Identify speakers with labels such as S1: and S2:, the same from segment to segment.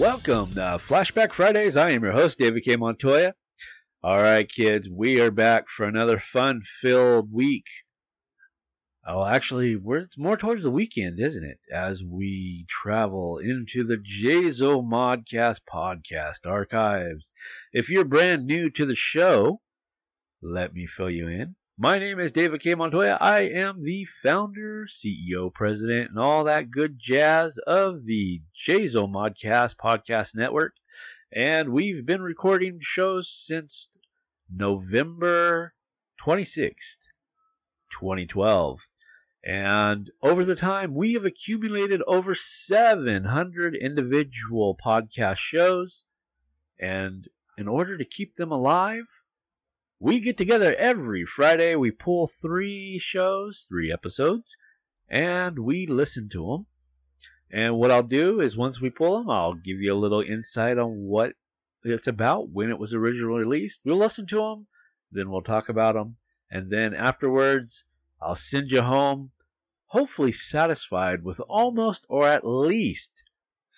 S1: Welcome to Flashback Fridays. I am your host, David K. Montoya. All right, kids, we are back for another fun filled week. Oh, actually, we're, it's more towards the weekend, isn't it? As we travel into the Jazo Modcast podcast archives. If you're brand new to the show, let me fill you in. My name is David K. Montoya. I am the founder, CEO, president, and all that good jazz of the Jazo Modcast Podcast Network. And we've been recording shows since November 26th, 2012. And over the time, we have accumulated over 700 individual podcast shows. And in order to keep them alive, we get together every Friday. We pull three shows, three episodes, and we listen to them. And what I'll do is once we pull them, I'll give you a little insight on what it's about, when it was originally released. We'll listen to them, then we'll talk about them, and then afterwards, I'll send you home, hopefully satisfied with almost or at least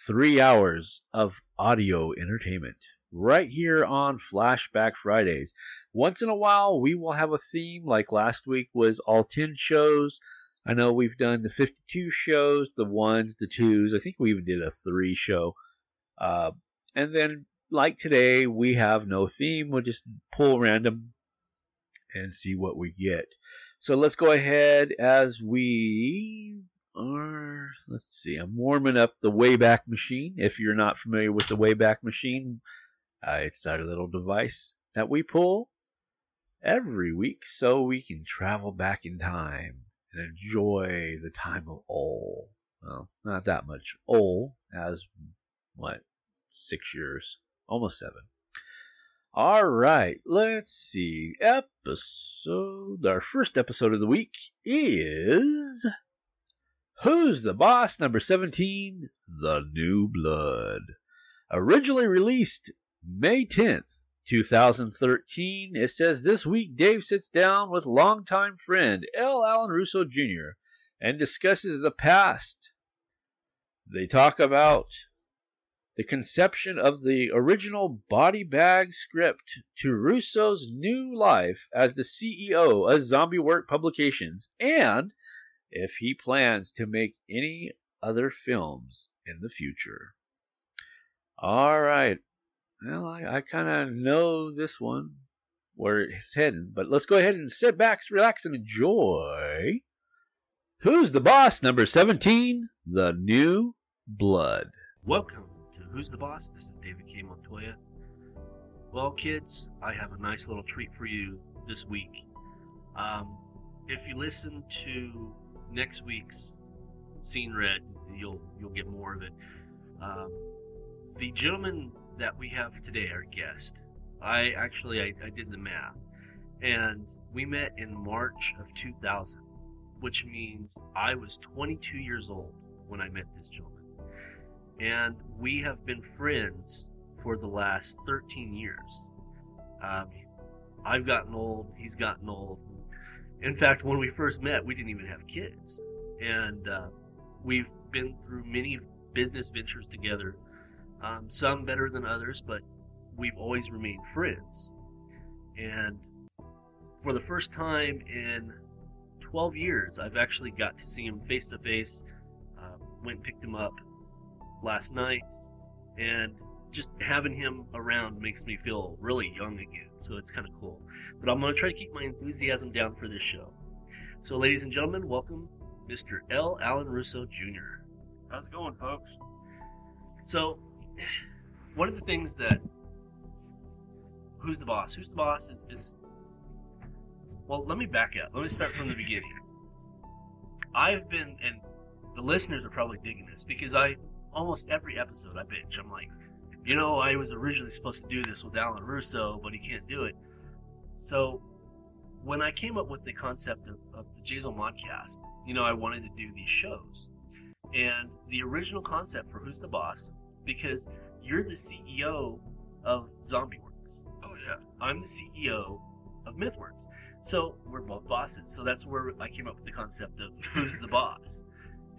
S1: three hours of audio entertainment right here on Flashback Fridays. Once in a while, we will have a theme, like last week was all 10 shows. I know we've done the 52 shows, the ones, the twos. I think we even did a three show. Uh, and then, like today, we have no theme. We'll just pull random and see what we get. So let's go ahead as we are. Let's see. I'm warming up the Wayback Machine. If you're not familiar with the Wayback Machine, uh, it's our little device that we pull every week so we can travel back in time and enjoy the time of old. Well, not that much old, as what, six years, almost seven. All right, let's see. Episode, our first episode of the week is Who's the Boss? Number 17, The New Blood. Originally released May 10th, 2013. It says this week Dave sits down with longtime friend L. Allen Russo Jr. and discusses the past. They talk about the conception of the original body bag script to Russo's new life as the CEO of Zombie Work Publications and if he plans to make any other films in the future. All right. Well, I, I kind of know this one where it's heading, but let's go ahead and sit back, relax, and enjoy. Who's the boss? Number 17, The New Blood.
S2: Welcome to Who's the Boss? This is David K. Montoya. Well, kids, I have a nice little treat for you this week. Um, if you listen to next week's Scene Red, you'll you'll get more of it. Um, the gentleman that we have today, our guest, I actually I, I did the math, and we met in March of 2000, which means I was 22 years old when I met this gentleman, and we have been friends for the last 13 years. Um, I've gotten old, he's gotten old. In fact, when we first met, we didn't even have kids, and uh, we've been through many business ventures together um, some better than others, but we've always remained friends. And for the first time in 12 years, I've actually got to see him face to face. Uh, Went and picked him up last night, and just having him around makes me feel really young again. So it's kind of cool. But I'm going to try to keep my enthusiasm down for this show. So, ladies and gentlemen, welcome Mr. L. Allen Russo Jr.
S3: How's it going, folks?
S2: So, one of the things that who's the boss? Who's the boss is is well. Let me back up. Let me start from the beginning. I've been, and the listeners are probably digging this because I almost every episode I bitch. I'm like, you know, I was originally supposed to do this with Alan Russo, but he can't do it. So when I came up with the concept of, of the Jazel Modcast, you know, I wanted to do these shows. And the original concept for Who's the Boss, because you're the CEO of Zombie Works.
S3: Oh yeah.
S2: I'm the CEO of MythWorks. So we're both bosses. So that's where I came up with the concept of who's the boss.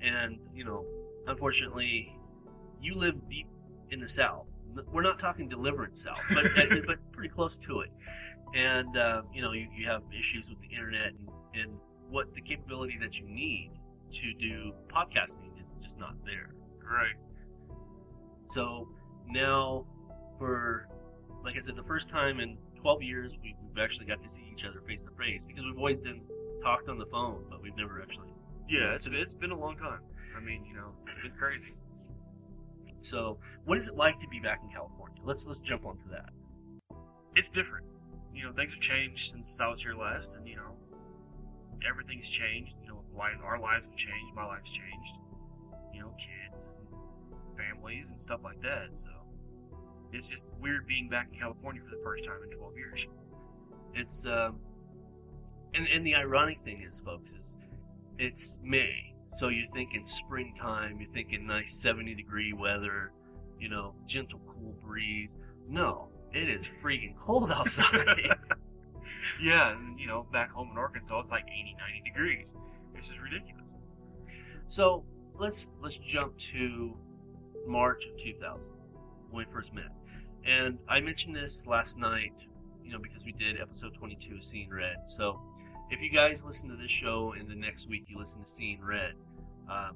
S2: And, you know, unfortunately, you live deep in the South. We're not talking deliverance South, but, but pretty close to it. And, uh, you know, you, you have issues with the internet and, and what the capability that you need to do podcasting is just not there.
S3: Right.
S2: So now, for like I said, the first time in 12 years, we, we've actually got to see each other face to face because we've always been talked on the phone, but we've never actually.
S3: Yeah, it's, it's been a long time. I mean, you know, it's been crazy.
S2: So, what is it like to be back in California? Let's let's jump onto that.
S3: It's different. You know, things have changed since I was here last, and you know, everything's changed. You know, life, our lives have changed. My life's changed. You know, kids, and families, and stuff like that. So, it's just weird being back in California for the first time in 12 years.
S2: It's um, and and the ironic thing is, folks, is it's May, so you're thinking springtime, you're thinking nice 70 degree weather, you know, gentle cool breeze. No, it is freaking cold outside.
S3: Yeah, and you know, back home in Arkansas, it's like 80, 90 degrees. This is ridiculous.
S2: So let's let's jump to March of 2000 when we first met, and I mentioned this last night, you know, because we did episode 22 of Seeing Red. So if you guys listen to this show and the next week you listen to Seeing Red, um,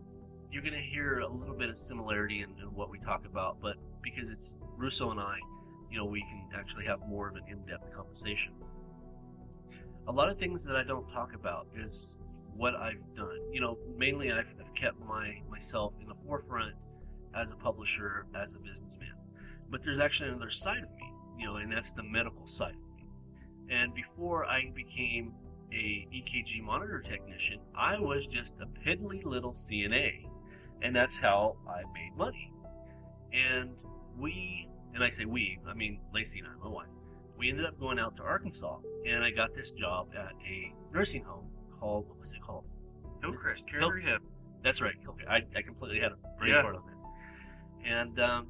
S2: you're gonna hear a little bit of similarity in, in what we talk about, but because it's Russo and I, you know, we can actually have more of an in-depth conversation a lot of things that I don't talk about is what I've done. You know, mainly I've, I've kept my myself in the forefront as a publisher, as a businessman. But there's actually another side of me, you know, and that's the medical side of me. And before I became a EKG monitor technician, I was just a piddly little CNA, and that's how I made money. And we, and I say we, I mean Lacey and I, my wife we ended up going out to Arkansas, and I got this job at a nursing home called what was it called?
S3: Hillcrest, Care
S2: Nope.
S3: and Rehab.
S2: That's right. Okay, I, I completely had a brain
S3: Yeah.
S2: part on it. And um,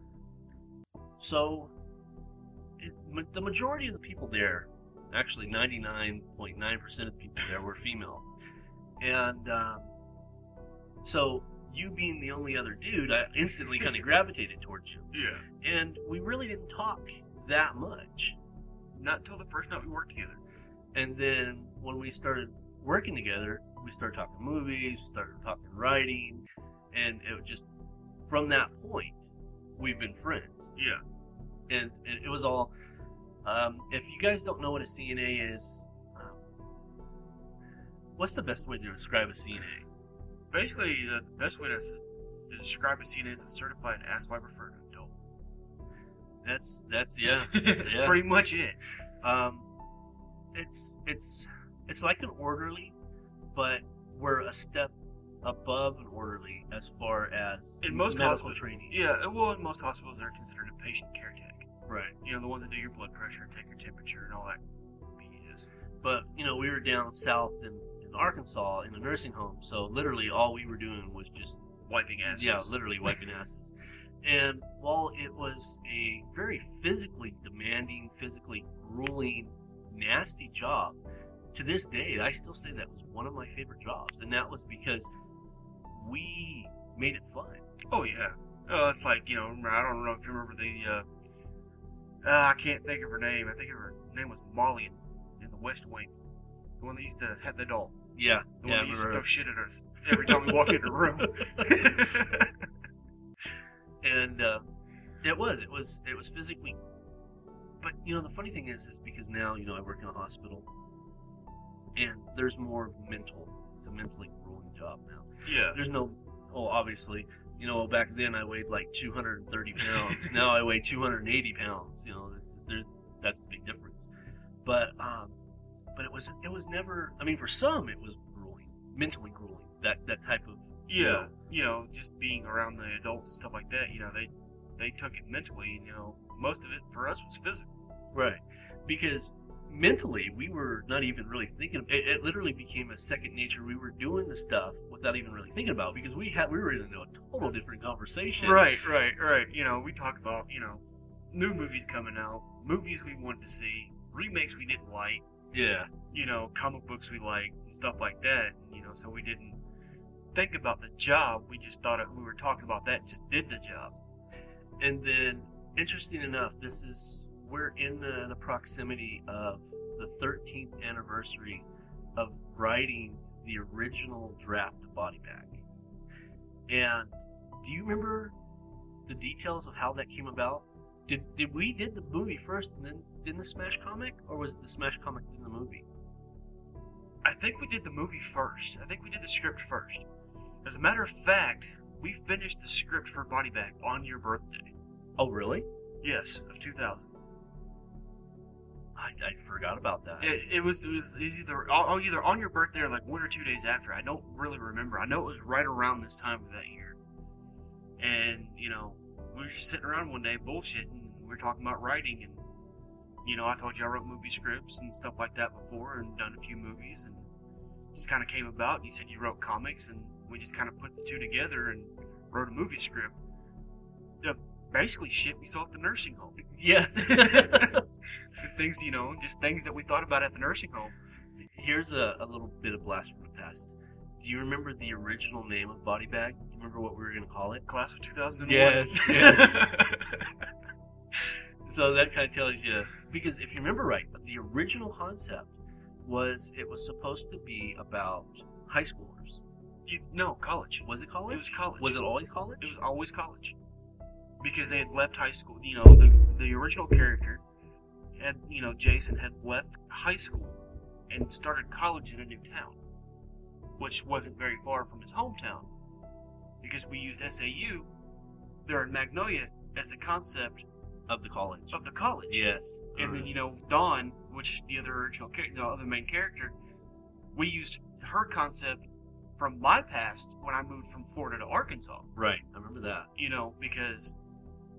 S2: so, it, ma- the majority of the people there, actually 99.9% of the people there were female. And um, so, you being the only other dude, I instantly kind of gravitated towards you.
S3: Yeah.
S2: And we really didn't talk that much.
S3: Not until the first night we worked together.
S2: And then when we started working together, we started talking movies, we started talking writing, and it was just from that point we've been friends.
S3: Yeah.
S2: And, and it was all. Um, if you guys don't know what a CNA is, um, what's the best way to describe a CNA?
S3: Basically, the best way to, s- to describe a CNA is a certified ass wiper for an adult.
S2: That's that's yeah.
S3: That's
S2: Yeah.
S3: pretty much it.
S2: Um, it's it's it's like an orderly, but we're a step above an orderly as far as
S3: In most
S2: medical
S3: hospitals-
S2: training.
S3: Yeah, well, in most hospitals, they're considered a patient care tech.
S2: Right.
S3: You know, the ones that do your blood pressure and take your temperature and all that BS.
S2: But you know, we were down south in, in Arkansas in a nursing home, so literally all we were doing was just
S3: Wiping asses.
S2: yeah, literally wiping asses. And while it was a very physically demanding, physically grueling, nasty job, to this day I still say that was one of my favorite jobs, and that was because we made it fun.
S3: Oh yeah. Oh, it's like you know. remember- I don't know if you remember the. Uh, uh, I can't think of her name. I think her name was Molly in, in the West Wing, the one that used to have the doll,
S2: Yeah,
S3: the
S2: yeah,
S3: one that used to
S2: remember.
S3: throw shit at us every time we walked in her room.
S2: and uh, it was it was it was physically but you know the funny thing is is because now you know i work in a hospital and there's more mental it's a mentally grueling job now
S3: yeah.
S2: there's no oh obviously you know back then i weighed like 230 pounds now i weigh 280 pounds you know there, that's the big difference but um but it was it was never i mean for some it was grueling mentally grueling that that type of
S3: Yeah, you know, just being around the adults and stuff like that, you know, they they took it mentally, and, you know, most of it for us was physical.
S2: Right. Because mentally, we were not even really thinking. It, it literally became a second nature. We were doing the stuff without even really thinking about it because we had we were in a total different conversation.
S3: Right, right, right. You know, we talk about, you know, new movies coming out, movies we wanted to see, remakes we didn't like,
S2: Yeah.
S3: you know, comic books we liked and stuff like that, you know, so we didn't think about the job, we just thought of, we were talking about that, and just did the job.
S2: And then, interesting enough, this is we're in the, the proximity of the 13th anniversary of writing the original draft of Body Bag. And do you remember the details of how that came about? Did, did we did the movie first and then then the Smash comic, or was it the Smash comic then the movie?
S3: I think we did the movie first. I think we did the script first. As a matter of fact, we finished the script for Body Bag on your birthday.
S2: Oh, really?
S3: Yes, of 2000.
S2: I, I forgot about that.
S3: It, it was it was it was either oh, either on your birthday or like one or two days after. I don't really remember. I know it was right around this time of that year. And you know, we were just sitting around one day bullshitting. And we were talking about writing, and you know, I told you I wrote movie scripts and stuff like that before, and done a few movies, and just kind of came about. And you said you wrote comics, and we just kind of put the two together and wrote a movie script. Of basically shit we saw at the nursing home
S2: yeah.
S3: things you know just things that we thought about at the nursing home
S2: Here's a, a little bit of blast from the past. Do you remember the original name of Body Bag? Do you remember what we were going to call it?
S3: class of 2001
S2: Yes, yes. So that kind of tells you. Because if you remember right, the original concept was it was supposed to be about high schoolers.
S3: you, no college
S2: Was it
S3: it
S2: college?
S3: was college
S2: Was it always college?
S3: it was always college because they had left high school you know the, the original character had you know jason had left high school and started college in a new town which wasn't very far from his hometown because we used sau there in magnolia as the concept
S2: of the college.
S3: of the college
S2: Yes.
S3: and then you know Dawn, which is the other original character, the other main character, we used her concept from my past when I moved from Florida to Arkansas.
S2: right. I remember that.
S3: You know because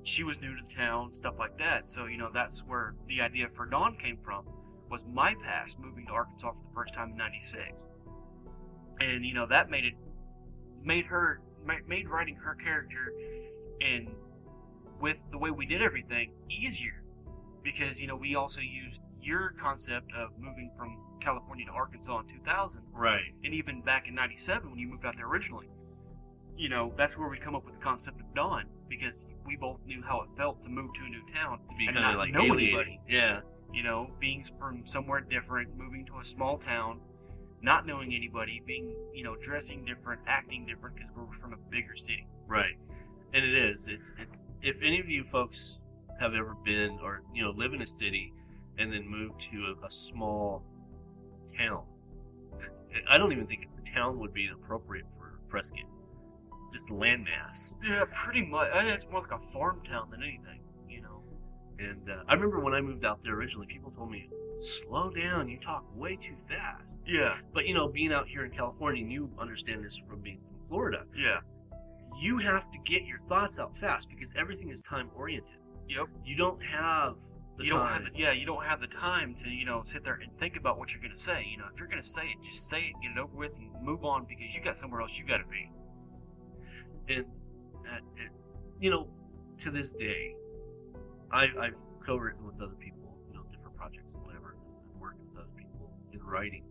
S3: she was new to the town, stuff like that. So you know that's where the idea for Dawn came from was my past moving to Arkansas for the first time in '96, and you know that made it made her ma- made writing her character and with the way we did everything easier because you know we also used your concept of moving from California to Arkansas in 2000
S2: Right.
S3: and even back in 97 when you moved out there originally you know that's where we come up with the concept of dawn because we both knew how it felt to move to a new town
S2: To be
S3: And
S2: kind of
S3: not
S2: like
S3: know
S2: alienating.
S3: anybody.
S2: Yeah.
S3: you know being from somewhere different moving to a small town not knowing anybody being you know dressing different acting different because we're from a bigger city
S2: Right, and it is. It, it, if any of you folks have ever been or you know live in a city and then move to a, a small town, I don't even think a town would be appropriate for Prescott. Just landmass.
S3: yeah pretty much I think it's more like a farm town than anything you know
S2: And uh, I remember when I moved out there originally, people told me, "Slow down, you talk way too fast."
S3: yeah
S2: But you know, being out here in California, and you understand this from being from Florida.
S3: yeah
S2: You have to get your thoughts out fast because everything is time oriented.
S3: yep
S2: You don't have the
S3: you
S2: time.
S3: don't have the, yeah you don't have the time to you know sit there and think about what you're gonna say you know if you're gonna say it just say it get it over with and move on because you got somewhere else you gotta be
S2: and uh, it, you know, to this day, I, I've co-written with other people, you know, different projects and whatever, and worked with other people in writing.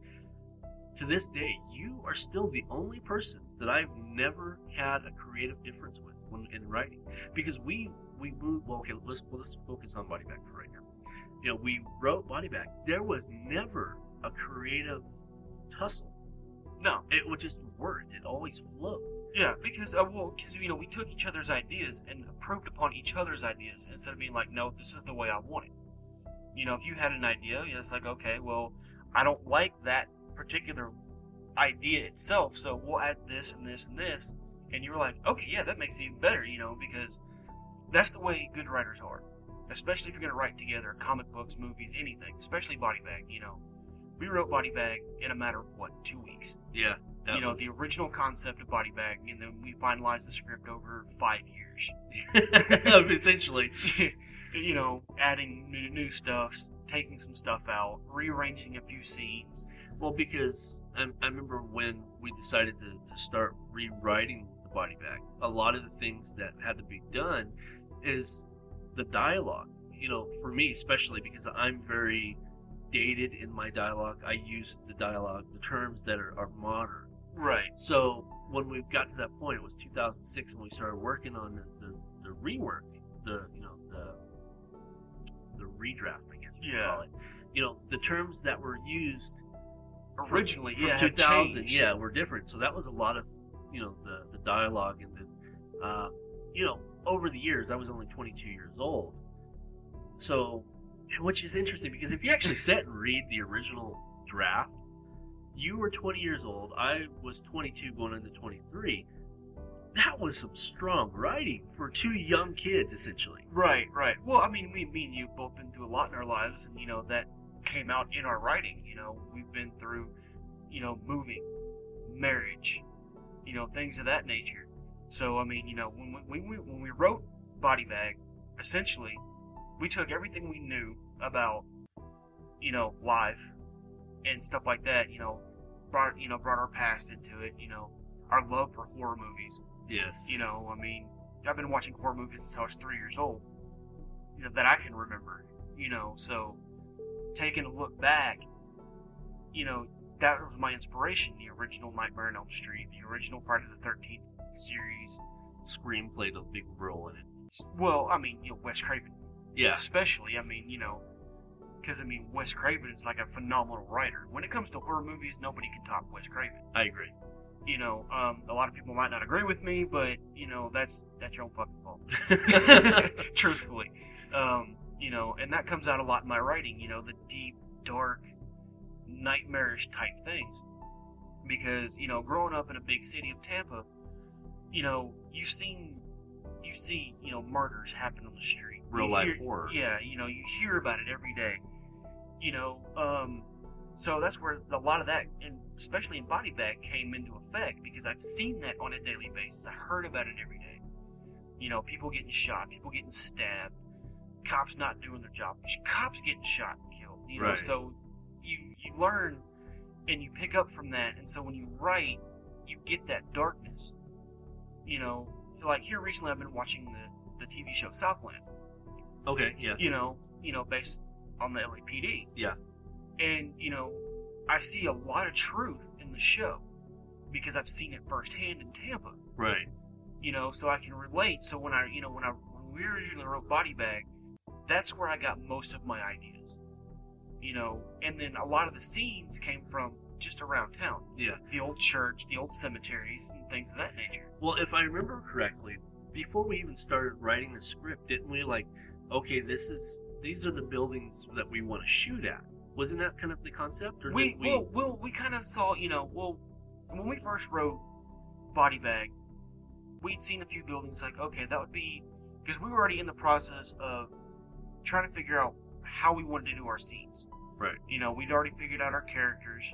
S2: To this day, you are still the only person that I've never had a creative difference with when in writing, because we we moved. Well, okay, let's well, let's focus on body back for right now. You know, we wrote body back. There was never a creative tussle.
S3: no
S2: It would just work. It always flowed.
S3: yeah because uh, well because you know we took each other's ideas and improved upon each other's ideas instead of being like no this is the way i want it you know if you had an idea you know, it's like okay well i don't like that particular idea itself so we'll add this and this and this and you were like okay yeah that makes it even better you know because that's the way good writers are especially if you're going to write together comic books movies anything especially body bag you know we wrote body bag in a matter of what two weeks
S2: Yeah. That
S3: you know,
S2: was-
S3: the original concept of body bag, and then we finalized the script over five years.
S2: Um, essentially.
S3: you know, adding new, new stuff, s- taking some stuff out, rearranging a few scenes.
S2: Well, because I, I remember when we decided to, to start rewriting the body bag, a lot of the things that had to be done is the dialogue. You know, for me especially, because I'm very dated in my dialogue, I use the dialogue, the terms that are, are modern.
S3: Right.
S2: So when we got to that point, it was 2006 when we started working on the, the, the rework, the you know the the redraft, I guess you could call it. You know the terms that were used from-
S3: Originally,
S2: from
S3: yeah, had
S2: 2000,
S3: changed.
S2: yeah, were different. So that was a lot of you know the the dialogue and the uh, you know over the years I was only 22 years old, so which is interesting because if you actually sit and read the original draft you were 20 years old. I was 22 going into 23. That was some strong writing for two young kids, essentially.
S3: Right, right. Well, I mean, we, me and you have both been through a lot in our lives, and you know that came out in our writing. You know, we've been through, you know, moving, marriage, you know, things of that nature. So, I mean, you know, when we, when we, when we wrote Body Bag, essentially, we took everything we knew about, you know, life and stuff like that. You know, brought you know brought our past into it. You know, our love for horror movies
S2: Yes.
S3: you know, I mean, I've been watching horror movies since I was three years old, you know, that I can remember, you know, so taking a look back, you know, that was my inspiration. The original Nightmare on Elm Street, the original Friday the 13th series.
S2: Scream played a big role in it.
S3: S- Well, I mean, you know, Wes Craven,
S2: Yeah.
S3: especially, I mean, you know, because, I mean, Wes Craven is like a phenomenal writer. When it comes to horror movies, nobody can top Wes Craven.
S2: I agree.
S3: You know, um, a lot of people might not agree with me, but, you know, that's, that's your own fucking fault. truthfully. Um, you know, and that comes out a lot in my writing, you know, the deep, dark, nightmarish type things. Because, you know, growing up in a big city of Tampa, you know, you've seen you see, you know, murders happen on the street.
S2: Real
S3: You
S2: life
S3: hear-
S2: horror.
S3: Yeah, you know, you hear about it every day. You know, um so that's where a lot of that and especially in body bag came into effect because I've seen that on a daily basis. I heard about it every day you know, people getting shot, people getting stabbed, cops not doing their job, cops getting shot and killed. You know,
S2: Right.
S3: so you you learn and you pick up from that, and so when you write, you get that darkness. You know, like here recently, I've been watching the the TV show Southland.
S2: Okay. Yeah.
S3: You know, you know, based on the LAPD.
S2: Yeah.
S3: and you know, I see a lot of truth in the show because I've seen it firsthand in Tampa
S2: Right.
S3: you know, so I can relate. So when I, you know, when I when we originally wrote Body Bag, that's where I got most of my ideas, you know. And then a lot of the scenes came from just around town,
S2: Yeah.
S3: the old church, the old cemeteries, and things of that nature.
S2: Well, if I remember correctly, before we even started writing the script, didn't we like, okay, this is these are the buildings that we want to shoot at? Wasn't that kind of the concept? Or
S3: We,
S2: did
S3: we, well, well, we kind of saw, you know, well, when we first wrote Body Bag, we'd seen a few buildings like, okay, that would be because we were already in the process of trying to figure out how we wanted to do our scenes.
S2: Right.
S3: You know, we'd already figured out our characters.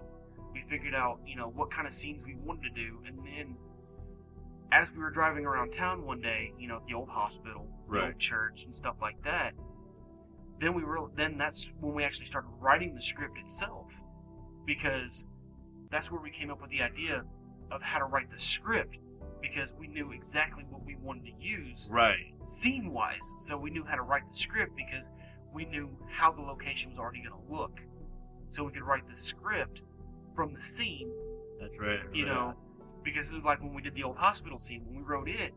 S3: We figured out, you know, what kind of scenes we wanted to do, and then as we were driving around town one day, you know, the old hospital, the
S2: Right.
S3: old church, and stuff like that. Then we real then that's when we actually started writing the script itself, because that's where we came up with the idea of how to write the script, because we knew exactly what we wanted to use
S2: Right.
S3: scene wise. So we knew how to write the script because we knew how the location was already going to look. So we could write the script from the scene,
S2: That's right.
S3: you know, because it was like when we did the old hospital scene, when we wrote it,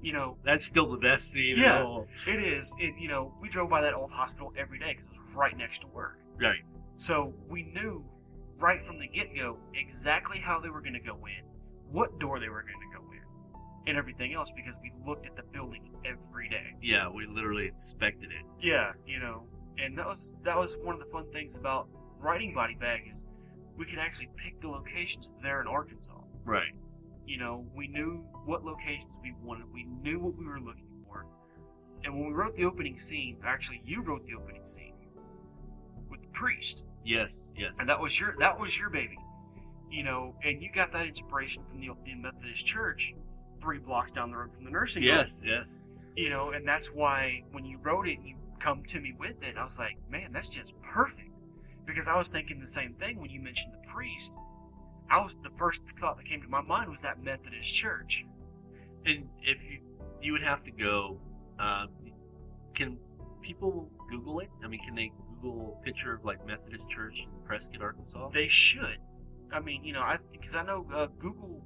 S3: you know,
S2: That's still the best scene. in
S3: Yeah.
S2: the whole-
S3: it is, it, you know, we drove by that old hospital every day because it was right next to work.
S2: Right.
S3: So we knew right from the get go exactly how they were going to go in, what door they were going to go in, and everything else because we looked at the building every day.
S2: Yeah. We literally expected it.
S3: yeah, you know, and that was that was one of the fun things about writing Body Bag is we could actually pick the locations there in Arkansas.
S2: Right.
S3: You know, we knew what locations we wanted, we knew what we were looking for, and when we wrote the opening scene, actually, you wrote the opening scene with the priest,
S2: Yes. Yes.
S3: and that was your that was your baby. you know, and you got that inspiration from the Old Methodist Church, three blocks down the road from the nursing home.
S2: Yes, yes.
S3: you know, and that's why when you wrote it, you come to me with it. I was like, man, that's just perfect, because I was thinking the same thing when you mentioned the priest. I was the first thought that came to my mind was that Methodist church.
S2: And if you you would have to go, um, can people Google it? I mean, can they Google a picture of like Methodist Church in Prescott, Arkansas?
S3: They should. I mean, you know, I because I know uh, Google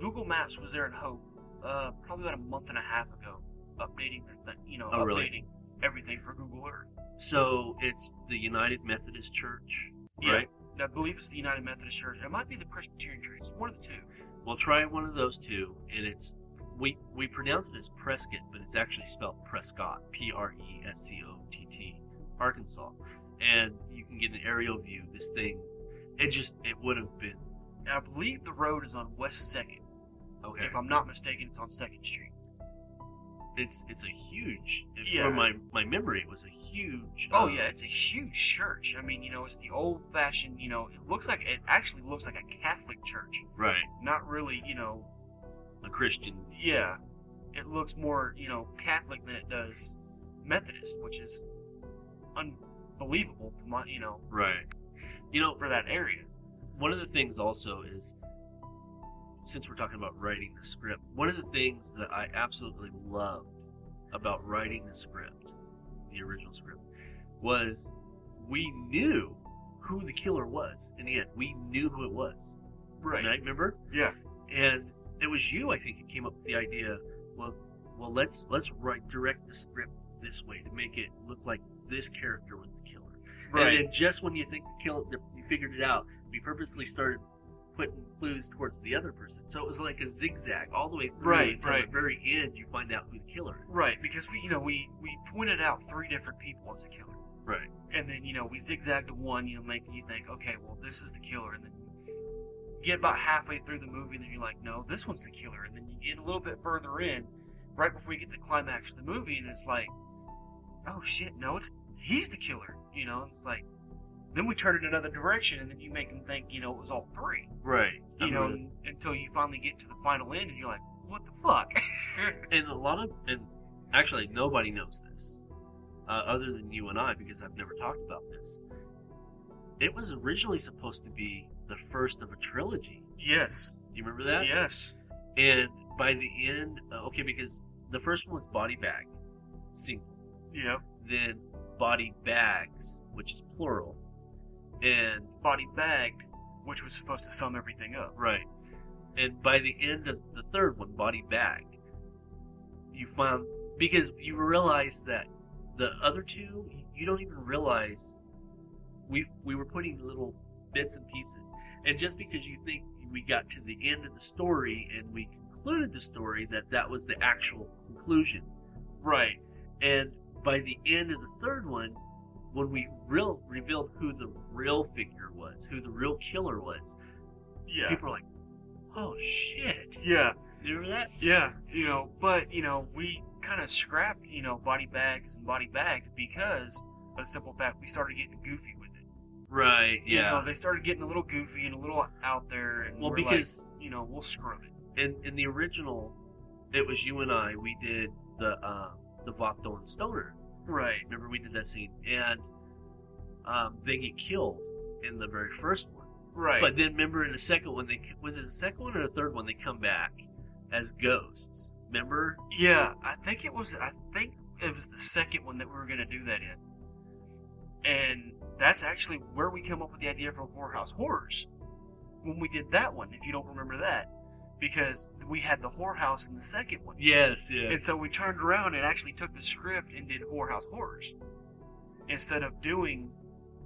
S3: Google Maps was there in Hope uh, probably about a month and a half ago, updating their thing, you know,
S2: Oh,
S3: updating
S2: really?
S3: everything for Google Earth.
S2: so it's the United Methodist Church,
S3: Yeah.
S2: right?
S3: I believe it's the United Methodist Church. It might be the Presbyterian Church. It's one of the two.
S2: Well, try one of those two, and it's we we pronounce it as Prescott, but it's actually spelled Prescott, P R E S C O T T, Arkansas, and you can get an aerial view. of This thing, it just it would have been
S3: And I believe the road is on West Second.
S2: okay.
S3: If I'm not mistaken, it's on Second Street.
S2: It's it's a huge. If
S3: Yeah.
S2: From my my memory, it was a huge.
S3: Oh
S2: um,
S3: yeah, it's a huge church. I mean, you know, it's the old-fashioned. You know, it looks like it actually looks like a Catholic church,
S2: right.
S3: not really. You know,
S2: A Christian.
S3: yeah, it looks more you know Catholic than it does Methodist, which is unbelievable to my you know
S2: Right. You know,
S3: for that area.
S2: one of the things also is since we're talking about writing the script one of the things that i absolutely loved about writing the script the original script was we knew who the killer was in the end we knew who it was
S3: Right.
S2: right remember
S3: Yeah.
S2: and it was you i think who came up with the idea well well let's let's write direct the script this way to make it look like this character was the killer and then just when you think the kill, the, you figured it out, we purposely started putting clues towards the other person. So it was like a zigzag all the way through
S3: Right,
S2: until
S3: right.
S2: the very end. You find out who the killer is.
S3: Right, because we, you know, we we pointed out three different people as a killer,
S2: Right.
S3: and then you know we zigzagged to one, you know, making you think, okay, well this is the killer, and then you get about halfway through the movie, and then you're like, no, this one's the killer, and then you get a little bit further in, right before you get to the climax of the movie, and it's like, oh shit, no, it's he's the killer, you know, and it's like, then we turn it another direction, and then you make them think, you know, it was all three,
S2: Right.
S3: you know, and, until you finally get to the final end, and you're like, what the fuck?
S2: and a lot of and actually nobody knows this uh, other than you and I because I've never talked about this. It was originally supposed to be the first of a trilogy.
S3: yes,
S2: Do you remember that?
S3: yes.
S2: And by the end, uh, okay, because the first one was Body Bag, single.
S3: Yeah,
S2: then body bags, which is plural. And
S3: body bagged, which was supposed to sum everything up.
S2: right. And by the end of the third one, body bag, you found because you realize that the other two you don't even realize we we were putting little bits and pieces. And just because you think we got to the end of the story and we concluded the story that that was the actual conclusion,
S3: Right.
S2: And by the end of the third one, when we real revealed who the real figure was, who the real killer was,
S3: Yeah.
S2: people were like, "Oh shit!"
S3: yeah.
S2: You remember that?
S3: Yeah. You know, but you know, we kind of scrapped, you know, body bags and body bagged because of the simple fact we started getting goofy with it.
S2: Right.
S3: You
S2: Yeah.
S3: know, they started getting a little goofy and a little out there, and
S2: Well,
S3: we're like,
S2: because-
S3: you know, we'll scrub it.
S2: in in the original, it was you and I. We did the uh, the Vopto and Stoner.
S3: Right.
S2: Remember we did that scene, and um, they get killed in the very first one.
S3: Right.
S2: But then remember in the second one, they was it the second one or the third one? They come back as ghosts. Remember?
S3: yeah, I think it was. I think it was the second one that we were gonna do that in, and that's actually where we come up with the idea for Whorehouse Horrors. When we did that one, if you don't remember that, because we had the whorehouse in the second one,
S2: Yes. Yeah.
S3: and so we turned around and actually took the script and did Whorehouse Horrors instead of doing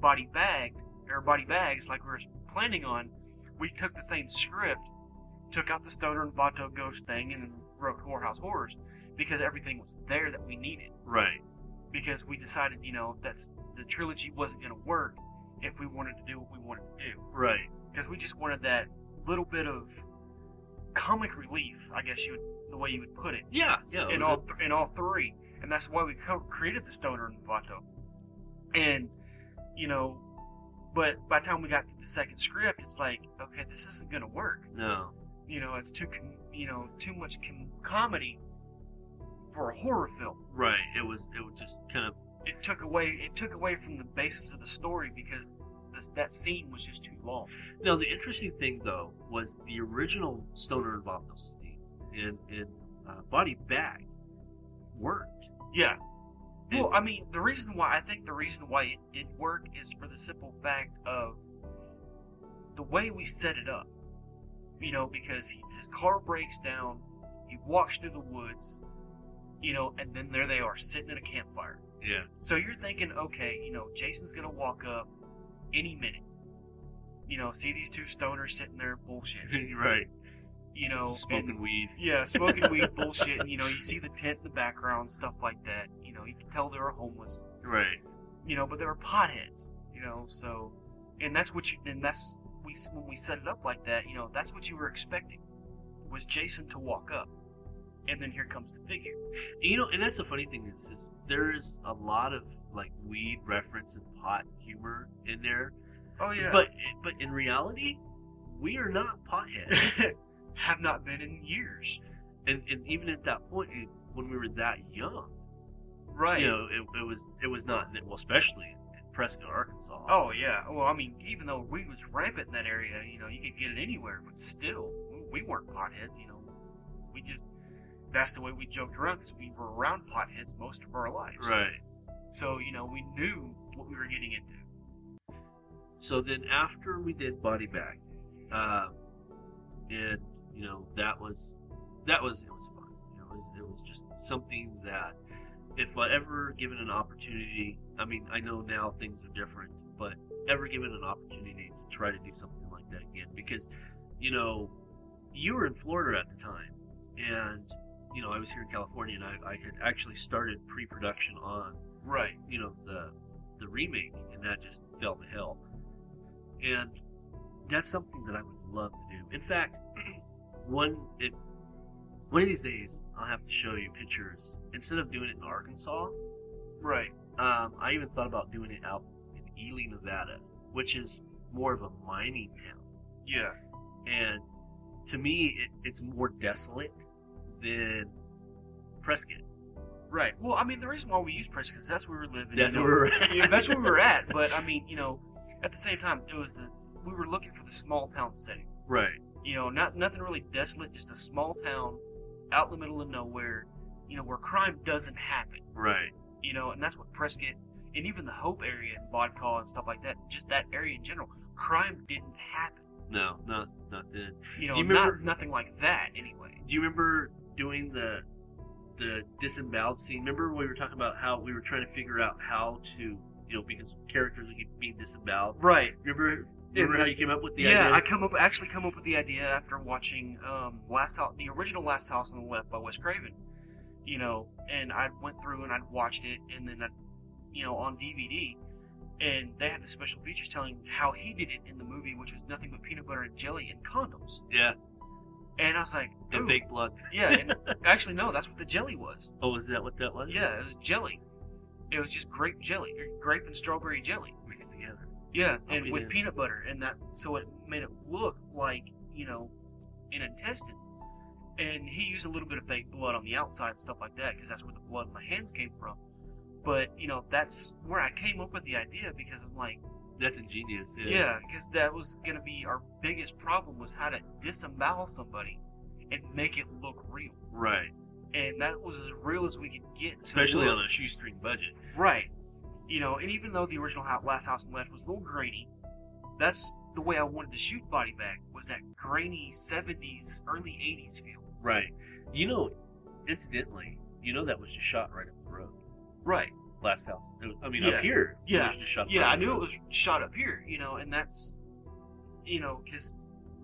S3: Body Bagged or Body Bags like we were planning on. We took the same script, took out the Stoner and Vato ghost thing, and wrote Whorehouse Horrors because everything was there that we needed.
S2: right.
S3: Because we decided, you know, that's the trilogy wasn't going to work if we wanted to do what we wanted to do.
S2: Right.
S3: Because we just wanted that little bit of comic relief, I guess you would, the way you would put it
S2: Yeah. Yeah. it
S3: in
S2: was
S3: all th- in all three, and that's why we co- created the Stoner and the Vato. And you know, But by the time we got to the second script, it's like, okay, this isn't gonna work.
S2: No.
S3: You know, it's too com- you know too much com- comedy for a horror film.
S2: Right. It was. It was just kind of.
S3: It took away it took away from the basis of the story because this, that scene was just too long.
S2: Now the interesting thing though was the original stoner and Bothos and and uh, body bag worked.
S3: Yeah.
S2: And-
S3: Well, I mean, the reason why I think the reason why it didn't work is for the simple fact of the way we set it up. You know, because he, his car breaks down, he walks through the woods, you know, and then there they are sitting at a campfire.
S2: Yeah.
S3: So you're thinking, okay, you know, Jason's gonna walk up any minute. You know, see these two stoners sitting there bullshitting.
S2: right.
S3: You know, and-
S2: Smoking weed.
S3: yeah, smoking weed, bullshit. And, you know, you see the tent in the background, stuff like that. You know, you can tell they were homeless.
S2: Right.
S3: You know, but they were potheads. You know, so and that's what you and that's we when we set it up like that. You know, that's what you were expecting was Jason to walk up, and then here comes the figure.
S2: You know, and that's the funny thing is, is there is a lot of like weed reference and pot humor in there,
S3: Oh
S2: but but in reality, we are not potheads.
S3: but have not been in years.
S2: and and even at that point, it- when we were that young,
S3: Right.
S2: you know, it, it was it was not well, especially in Prescott, Arkansas.
S3: Oh yeah. Well, I mean, even though weed was rampant in that area, you know, you could get it anywhere, but still, we weren't potheads. You know, we just that's the way we joked around because we were around potheads most of our lives.
S2: right.
S3: So you know, we knew what we were getting into.
S2: So then after we did Body Bag, uh, and you know that was that was it was fun. You know, it was, it was just something that if I ever given an opportunity, I mean I know now things are different, but ever given an opportunity to try to do something like that again because you know you were in Florida at the time and you know I was here in California and I, I had actually started pre-production on
S3: Right.
S2: you know the the remake and that just fell to hell and that's something that i would love to do in fact one if one of these days i'll have to show you pictures instead of doing it in arkansas
S3: Right.
S2: um, i even thought about doing it out in ely nevada which is more of a mining town
S3: Yeah.
S2: and to me it, it's more desolate than prescott
S3: Right. Well, I mean, the reason why we use Prescott is that's where we were living.
S2: that's
S3: you
S2: where
S3: know.
S2: we're
S3: Yeah,
S2: at.
S3: that's where we were at. But I mean, you know, at the same time, it was the we were looking for the small town setting.
S2: right
S3: You know, not nothing really desolate, just a small town out in the middle of nowhere, you know, where crime doesn't happen.
S2: right
S3: You know, and that's what Prescott and even the Hope area and Vodka and stuff like that, just that area in general, crime didn't happen.
S2: no not not then
S3: You know,
S2: You remember-
S3: not nothing like that anyway.
S2: Do you remember doing the the disemboweled scene? Remember we were talking about how we were trying to figure out how to, you know, because characters would keep being disemboweled.
S3: Right.
S2: Remember, remember how you came up with the
S3: yeah,
S2: idea?
S3: I come up actually come up with the idea after watching um, Last House, the original Last House on the Left by Wes Craven. You know, and I went through and I'd watched it, and then I, you know, on DVD, and they had the special features telling how he did it in the movie, which was nothing but peanut butter and jelly and condoms.
S2: yeah,
S3: And I was like,
S2: and
S3: "Ooh."
S2: fake blood.
S3: yeah. And actually, no, that's what the jelly was.
S2: Oh, is that what that was?
S3: Yeah, it was jelly. It was just grape jelly, or grape and strawberry jelly.
S2: mixed together.
S3: Yeah,
S2: I'll
S3: and
S2: be
S3: with
S2: damned.
S3: peanut butter, and that so it made it look like you know an intestine. And he used a little bit of fake blood on the outside and stuff like that because that's where the blood in my hands came from. But you know that's where I came up with the idea because I'm like,
S2: That's ingenious. Yeah.
S3: yeah, because that was gonna be our biggest problem was how to disembowel somebody and make it look real.
S2: Right.
S3: And that was as real as we could get. to
S2: Especially
S3: look.
S2: on a shoestring budget.
S3: Right. You know, and even though the original Hou- Last House on the Left was a little grainy, that's the way I wanted to shoot Body Bag was that grainy '70s, early '80s feel.
S2: Right. You know, incidentally, you know that was just shot right up the road.
S3: Right.
S2: Last house. It was- I mean,
S3: Yeah.
S2: up here. it
S3: Yeah.
S2: was just shot
S3: Yeah,
S2: right
S3: I
S2: up the
S3: knew it
S2: road.
S3: was shot up here. You know, and that's, you know, because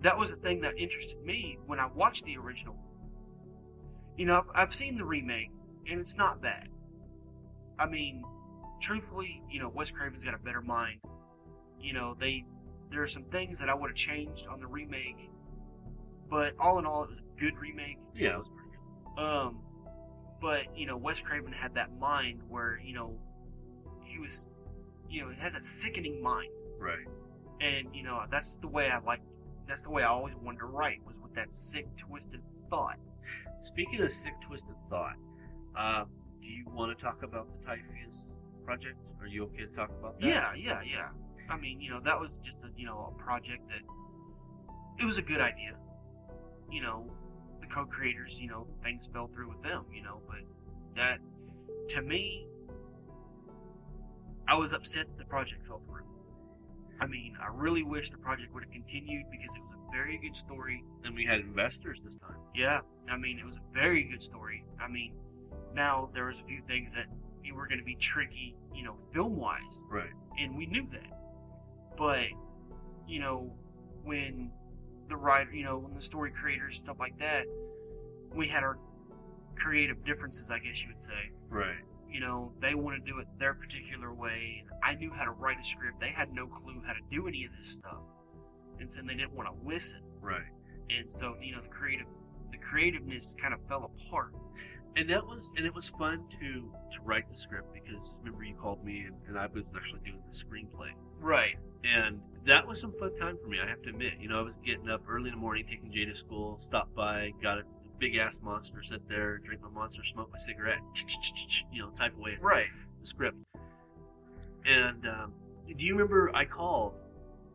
S3: that was the thing that interested me when I watched the original. You know, I've, I've seen the remake, and it's not bad. I mean, truthfully, you know, Wes Craven's got a better mind. You know, they there are some things that I would have changed on the remake, but all in all, it was a good remake.
S2: Yeah, it was pretty good.
S3: Um, but you know, Wes Craven had that mind where you know he was, you know, he has that sickening mind
S2: Right.
S3: And you know, that's the way I like. That's the way I always wanted to write was with that sick, twisted thought.
S2: Speaking of sick, twisted thought, uh, do you want to talk about the Typhoons project? Are you okay to talk about that?
S3: Yeah, yeah, yeah. I mean, you know, that was just a you know a project that it was a good idea. You know, the co-creators, you know, things fell through with them. You know, but that to me, I was upset that the project fell through. I mean, I really wish the project would have continued because it was a very good story.
S2: And we had investors this time.
S3: Yeah, I mean, it was a very good story. I mean, now there was a few things that were going to be tricky, you know, film-wise,
S2: Right.
S3: and we knew that. But you know, when the writer, you know, when the story creators and stuff like that, we had our creative differences, I guess you would say.
S2: Right.
S3: You know, they want to do it their particular way. And I knew how to write a script. They had no clue how to do any of this stuff, and so they didn't want to listen.
S2: Right.
S3: And so, you know, the creative, the creativeness kind of fell apart.
S2: and that was and it was fun to to write the script because remember you called me and, and I was actually doing the screenplay
S3: Right.
S2: and that was some fun time for me I have to admit you know I was getting up early in the morning taking Jay to school stopped by got a big ass monster sit there drink my monster smoke my cigarette you know type away at
S3: Right.
S2: the script and um, do you remember I called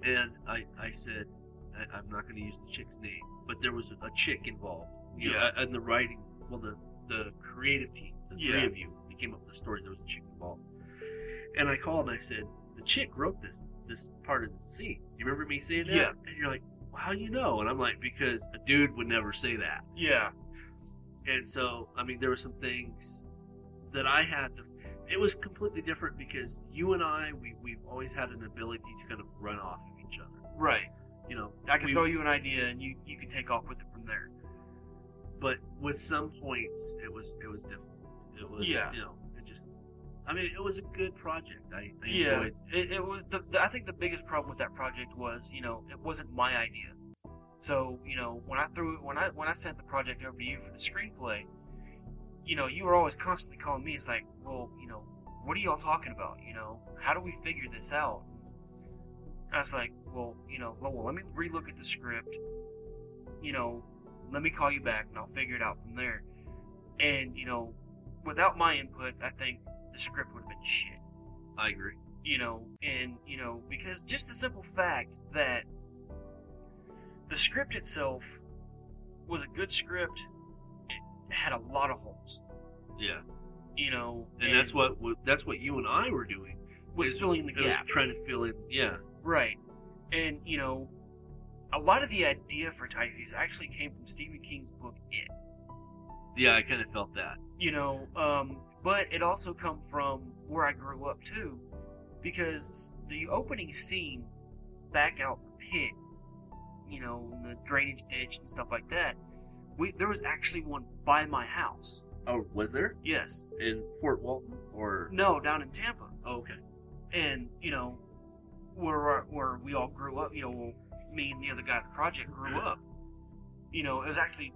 S2: and I I said I, I'm not going to use the chick's name but there was a, chick involved you know,
S3: Yeah.
S2: and the writing well the the creative team, the
S3: Yeah.
S2: three of you, that came up with the story. There was a chick involved, and I called and I said, "The chick wrote this this part of the scene." You remember me saying that?
S3: Yeah.
S2: And you're like, well, "How do you know?" And I'm like, "Because a dude would never say that."
S3: Yeah.
S2: And so, I mean, there were some things that I had to. It was completely different because you and I, we we've always had an ability to kind of run off of each other.
S3: Right.
S2: You know,
S3: I can
S2: we-
S3: throw you an idea, and you you can take off with it from there.
S2: but with some points it was it was difficult. It was
S3: Yeah.
S2: you know, it just I mean it was a good project. I, I
S3: Yeah,
S2: enjoyed
S3: it, it was. The, the, I think the biggest problem with that project was, you know, it wasn't my idea. So, you know, when I threw it, when I when I sent the project over to you for the screenplay, you know, you were always constantly calling me. It's like, well, you know, what are y'all talking about? You know, how do we figure this out? I was like, well, you know, Lowell, let me relook at the script. You know, let me call you back and I'll figure it out from there. And you know, without my input, I think the script would have been shit
S2: I agree.
S3: you know, and you know, because just the simple fact that the script itself was a good script, it had a lot of holes,
S2: Yeah.
S3: you know,
S2: And, that's what wa- that's what you and I were doing.
S3: was
S2: is-
S3: filling in the
S2: it was
S3: gap,
S2: trying to fill in yeah.
S3: right? And you know, a lot of the idea for Typhus actually came from Stephen King's book It,
S2: Yeah, I kinda felt that.
S3: you know, um, but it also come from where I grew up too, because the opening scene back out the pit, you know, in the drainage ditch and stuff like that. We there was actually one by my house.
S2: Oh, was there?
S3: Yes.
S2: In Fort Walton or
S3: No, down in Tampa,
S2: oh, okay.
S3: and you know, where where we all grew up. You know, well, me and the other guy at the project grew up. You know, it was actually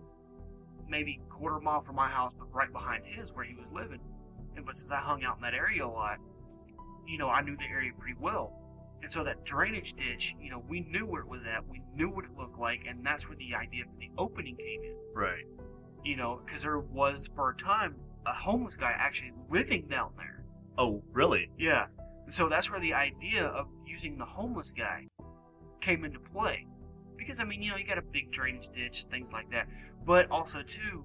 S3: maybe quarter mile from my house, but right behind his where he was living. And but since I hung out in that area a lot, you know, I knew the area pretty well. And so that drainage ditch, you know, we knew where it was at, we knew what it looked like, and that's where the idea for the opening came in.
S2: Right.
S3: You know, because there was for a time a homeless guy actually living down there.
S2: Oh, really?
S3: Yeah. So that's where the idea of using the homeless guy came into play. Because I mean, you know, you got a big drainage ditch, things like that. But also too,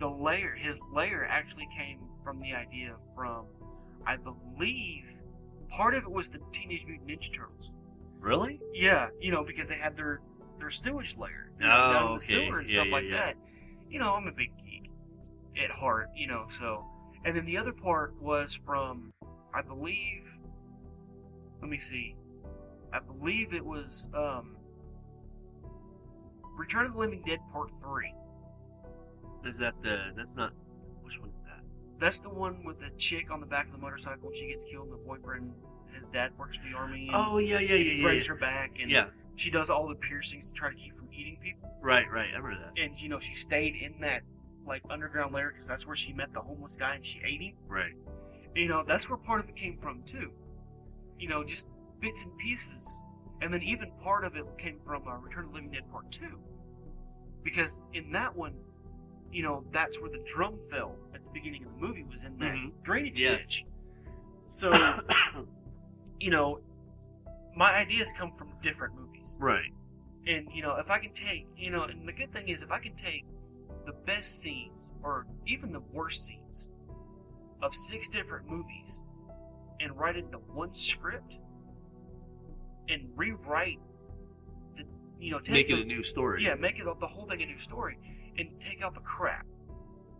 S3: the layer his layer actually came from the idea from I believe part of it was the Teenage Mutant Ninja Turtles.
S2: Really?
S3: Yeah, you know, because they had their their sewage layer. You know, down in
S2: Oh,
S3: the
S2: okay.
S3: sewer and
S2: Yeah,
S3: stuff
S2: yeah,
S3: like
S2: yeah.
S3: that. You know, I'm a big geek at heart, you know, so and then the other part was from I believe let me see. I believe it was um Return of the Living Dead Part Three.
S2: Is that the that's not which one is that?
S3: That's the one with the chick on the back of the motorcycle and she gets killed and the boyfriend his dad works for the army and
S2: Oh yeah, yeah,
S3: he
S2: yeah, yeah.
S3: breaks
S2: yeah.
S3: her back and
S2: yeah.
S3: she does all the piercings to try to keep from eating people.
S2: Right, right. I remember that.
S3: and you know she stayed in that like underground layer because that's where she met the homeless guy and she ate him.
S2: Right.
S3: You know that's where part of it came from too. You know, just bits and pieces, and then even part of it came from uh, Return of the Living Dead Part Two, because in that one, you know, that's where the drum fell at the beginning of the movie was in that
S2: Mhm.
S3: drainage
S2: Yes.
S3: ditch. So you know, my ideas come from different movies.
S2: right.
S3: And, you know, if I can take, you know, and the good thing is if I can take the best scenes or even the worst scenes of six different movies and write it into one script and rewrite the, you know, take
S2: Make it
S3: the-
S2: a new story.
S3: Yeah, make it the the whole thing a new story and take out the crap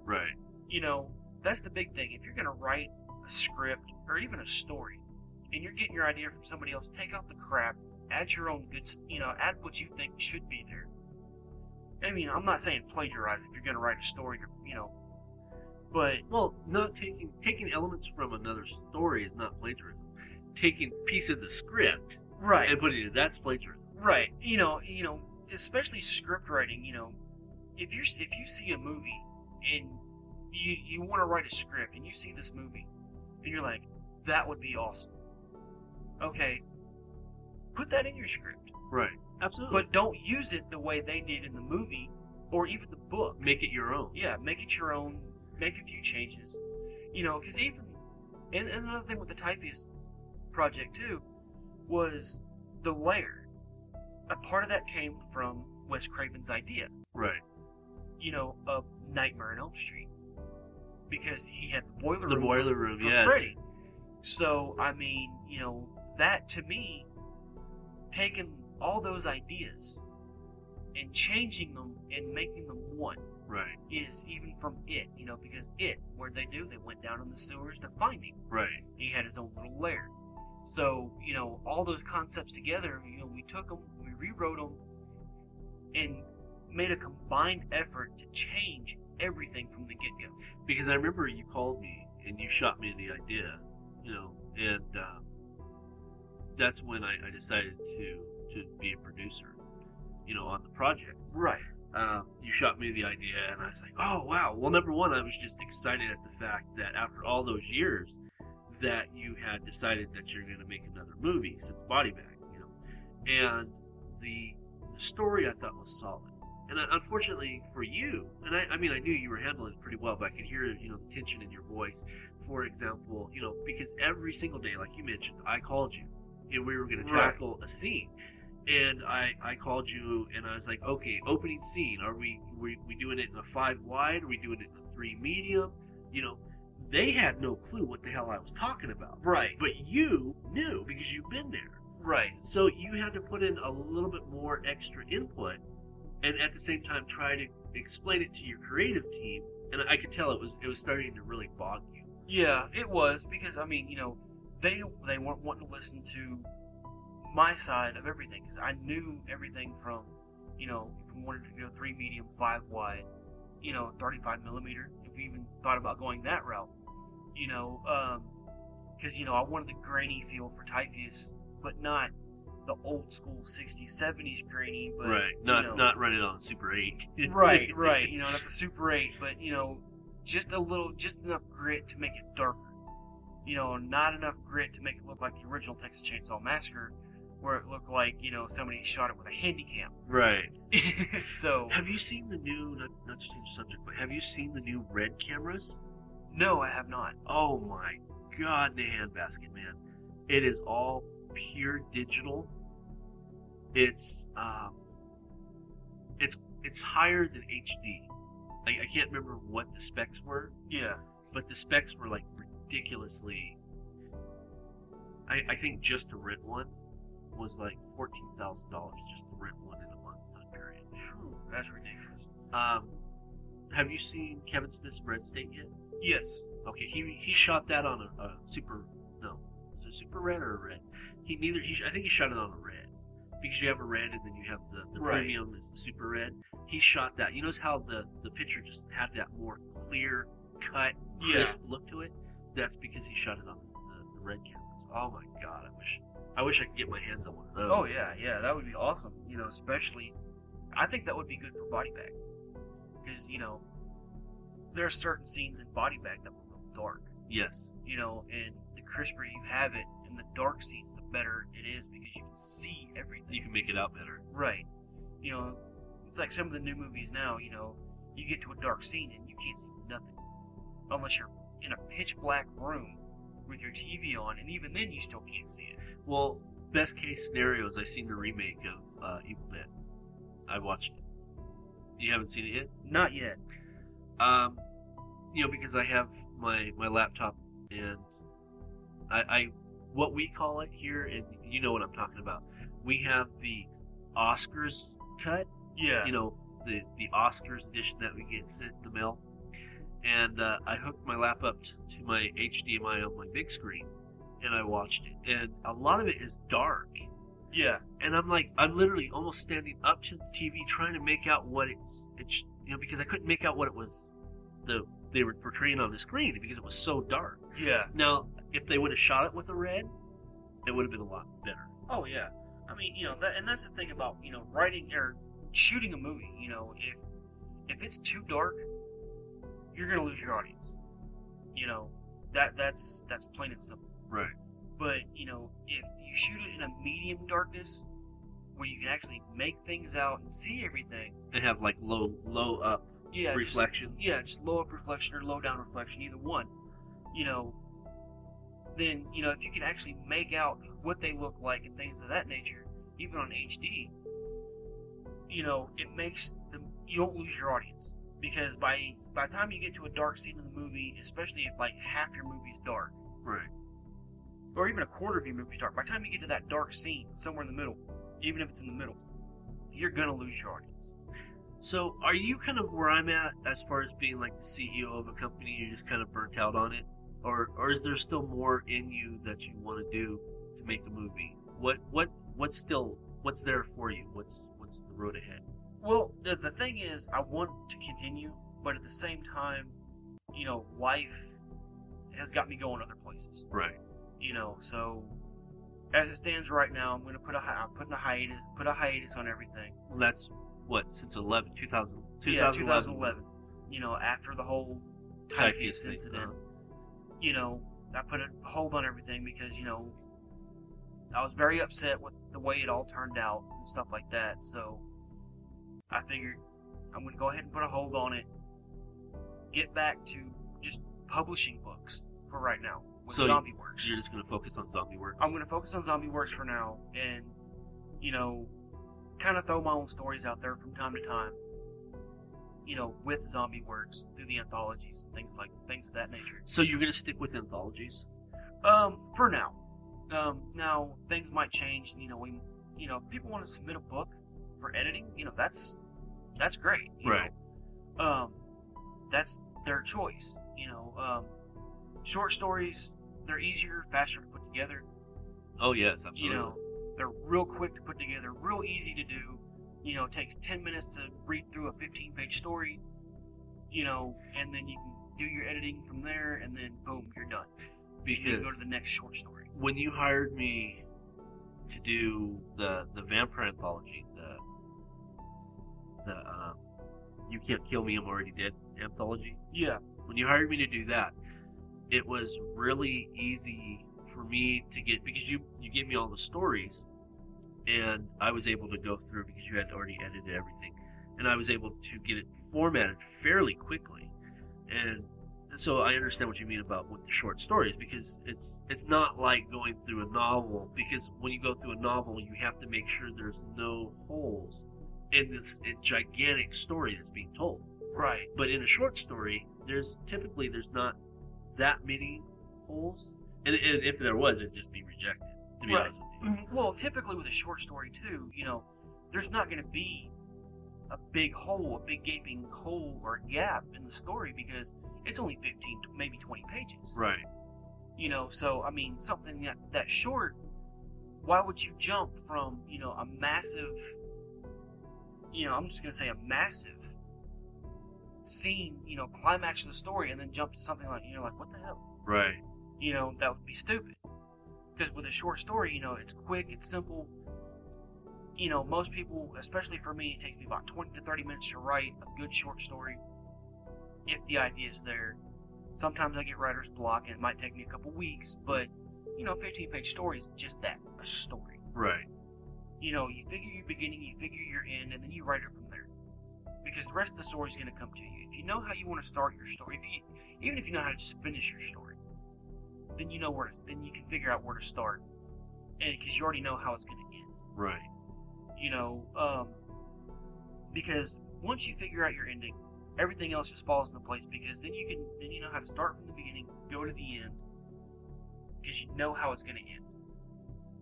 S2: Right.
S3: you know, that's the big thing. If you're going to write a script or even a story, and you're getting your idea from somebody else, take out the crap, add your own good, s- you know, add what you think should be there. I mean, I'm not saying plagiarize if you're going to write a story, you know, but
S2: Well, not taking taking elements from another story is not plagiarism. Taking piece of the script
S3: right,
S2: and putting it that's plagiarism.
S3: right, you know, you know, especially script writing, you know, if you're s- if you see a movie and you you want to write a script and you see this movie and you're like, that would be awesome. Okay, put that in your script,
S2: Right. Absolutely.
S3: but don't use it the way they did in the movie or even the book.
S2: But make it your own.
S3: Yeah, make it your own. Make a few changes. You know, because even and, and another thing with the Typhoid project too was the layer. A part of that came from Wes Craven's idea
S2: Right.
S3: you know, of Nightmare on Elm Street because he had the boiler
S2: The
S3: room
S2: boiler
S3: for-
S2: room,
S3: for
S2: yes.
S3: Freddy. So I mean, you know, that to me, taking all those ideas and changing them and making them one
S2: Right.
S3: is even from it, you know, because it, where'd they do? They went down in the sewers to find him.
S2: Right.
S3: He had his own little lair. So you know, all those concepts together, you know, we took them, we rewrote them, and made a combined effort to change everything from the get go.
S2: Because I remember you called me and you shot me the idea, you know, and uh, that's when I, I decided to to be a producer, you know, on the project.
S3: Right.
S2: um, you shot me the idea, and I was like, oh wow. Well, number one, I was just excited at the fact that after all those years, that you had decided that you're going to make another movie since Body Bag, you know, and the, the story I thought was solid. And I, unfortunately for you, and I, I mean, I knew you were handling it pretty well, but I could hear, you know, the tension in your voice. For example, you know, because every single day, like you mentioned, I called you and we were going to
S3: Right.
S2: tackle a scene. And I, I called you and I was like, okay, opening scene. Are we, we we doing it in a five wide? Are we doing it in a three medium? You know, they had no clue what the hell I was talking about.
S3: Right.
S2: But you knew because you've been there.
S3: Right.
S2: So you had to put in a little bit more extra input and at the same time try to explain it to your creative team. And I could tell it was it was starting to really bog you.
S3: Yeah, it was because I mean, you know, they they weren't wanting to listen to my side of everything because I knew everything from, you know, if we wanted to go three medium, five wide, you know, thirty-five millimeter. If we even thought about going that route, you know, because you know I wanted the grainy feel for Typhoid, but not the old school '60s, '70s grainy, but
S2: right.
S3: you
S2: Not
S3: know,
S2: not running on Super Eight.
S3: right, right. You know, not the Super 8, but you know, just a little, just enough grit to make it darker. You know, not enough grit to make it look like the original Texas Chainsaw Massacre, where it looked like you know somebody shot it with a handicap.
S2: Right.
S3: so
S2: Have you seen the new? Not, not to change the subject, but have you seen the new red cameras?
S3: no, I have not.
S2: Oh my God, in a handbasket, man! It is all pure digital. It's um, it's it's higher than HD. Like I can't remember what the specs were,
S3: Yeah,
S2: but the specs were like ridiculously. I, I think just to rent one was like fourteen thousand dollars just to rent one in a month time period.
S3: Phew, that's ridiculous.
S2: Um, have you seen Kevin Smith's Red State yet?
S3: Yes,
S2: Okay, he he shot that on a, a super no, was it super red or a red? He neither he I think he shot it on a red because you have a red and then you have the, the
S3: Right.
S2: premium is the super red. He shot that. You notice how the the picture just had that more clear cut,
S3: Yeah.
S2: crisp look to it. That's because he shot it on the, the red cameras. Oh my god, I wish I wish I could get my hands on one of those.
S3: Oh yeah, yeah, that would be awesome. You know, especially, I think that would be good for Body Bag, because you know, there are certain scenes in Body Bag that will look dark.
S2: Yes.
S3: you know, and the crisper you have it, and the dark seats, the better it is because you can see everything.
S2: You can make it out better.
S3: Right. You know, it's like some of the new movies now, you know, you get to a dark scene and you can't see nothing. Unless you're in a pitch black room with your TV on, and even then you still can't see it.
S2: Well, best case scenario is I seen the remake of uh, Evil Dead. I watched it. You haven't seen it yet?
S3: Not yet.
S2: Um, you know, because I have my my laptop and I, I what we call it here, and you know what I'm talking about. We have the Oscars cut.
S3: Yeah.
S2: You know, the the Oscars edition that we get sent in the mail. And uh, I hooked my lap up t- to my HDMI on my big screen, and I watched it. And a lot of it is dark,
S3: yeah.
S2: and I'm like, I'm literally almost standing up to the TV trying to make out what it's, it's you know, because I couldn't make out what it was, the they were portraying on the screen because it was so dark.
S3: Yeah.
S2: Now, if they would have shot it with a red, it would have been a lot better.
S3: Oh yeah, I mean you know that, and that's the thing about you know writing or shooting a movie. You know if if it's too dark, you're gonna lose your audience. You know that that's that's plain and simple.
S2: Right.
S3: But you know if you shoot it in a medium darkness, where you can actually make things out and see everything.
S2: They have like low, low up
S3: Yeah. just-
S2: reflection.
S3: yeah, just low up reflection or low down reflection, either one. You know. Then you know if you can actually make out what they look like and things of that nature, even on HD, you know, it makes the you don't lose your audience because by by the time you get to a dark scene in the movie, especially if like half your movie's dark
S2: Right.
S3: or even a quarter of your movie's dark, by the time you get to that dark scene somewhere in the middle, even if it's in the middle, you're gonna lose your audience.
S2: So, are you kind of where I'm at as far as being like the CEO of a company? You're just kind of burnt out on it, or or is there still more in you that you want to do to make a movie? What what what's still what's there for you? What's what's the road ahead?
S3: Well, the, the thing is, I want to continue, but at the same time, you know, life has got me going other places.
S2: Right.
S3: You know, so as it stands right now, I'm gonna put a hi- I'm putting a hiatus put a hiatus on everything.
S2: Well, that's what since 11 2000
S3: Yeah,
S2: 2011,
S3: 2011. You know, after the whole typhus
S2: thing, uh-huh.
S3: incident,
S2: huh?
S3: you know, I put a hold on everything because you know I was very upset with the way it all turned out and stuff like that. So I figured I'm going to go ahead and put a hold on it. Get back to just publishing books for right now with
S2: So you-
S3: Zombie Works.
S2: So you're just going to focus on zombie work.
S3: I'm going to focus on Zombie Works for now and you know kind of throw my own stories out there from time to time. You know, with Zombie Works through the anthologies and things like things of that nature.
S2: so you're going to stick with anthologies.
S3: Um, for now. Um, now things might change. You know, we, you know, if people want to submit a book for editing. You know, that's that's great. you
S2: Right.
S3: know. Um, that's their choice. You know, um, short stories they're easier, faster to put together.
S2: Oh yes, absolutely.
S3: You know, they're real quick to put together, real easy to do. You know, it takes ten minutes to read through a fifteen-page story. You know, and then you can do your editing from there, and then boom, you're done. You
S2: because
S3: can go to the next short story.
S2: when you hired me to do the the vampire anthology, the the um, you can't kill me, I'm already dead anthology.
S3: Yeah,
S2: When you hired me to do that, it was really easy for me to get because you you gave me all the stories, and I was able to go through because you had already edited everything, and I was able to get it formatted fairly quickly, and so I understand what you mean about with the short stories because it's it's not like going through a novel because when you go through a novel you have to make sure there's no holes in this uh, gigantic story that's being told.
S3: right.
S2: But in a short story, there's typically there's not that many holes, and, and if there was, it'd just be rejected. To be
S3: Right.
S2: honest with you,
S3: Well, typically with a short story too, you know, there's not going to be a big hole, a big gaping hole or gap in the story because it's only 15, to maybe 20 pages.
S2: right?
S3: You know, so I mean, something that, that short, why would you jump from you know a massive, you know, I'm just going to say a massive scene, you know, climax of the story, and then jump to something like you're like, what the hell?
S2: Right.
S3: you know, that would be stupid. Because with a short story, you know, it's quick, it's simple. You know, most people, especially for me, it takes me about 20 to 30 minutes to write a good short story if the idea's there. Sometimes I get writer's block, and it might take me a couple weeks, but you know, 15 page story is just that a story.
S2: Right.
S3: You know, you figure your beginning, you figure your end, and then you write it from there. Because the rest of the story is going to come to you. If you know how you want to start your story, if you, even if you know how to just finish your story, then you know where. To, then you can figure out where to start, and because you already know how it's going to end.
S2: Right.
S3: You know, um, because once you figure out your ending, everything else just falls into place. Because then you can then you know how to start from the beginning, go to the end, because you know how it's going to end.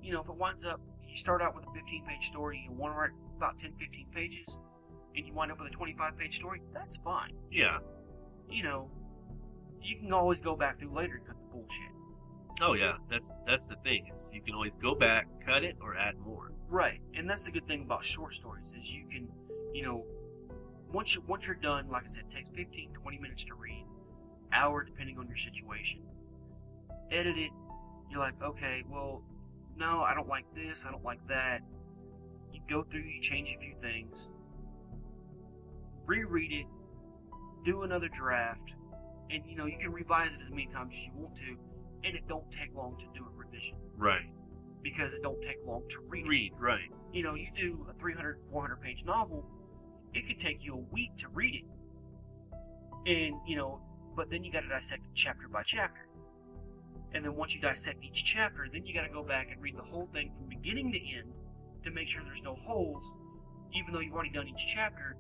S3: You know, if it winds up, you start out with a 15 page story, you want to write about 10, 15 pages, and you wind up with a 25 page story, that's fine.
S2: Yeah.
S3: You know, you can always go back through later and cut the bullshit.
S2: Oh yeah. That's that's the thing is you can always go back, cut it, or add more.
S3: Right, and that's the good thing about short stories is you can, you know, once you once you're done, like I said, it takes 15, 20 minutes to read, hour depending on your situation. Edit it. You're like, okay, well, no, I don't like this, I don't like that. You go through, you change a few things, reread it, do another draft, and you know you can revise it as many times as you want to, and it don't take long to do a revision
S2: Right.
S3: because it don't take long to read. it
S2: Read. Right.
S3: you know, you do a 300, 400 page novel, it could take you a week to read it. And, you know, but then you got to dissect it chapter by chapter. And then once you dissect each chapter, then you got to go back and read the whole thing from beginning to end to make sure there's no holes. Even though you've already done each chapter,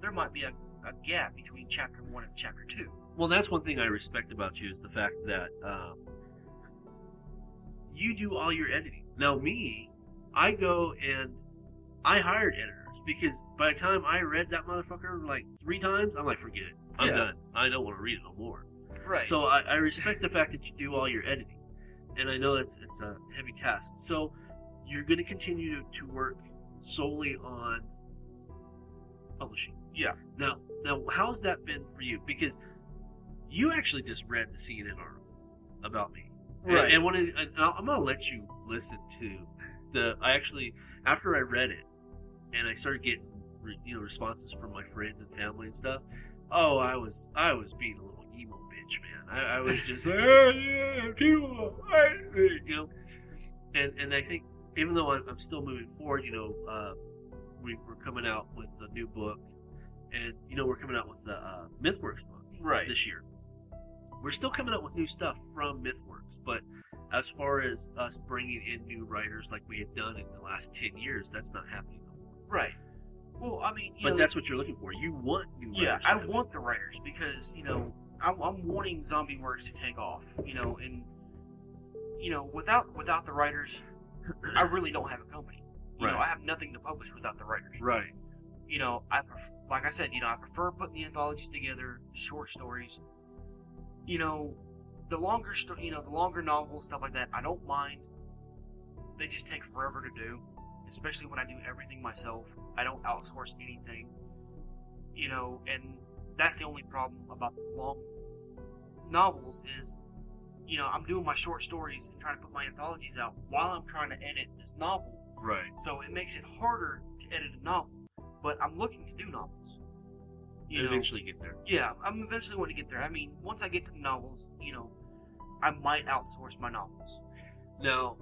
S3: there might be a, a gap between chapter one and chapter two.
S2: Well, that's one thing I respect about you is the fact that um, you do all your editing. Now, me, I go and I hired editors because by the time I read that motherfucker like three times, I'm like, forget it. I'm
S3: Yeah.
S2: done. I don't want to read it no more.
S3: Right.
S2: So I, I respect the fact that you do all your editing, and I know that's it's a heavy task. So you're going to continue to, to work solely on publishing.
S3: Yeah.
S2: Now, now, how's that been for you? Because you actually just read the CNN article about me, And-
S3: Right.
S2: And, one of the- and I'll- I'm going to let you listen to the. I actually after I read it, and I started getting re- you know responses from my friends and family and stuff. Oh, I was I was being a little emo bitch, man. I, I was just like, oh, yeah, people, I-" you know. And and I think even though I'm, I'm still moving forward, you know, uh, we, we're coming out with a new book, and you know we're coming out with the uh, MythWorks book
S3: Right.
S2: this year. We're still coming out with new stuff from MythWorks, but as far as us bringing in new writers like we had done in the last ten years, that's not happening. no more.
S3: right. Well, I mean, you
S2: But
S3: know,
S2: that's what you're looking for. You want new
S3: Yeah,
S2: writers.
S3: I
S2: coming.
S3: want the writers because you know I'm, I'm wanting Zombie Works to take off. You know, and you know without without the writers, I really don't have a company. You know,
S2: Right.
S3: I have nothing to publish without the writers.
S2: right.
S3: You know, I pref- like I said, you know, I prefer putting the anthologies together, short stories. You know, the longer sto- you know the longer novels stuff like that, I don't mind. They just take forever to do, especially when I do everything myself. I don't outsource anything. You know, and that's the only problem about long novels is, you know, I'm doing my short stories and trying to put my anthologies out while I'm trying to edit this novel.
S2: Right.
S3: So it makes it harder to edit a novel. But I'm looking to do novels. You know,
S2: Eventually get there.
S3: yeah, I'm eventually going to get there. I mean, once I get to the novels, you know, I might outsource my novels.
S2: Now,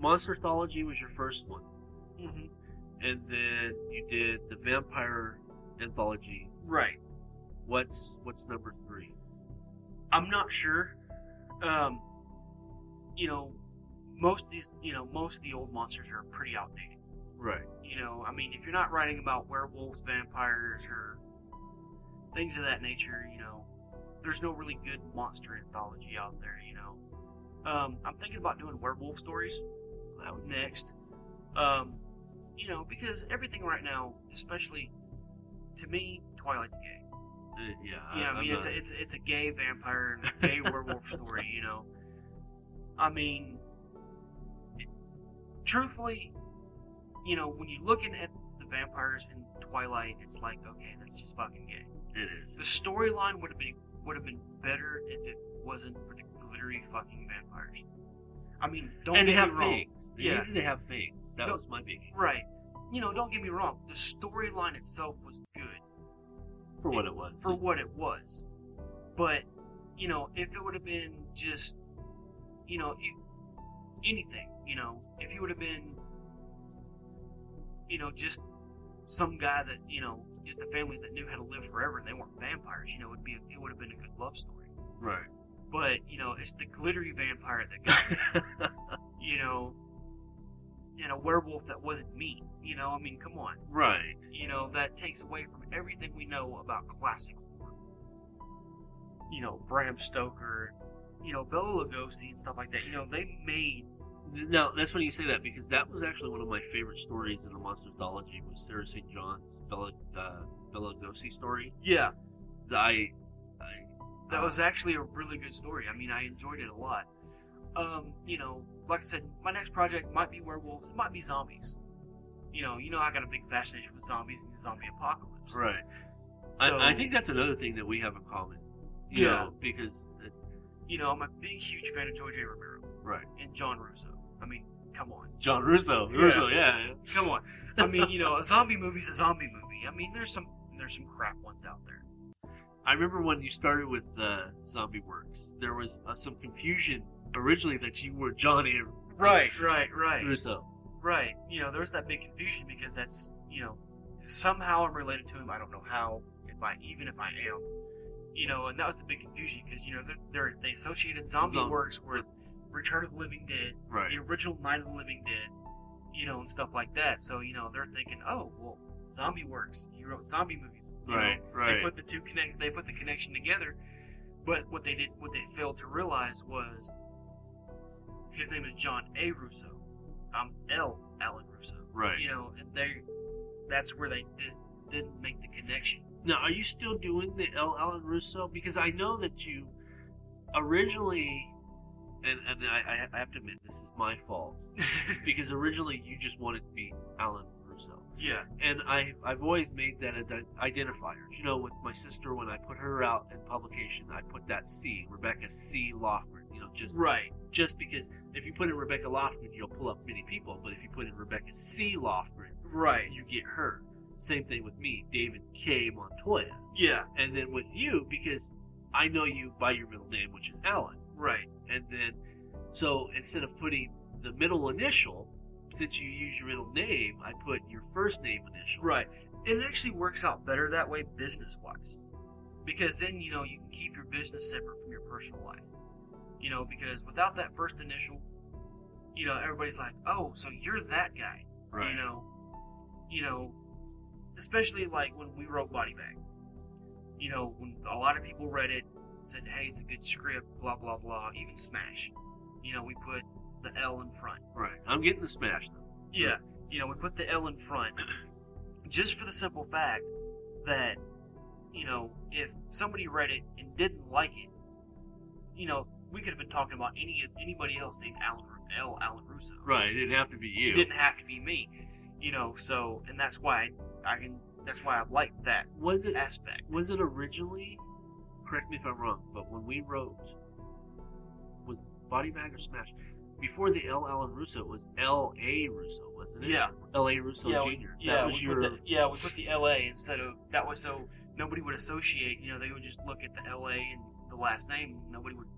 S2: Monsterthology was your first one,
S3: Mm-hmm.
S2: and then you did the Vampire Anthology.
S3: Right.
S2: What's what's number three?
S3: I'm not sure. Um, you know, most of these, you know, most of the old monsters are pretty outdated.
S2: Right.
S3: you know, I mean, if you're not writing about werewolves, vampires, or things of that nature, you know, there's no really good monster anthology out there, you know. Um, I'm thinking about doing werewolf stories
S2: That would
S3: next. Um, you know, because everything right now, especially to me, Twilight's gay.
S2: uh, yeah.
S3: You know, I mean,
S2: I'm
S3: it's
S2: not-
S3: a, it's it's a gay vampire and a gay werewolf story. You know, I mean, it- truthfully, you know, when you're looking at the vampires in Twilight, it's like, okay, that's just fucking gay.
S2: it is.
S3: The storyline would have been would have been better if it wasn't for the glittery fucking vampires. I mean, don't
S2: and they
S3: get
S2: have
S3: me wrong.
S2: fangs. They
S3: Yeah.
S2: needed to have fangs. That
S3: No.
S2: was my big
S3: Right. You know, don't get me wrong. The storyline itself was good.
S2: for what it was.
S3: for what it was. But you know, if it would have been just, you know, it, anything, you know, if he would have been, you know, just some guy that, you know, just a family that knew how to live forever and they weren't vampires, you know, it'd be it would have been a good love story.
S2: Right.
S3: But you know, it's the glittery vampire that got me, you know, and a werewolf that wasn't mean. You know, I mean, come on,
S2: right.
S3: you know, that takes away from everything we know about classic horror. You know, Bram Stoker, you know, Bela Lugosi and stuff like that. You know, they made
S2: Now that's when you say that because that was actually one of my favorite stories in the monster mythology was Sarah St. John's Bella uh, Bella Lugosi story.
S3: yeah,
S2: That I, I
S3: that
S2: uh,
S3: was actually a really good story. I mean, I enjoyed it a lot. Um, you know, like I said, my next project might be werewolves, it might be zombies. You know, you know, I got a big fascination with zombies and the zombie apocalypse.
S2: right.
S3: So,
S2: I, I think that's another thing that we have in common. You
S3: Yeah.
S2: know, because it,
S3: you know, I'm a big, huge fan of George A. Romero
S2: right,
S3: and John Russo. I mean, come on.
S2: John Russo.
S3: Yeah.
S2: Russo, yeah.
S3: Come on. I mean, you know, a zombie movie's a zombie movie. I mean, there's some there's some crap ones out there.
S2: I remember when you started with uh, Zombie Works, there was uh, some confusion originally that you were Johnny
S3: Right, right, right,
S2: Russo.
S3: right. You know, there was that big confusion because that's you know somehow I'm related to him. I don't know how, if I even if I am, you know. And that was the big confusion because you know they're, they're, they associated zombie
S2: Zombie.
S3: works with Return of the Living Dead,
S2: Right.
S3: the original Night of the Living Dead, you know, and stuff like that. So you know they're thinking, oh well, zombie works. You wrote zombie movies, you know,
S2: Right, right.
S3: They put the two connect. They put the connection together, but what they did, what they failed to realize was his name is John A. Russo. I'm L. Allen Russo.
S2: right.
S3: You know, and they that's where they did, didn't make the connection.
S2: Now, are you still doing the L. Allen Russo? Because I know that you originally, and, and I, I have to admit, this is my fault, because originally you just wanted to be Alan Russo.
S3: Yeah,
S2: and I I've always made that an identifier. You know, with my sister when I put her out in publication, I put that C, Rebecca C. Lofgren. You know, just
S3: right.
S2: just because if you put in Rebecca Lofgren, you'll pull up many people, but if you put in Rebecca C. Lofgren,
S3: Right.
S2: you get her. Same thing with me, David K. Montoya,
S3: Yeah,
S2: and then with you because I know you by your middle name, which is Alan,
S3: right.
S2: and then so instead of putting the middle initial. Since you use your middle name, I put your first name initial.
S3: Right. It actually works out better that way business wise. Because then, you know, you can keep your business separate from your personal life. You know, because without that first initial, you know, everybody's like, Oh, so you're that guy. You know, you know, especially like when we wrote Body Bag. You know, when a lot of people read it, said, "Hey, it's a good script," blah blah blah. Even Smash. You know, we put the L in front.
S2: Right. I'm getting the smash though.
S3: Yeah. You know, we put the L in front just for the simple fact that, you know, if somebody read it and didn't like it, you know, we could have been talking about any anybody else named Alan Ru- L. Alan Russo.
S2: Right. It didn't have to be you.
S3: It didn't have to be me, you know. So, and that's why I, I can. That's why I like that
S2: Was it?
S3: aspect.
S2: Was it originally? Correct me if I'm wrong, but when we wrote, was Body Bag or Smash? Before the L. Allen Russo, it was L. A. Russo, wasn't it?
S3: Yeah.
S2: L. A. Russo
S3: yeah, we,
S2: Jr.
S3: yeah,
S2: that was
S3: we
S2: your.
S3: put the, yeah, we put the L.A. instead of that was so nobody would associate. You know, they would just look at the L.A. and the last name. Nobody would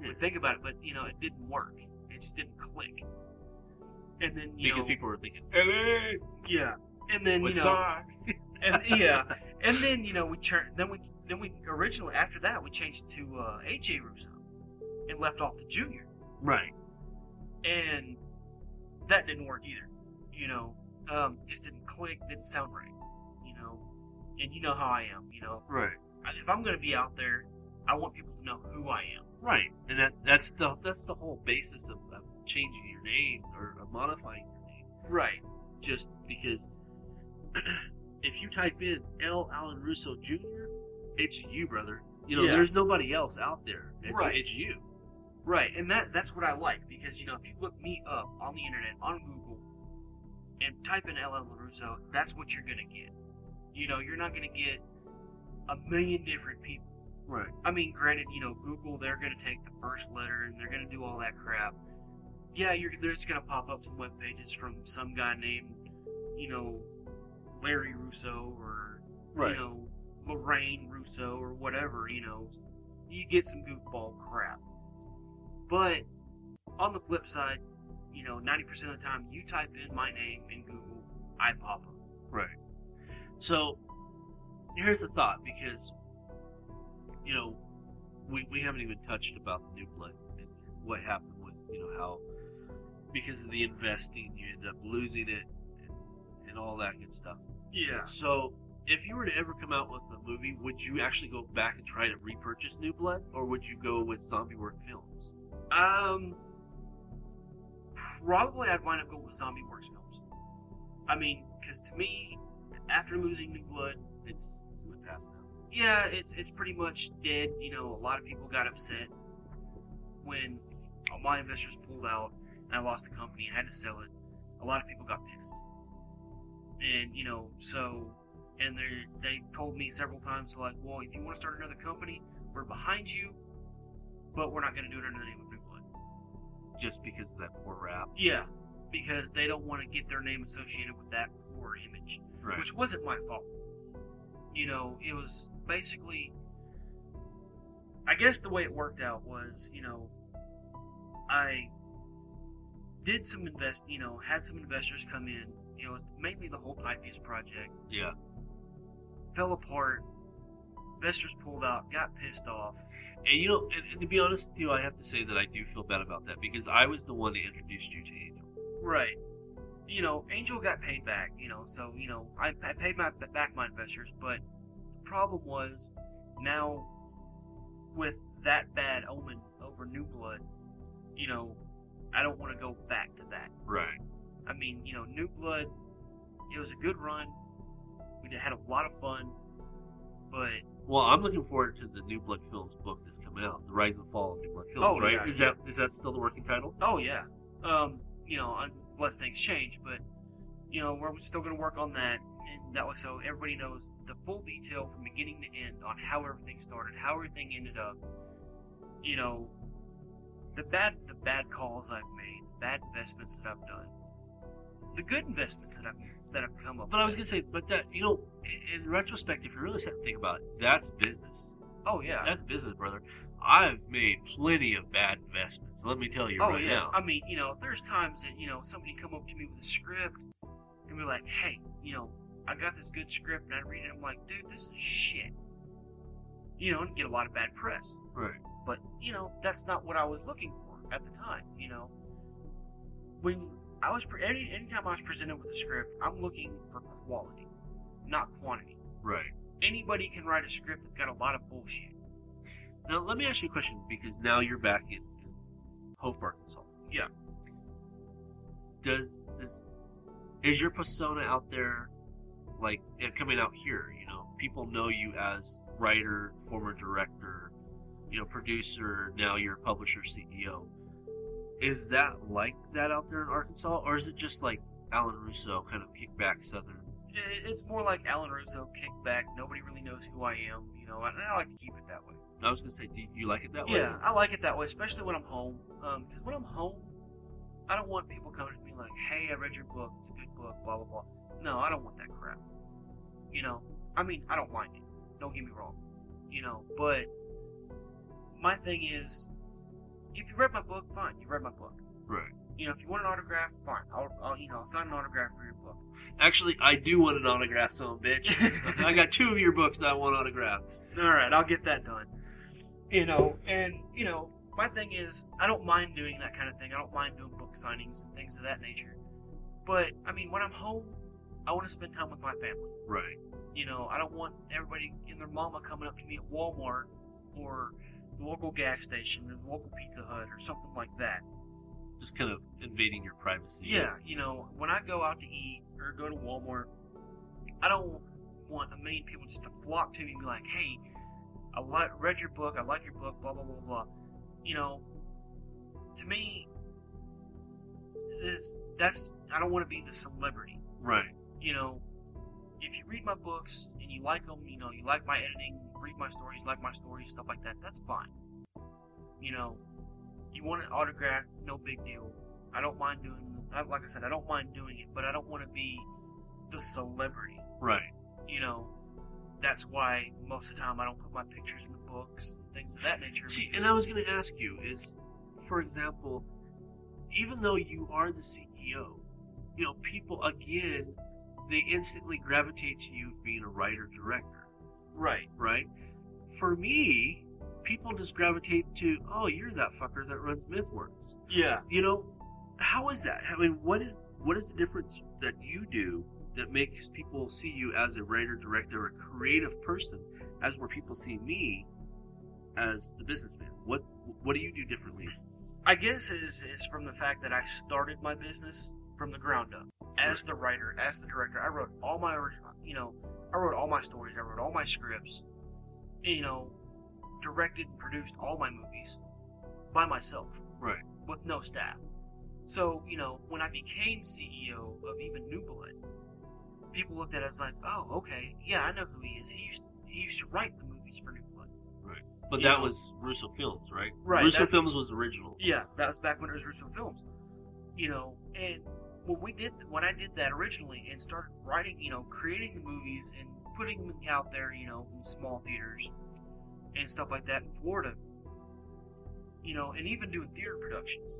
S2: Yeah.
S3: would think about it, but you know, it didn't work. It just didn't click. And then you
S2: because
S3: know,
S2: people were thinking L. A.
S3: yeah, and then you
S2: was
S3: know,
S2: Sock.
S3: and, yeah, and then you know we turn then we then we originally after that we changed to uh, A.J. Russo and left off the junior.
S2: Right.
S3: and that didn't work either. You know, um, just didn't click, didn't sound right. You know, and you know how I am. You know,
S2: Right.
S3: I- if I'm gonna be out there, I want people to know who I am.
S2: Right. And that that's the that's the whole basis of, of changing your name or of modifying your name.
S3: Right.
S2: just because if you type in L. Allen Russo Jr., it's you, brother. You know,
S3: Yeah.
S2: there's nobody else out there. It's,
S3: Right.
S2: it's you.
S3: Right, and that that's what I like because you know if you look me up on the internet on Google and type in LL Russo, that's what you're gonna get. You know, you're not gonna get a million different people.
S2: Right.
S3: I mean, granted, you know, Google, they're going to take the first letter and they're going to do all that crap. Yeah, you're, they're just going to pop up some web pages from some guy named, you know, Larry Russo or, you know, Lorraine Russo or whatever, you know, you get some goofball crap. But on the flip side, you know, 90% of the time you type in my name in Google, I pop up.
S2: Right.
S3: So here's the thought because, you know,
S2: we, we haven't even touched about the new blood and what happened with you know how because of the investing you end up losing it and, and all that good stuff.
S3: yeah,
S2: So if you were to ever come out with a movie, would you actually go back and try to repurchase New Blood, or would you go with Zombie Work Films?
S3: Um, probably I'd wind up going with Zombie Works films. I mean, because to me, after losing New Blood,
S2: It's, it's in the past now.
S3: yeah, it's it's pretty much dead. You know, a lot of people got upset when my investors pulled out and I lost the company and had to sell it. A lot of people got pissed, and you know, so and they they told me several times like, well, if you want to start another company, we're behind you, but we're not going to do it under the name of New Blood.
S2: Just because of that poor rap.
S3: Yeah, because they don't want to get their name associated with that poor image,
S2: Right.
S3: which wasn't my fault. You know, it was basically. I guess the way it worked out was, you know, I did some invest, you know, had some investors come in. You know, it's mainly the whole Typeface project
S2: yeah.
S3: fell apart. Investors pulled out, got pissed off.
S2: And you know, and, and to be honest with you, I have to say that I do feel bad about that because I was the one that introduced you to Angel.
S3: Right. You know, Angel got paid back, you know, so, you know, I, I paid my back my investors, but the problem was now with that bad omen over New Blood, you know, I don't want to go back to that.
S2: Right.
S3: I mean, you know, New Blood, it was a good run. We had a lot of fun, but
S2: Well, I'm looking forward to the New Blood Films book that's coming out, The Rise and Fall of New Blood Films.
S3: Oh,
S2: right?
S3: yeah,
S2: is
S3: yeah.
S2: that is that still the working title?
S3: Oh yeah. Um, you know, unless things change, but you know, we're still going to work on that, and that way so everybody knows the full detail from beginning to end on how everything started, how everything ended up. You know, the bad the bad calls I've made, the bad investments that I've done, the good investments that I've that I've come up.
S2: But I was
S3: with.
S2: gonna say, but that you know, i- in retrospect, if you really sit and think about it, that's business.
S3: Oh yeah.
S2: That's business, brother. I've made plenty of bad investments. Let me tell you
S3: Oh
S2: right
S3: yeah.
S2: now.
S3: I mean, you know, there's times that you know somebody come up to me with a script and be like, "Hey, you know, I got this good script," and I read it. I'm like, "Dude, this is shit." You know, and get a lot of bad press.
S2: Right.
S3: But you know, that's not what I was looking for at the time. You know, when I was pre- any anytime I was presented with a script, I'm looking for quality, not quantity.
S2: Right.
S3: Anybody can write a script that's got a lot of bullshit.
S2: Now let me ask you a question because now you're back in, in Hope, Arkansas.
S3: Yeah.
S2: Does is is your persona out there like and coming out here? You know, people know you as writer, former director, you know, producer. Now you're a publisher, CEO. Is that like that out there in Arkansas, or is it just like Alan Russo, kind of kickback Southern?
S3: I- It's more like Alan Russo kickback. Nobody really knows who I am. You know, and I like to keep it that way.
S2: I was gonna say, do you like it that way?
S3: Yeah, I like it that way, especially when I'm home. Because when I'm home, I don't want people coming to me like, "Hey, I read your book. It's a good book." Blah blah blah. No, I don't want that crap. You know, I mean, I don't mind it. Don't get me wrong. You know, but my thing is, if you read my book, fine. You read my book.
S2: Right.
S3: You know, if you want an autograph, fine. I'll, I'll you know, I'll sign an autograph for your book.
S2: Actually, I do want an autograph, son of a bitch. I got two of your books that I want autographed.
S3: All right, I'll get that done. You know, and you know, my thing is, I don't mind doing that kind of thing. I don't mind doing book signings and things of that nature. But I mean, when I'm home, I want to spend time with my family.
S2: Right.
S3: You know, I don't want everybody and their mama coming up to me at Walmart or the local gas station or the local Pizza Hut or something like that.
S2: Just kind of invading your privacy.
S3: Yeah, you know, when I go out to eat or go to Walmart, I don't want a million people just to flock to me and be like, "Hey, I li- read your book. I like your book. Blah blah blah blah." You know, to me, this that's I don't want to be the celebrity.
S2: Right.
S3: You know, if you read my books and you like them, you know, you like my editing, read my stories, like my stories, stuff like that. That's fine. You know, you want an autograph, no big deal. I don't mind doing. I- Like I said, I don't mind doing it, but I don't want to be the celebrity
S2: Right.
S3: you know, that's why most of the time I don't put my pictures in the books and things of that nature.
S2: See,
S3: because-
S2: and I was going to ask you is, for example, even though you are the CEO, you know, people again, they instantly gravitate to you being a writer director,
S3: right.
S2: right? For me, people just gravitate to, oh, you're that fucker that runs MythWorks.
S3: Yeah.
S2: You know, how is that? I mean, what is what is the difference that you do that makes people see you as a writer, director, a creative person, as where people see me as the businessman? What what do you do differently?
S3: I guess is is from the fact that I started my business from the ground up as the writer, as the director. I wrote all my orig- you know, I wrote all my stories, I wrote all my scripts, you know, directed and produced all my movies by myself.
S2: Right.
S3: With no staff. So, you know, when I became CEO of even New Blood, people looked at us like, "Oh, okay. Yeah, I know who he is. He used he used to write the movies for New Blood."
S2: But
S3: Yeah.
S2: that was Russo Films, right?
S3: Right,
S2: Russo
S3: that's-
S2: Films was original.
S3: Yeah, that was back when it was Russo Films. You know, and when we did when I did that originally and started writing, you know, creating the movies and putting them out there, you know, in small theaters and stuff like that in Florida. You know, and even doing theater productions.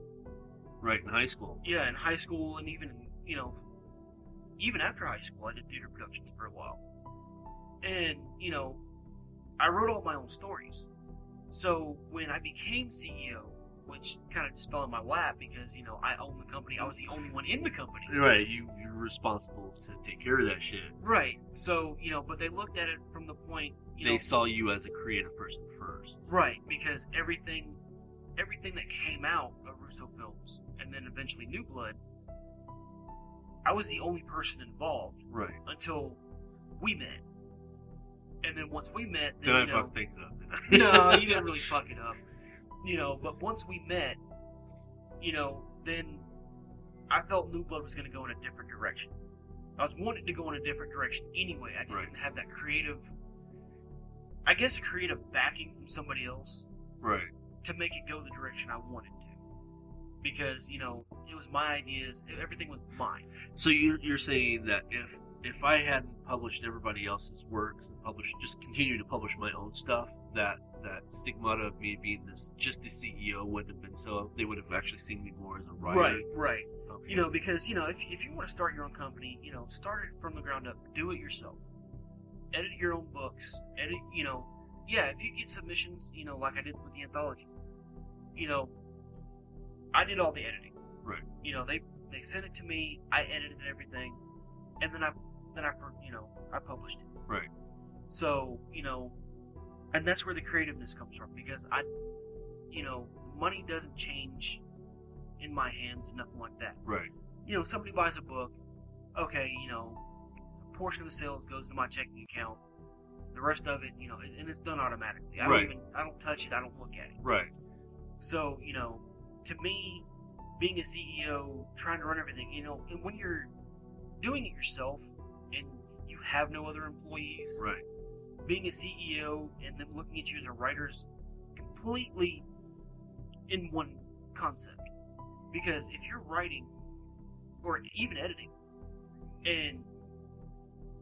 S2: Right in high school.
S3: Yeah, in high school and even you know, even after high school, I did theater productions for a while. And you know, I wrote all my own stories. So when I became CEO, which kind of just fell in my lap because you know I owned the company, I was the only one in the company.
S2: Right, you you're responsible to take care of that shit.
S3: Right. So you know, but they looked at it from the point you
S2: they
S3: know,
S2: saw you as a creative person first.
S3: right because everything, everything that came out of Russo Films and then eventually New Blood, I was the only person involved.
S2: Right.
S3: until we met. And then once we met,
S2: Then
S3: then,
S2: I
S3: you know,
S2: fucked things up.
S3: no, you didn't really fuck it up, you know. But once we met, you know, then I felt New Blood was going to go in a different direction. I was wanting to go in a different direction anyway. I just
S2: Right.
S3: didn't have that creative, I guess, creative backing from somebody else
S2: Right.
S3: to make it go the direction I wanted to. Because you know, it was my ideas. Everything was mine.
S2: So you're, you're saying that if if I hadn't published everybody else's works and published just continue to publish my own stuff, that that stigmata of me being this just the CEO wouldn't have been so. They would have actually seen me more as a writer.
S3: Right.
S2: Okay.
S3: You know, because you know, if, if you want to start your own company, you know, start it from the ground up. Do it yourself. Edit your own books. Edit, you know, yeah. If you get submissions, you know, like I did with the anthology, you know, I did all the editing.
S2: Right.
S3: You know, they they sent it to me. I edited everything, and then I then I pr- you know I published it.
S2: Right.
S3: So you know, and that's where the creativeness comes from because I, you know, money doesn't change in my hands, nothing like that
S2: right.
S3: you know, somebody buys a book, okay, you know, a portion of the sales goes into my checking account. The rest of it, you know, and it's done automatically. I
S2: Right.
S3: don't even, I don't touch it. I don't look at it.
S2: Right.
S3: So, you know, to me, being a CEO, trying to run everything, you know, and when you're doing it yourself and you have no other employees,
S2: Right.
S3: being a CEO and them looking at you as a writer is completely in one concept. Because if you're writing or even editing and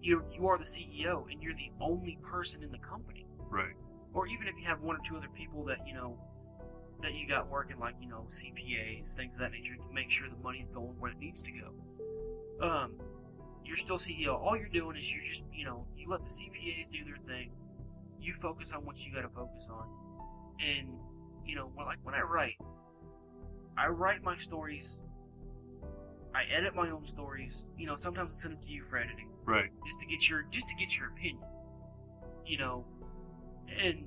S3: you you are the CEO and you're the only person in the company,
S2: Right.
S3: or even if you have one or two other people that you know that you got working like you know CPAs things of that nature to make sure the money's going where it needs to go. Um, you're still CEO. All you're doing is you just you know you let the CPAs do their thing. You focus on what you got to focus on, and you know when, like when I write, I write my stories. I edit my own stories. You know sometimes I send them to you for editing
S2: Right.
S3: just to get your just to get your opinion. You know, and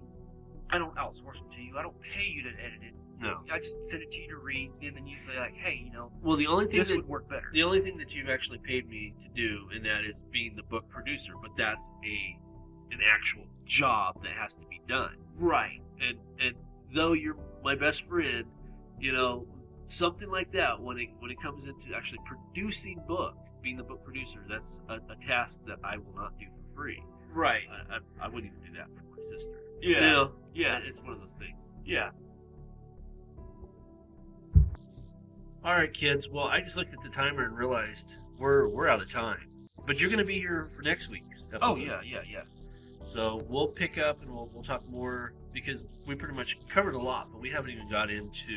S3: I don't outsource it to you. I don't pay you to edit it.
S2: No.
S3: I just send it to you to read, and then you be like, hey, you know,
S2: Well, the only thing
S3: this
S2: that
S3: would work better.
S2: the only thing that you've actually paid me to do, and that is being the book producer, but that's a an actual job that has to be done.
S3: Right.
S2: and and though you're my best friend, you know something like that when it when it comes into actually producing books, being the book producer, that's a, a task that I will not do for free.
S3: Right.
S2: I, I, I wouldn't even do that for my sister.
S3: Yeah.
S2: you know,
S3: Yeah.
S2: it's one of those things.
S3: Yeah.
S2: All right, kids. Well, I just looked at the timer and realized we're we're out of time. But you're going to be here for next week's episode.
S3: Oh yeah, yeah, yeah.
S4: So we'll pick up and we'll, we'll talk more because we pretty much covered a lot, but we haven't even got into,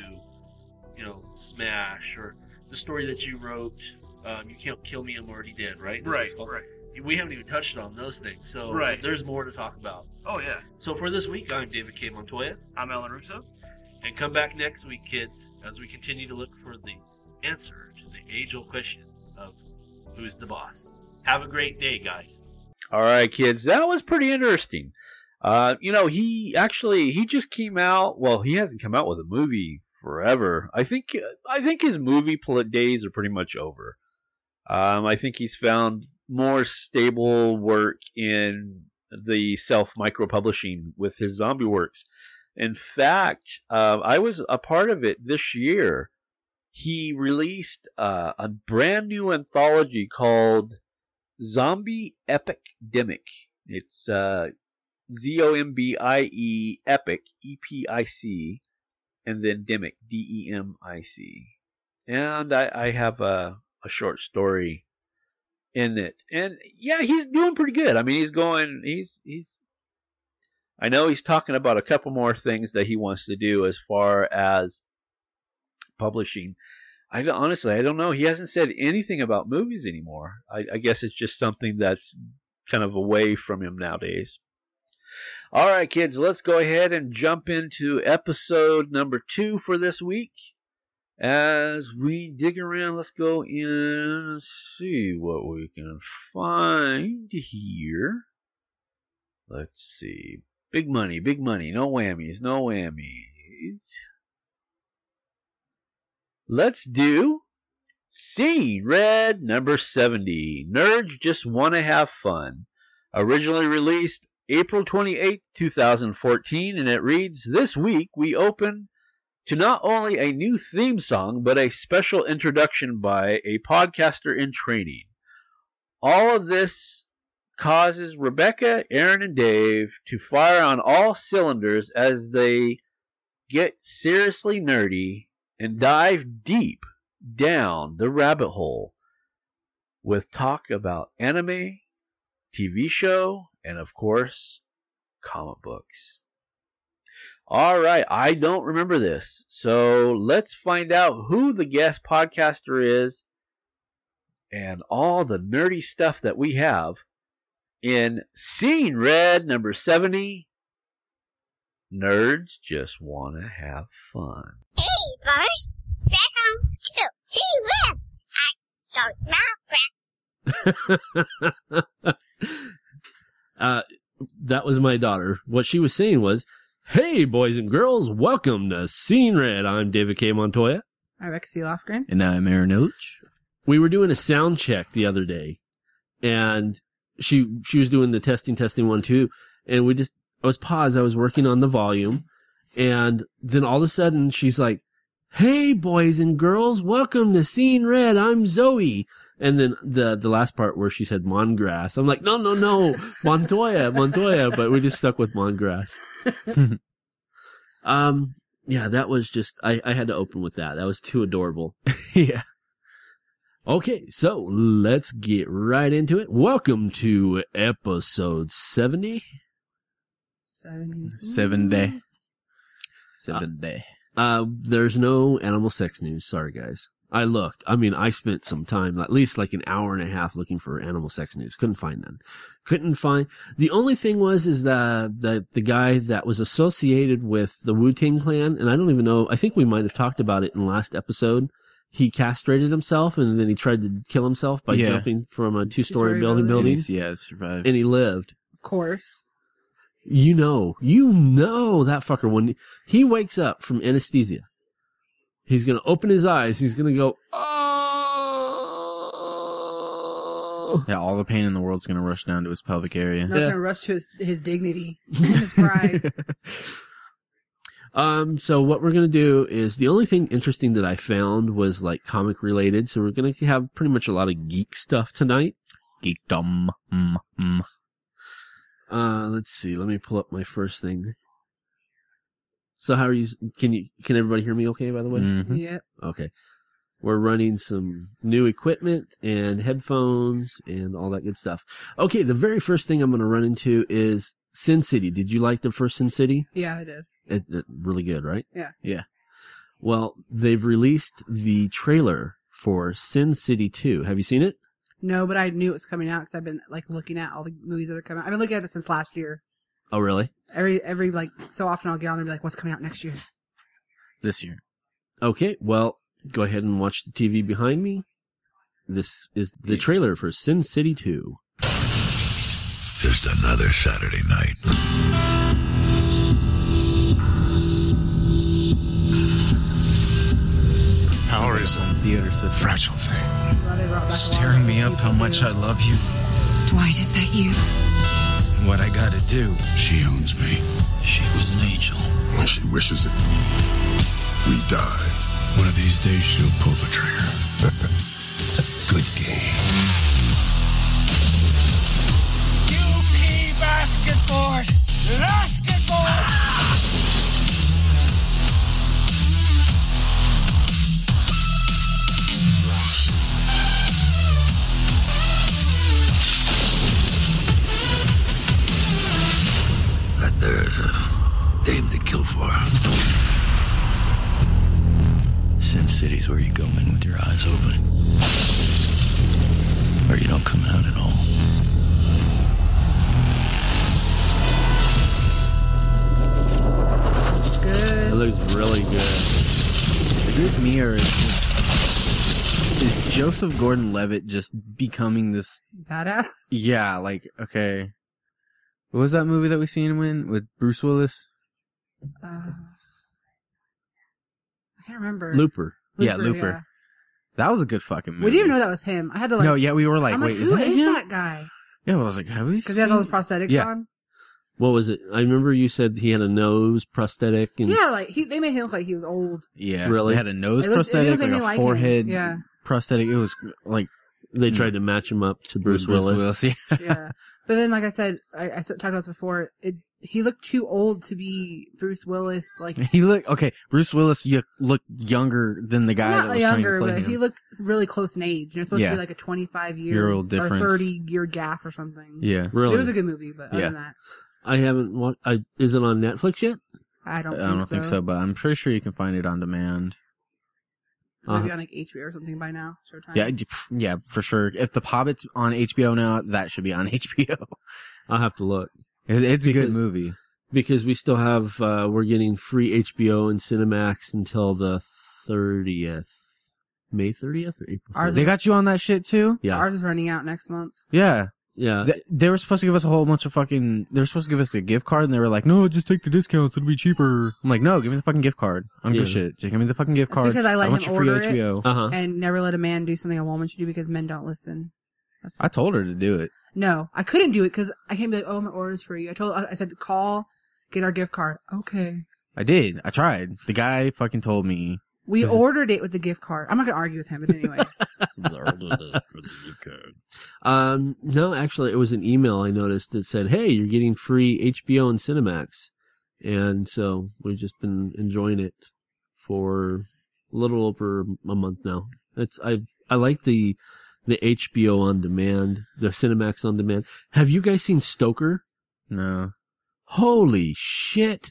S4: you know, Smash or the story that you wrote. Um, you can't kill me, I'm already dead, right? That's what
S3: Right,
S4: it's called.
S3: right.
S4: We haven't even touched on those things, so
S3: Right.
S4: there's more to talk about.
S3: Oh, yeah.
S4: So for this week, I'm David K. Montoya,
S3: I'm Alan Russo.
S4: and come back next week, kids, as we continue to look for the answer to the age-old question of who's the boss. Have a great day, guys.
S1: All right, kids, that was pretty interesting. Uh, you know, he actually he just came out. Well, he hasn't come out with a movie forever. I think I think his movie pl- days are pretty much over. Um, I think he's found more stable work in the self micro publishing with his zombie works. In fact, uh, I was a part of it this year. He released uh, a brand new anthology called Zombie Epidemic. It's uh, Z O M B I E Epic E P I C, and then Demic D E M I C. And I, I have a, a short story in it, and yeah, he's doing pretty good. I mean, he's going. He's he's. I know he's talking about a couple more things that he wants to do as far as publishing. I don't- honestly, I don't know. He hasn't said anything about movies anymore. I, I guess it's just something that's kind of away from him nowadays. All right, kids, let's go ahead and jump into episode number two for this week. As we dig around, let's go in and see what we can find here. Let's see. Big money, big money. No whammies, no whammies let's do Scene Red number 70. Nerds just want to have fun. Originally released April 28, 2014, and it reads This week we open to not only a new theme song, but a special introduction by a podcaster in training. All of this causes Rebecca, Aaron, and Dave to fire on all cylinders as they get seriously nerdy and dive deep down the rabbit hole with talk about anime, TV show, and of course, comic books. All right, I don't remember this. So let's find out who the guest podcaster is and all the nerdy stuff that we have in Scene Red number 70. Nerds just want to have fun.
S5: Hey, boys. Welcome to TV. I'm so smart.
S2: uh, that was my daughter. What she was saying was, Hey, boys and girls, welcome to Scene Red. I'm David K. Montoya.
S6: I Rebecca C. Lofgren.
S7: And I'm Aaron Ilch.
S2: We were doing a sound check the other day and she, she was doing the testing, testing one, two. And we just, I was paused. I was working on the volume. And then all of a sudden she's like, Hey, boys and girls, welcome to Scene Red. I'm Zoe. And then the, the last part where she said Mongrass, I'm like, no, no, no, Montoya, Montoya, but we just stuck with Mongrass. Um, yeah, that was just, I, I had to open with that. That was too adorable.
S7: yeah.
S2: Okay, so let's get right into it. Welcome to episode 70.
S6: Seventy.
S7: Seven day. Seven day.
S2: Uh, there's no animal sex news. Sorry, guys. I looked. I mean, I spent some time, at least like an hour and a half looking for animal sex news. Couldn't find none. Couldn't find. The only thing was, is that the, the guy that was associated with the Wu-Tang clan, and I don't even know, I think we might have talked about it in the last episode. He castrated himself and then he tried to kill himself by
S7: Yeah.
S2: jumping from a two-story
S6: Two-story
S2: building building
S6: building.
S7: And he's- yeah, survived.
S2: and he lived.
S6: Of course.
S2: You know, you know that fucker when he wakes up from anesthesia, he's gonna open his eyes. He's gonna go, oh,
S7: yeah, all the pain in the world's gonna rush down to his pelvic area.
S6: No, it's
S2: Yeah.
S6: gonna rush to his, his dignity, his pride.
S2: Um, so what we're gonna do is the only thing interesting that I found was like comic related. So we're gonna have pretty much a lot of geek stuff tonight.
S7: Geekdom. Mm, mm.
S2: Uh, let's see. Let me pull up my first thing. So how are you? Can you? Can everybody hear me? Okay, by the way.
S7: Mhm.
S6: yep.
S2: Okay. We're running some new equipment and headphones and all that good stuff. Okay, the very first thing I'm going to run into is
S8: Sin City. Did you like the first Sin City?
S6: Yeah, I did.
S8: It, it- really good, right?
S6: Yeah.
S7: Yeah.
S8: Well, they've released the trailer for Sin City 2. Have you seen it?
S6: No, but I knew it was coming out because I've been like looking at all the movies that are coming. out. I've been looking at it since last year.
S8: Oh, really?
S6: Every every like so often I'll get on there and be like, "What's coming out next year?"
S7: this year.
S8: Okay. Well, go ahead and watch the TV behind me. This is the trailer for Sin City 2.
S9: Just another Saturday night.
S10: Power is a
S7: Theater system.
S10: fragile thing,
S6: I'm glad they brought back a lot
S10: stirring
S6: of
S10: me up
S6: people
S10: how much
S6: who-
S10: I love you
S11: Dwight, is that you?
S10: and what I gotta do.
S9: She owns me.
S10: She was an angel.
S9: When she wishes it, we die.
S10: One of these days she'll pull the trigger.
S9: It's a good game.
S11: UP basketboard! Basketball!
S9: That there's a dame to kill for.
S10: Sin City's where you go in with your eyes open. Or you don't come out at all.
S8: It
S6: Good.
S8: looks really good.
S7: Is it me or is, is Joseph Gordon-Levitt just becoming this?
S6: Badass.
S7: Yeah, like okay. What was that movie that we seen him in with Bruce Willis?
S6: Uh, I can't remember.
S8: Looper.
S7: yeah, Looper. That was a good fucking movie.
S6: We didn't even know that was him. I had to like.
S7: no, yeah, we were like,
S6: I'm
S7: wait,
S6: like,
S7: is
S6: who
S7: that
S6: is
S7: him?
S6: that guy?
S7: Yeah, well, I was like, have we?
S6: Because he has all the
S7: seen-
S6: prosthetics
S7: Yeah.
S6: on.
S8: What was it? I remember you said he had a nose prosthetic and
S6: Yeah, like he, they made him look like he was old.
S7: Yeah,
S8: Really?
S7: They had a nose
S6: It looked- it
S7: prosthetic,
S6: looked
S7: like a
S6: anything like him.
S7: forehead
S6: Yeah,
S7: prosthetic. It was like
S8: they tried to match him up to Bruce, Willis.
S7: Yeah.
S6: yeah. but then, like I said, I, I s- talked about this before. It he looked too old to be Bruce Willis. Like
S7: He looked okay. Bruce Willis y- looked younger than the guy
S6: not
S7: that was
S6: younger,
S7: trying
S6: but
S7: to play
S6: he
S7: him.
S6: looked really close in age. You're supposed
S7: Yeah.
S6: to be like a 25 year,
S7: Year old
S6: or
S7: difference.
S6: 30 year gap or something.
S7: yeah,
S8: Really?
S6: It was a good movie, but other
S7: Yeah.
S6: than that,
S8: I haven't watched. I, is it on Netflix yet?
S6: I don't.
S7: I don't think so, but I'm pretty sure you can find it on demand.
S6: Maybe
S8: Uh-huh.
S6: on like HBO or something by now. Showtime.
S7: Yeah, d- pff, yeah, for sure. If the Hobbit's on HBO now, that should be on HBO.
S8: I'll have to look.
S7: It, it's a
S8: Because-
S7: good movie.
S8: because we still have uh, we're getting free HBO and Cinemax until the thirtieth, May thirtieth or April.
S6: Ours-
S8: 30th?
S7: They got you on that shit too.
S8: yeah,
S6: Ours is running out next month.
S7: Yeah,
S8: yeah.
S7: Th- they were supposed to give us a whole bunch of fucking. They were supposed to give us a gift card, and they were like, "No, just take the discounts; it'll be cheaper." I'm like, "No, give me the fucking gift card. I don't give a
S8: Yeah.
S7: shit. Just give me the fucking gift
S6: That's
S7: card.
S6: because I let
S7: want
S6: him
S7: your free
S6: order it.
S7: HBO."
S8: Uh huh.
S6: and never let a man do something a woman should do because men don't listen. That's,
S7: I told her to do it.
S6: no, I couldn't do it because I can't be like, oh, my order's for you. I told, I I said, call, get our gift card. Okay.
S7: I did. I tried. The guy fucking told me.
S6: We ordered it with the gift card. I'm not gonna argue with him, but anyways,
S8: Um, no, actually, it was an email I noticed that said, "Hey, you're getting free HBO and Cinemax," and so we've just been enjoying it for a little over a month now. It's I I like the the HBO on demand, the Cinemax on demand. Have you guys seen Stoker?
S7: No.
S8: Holy shit.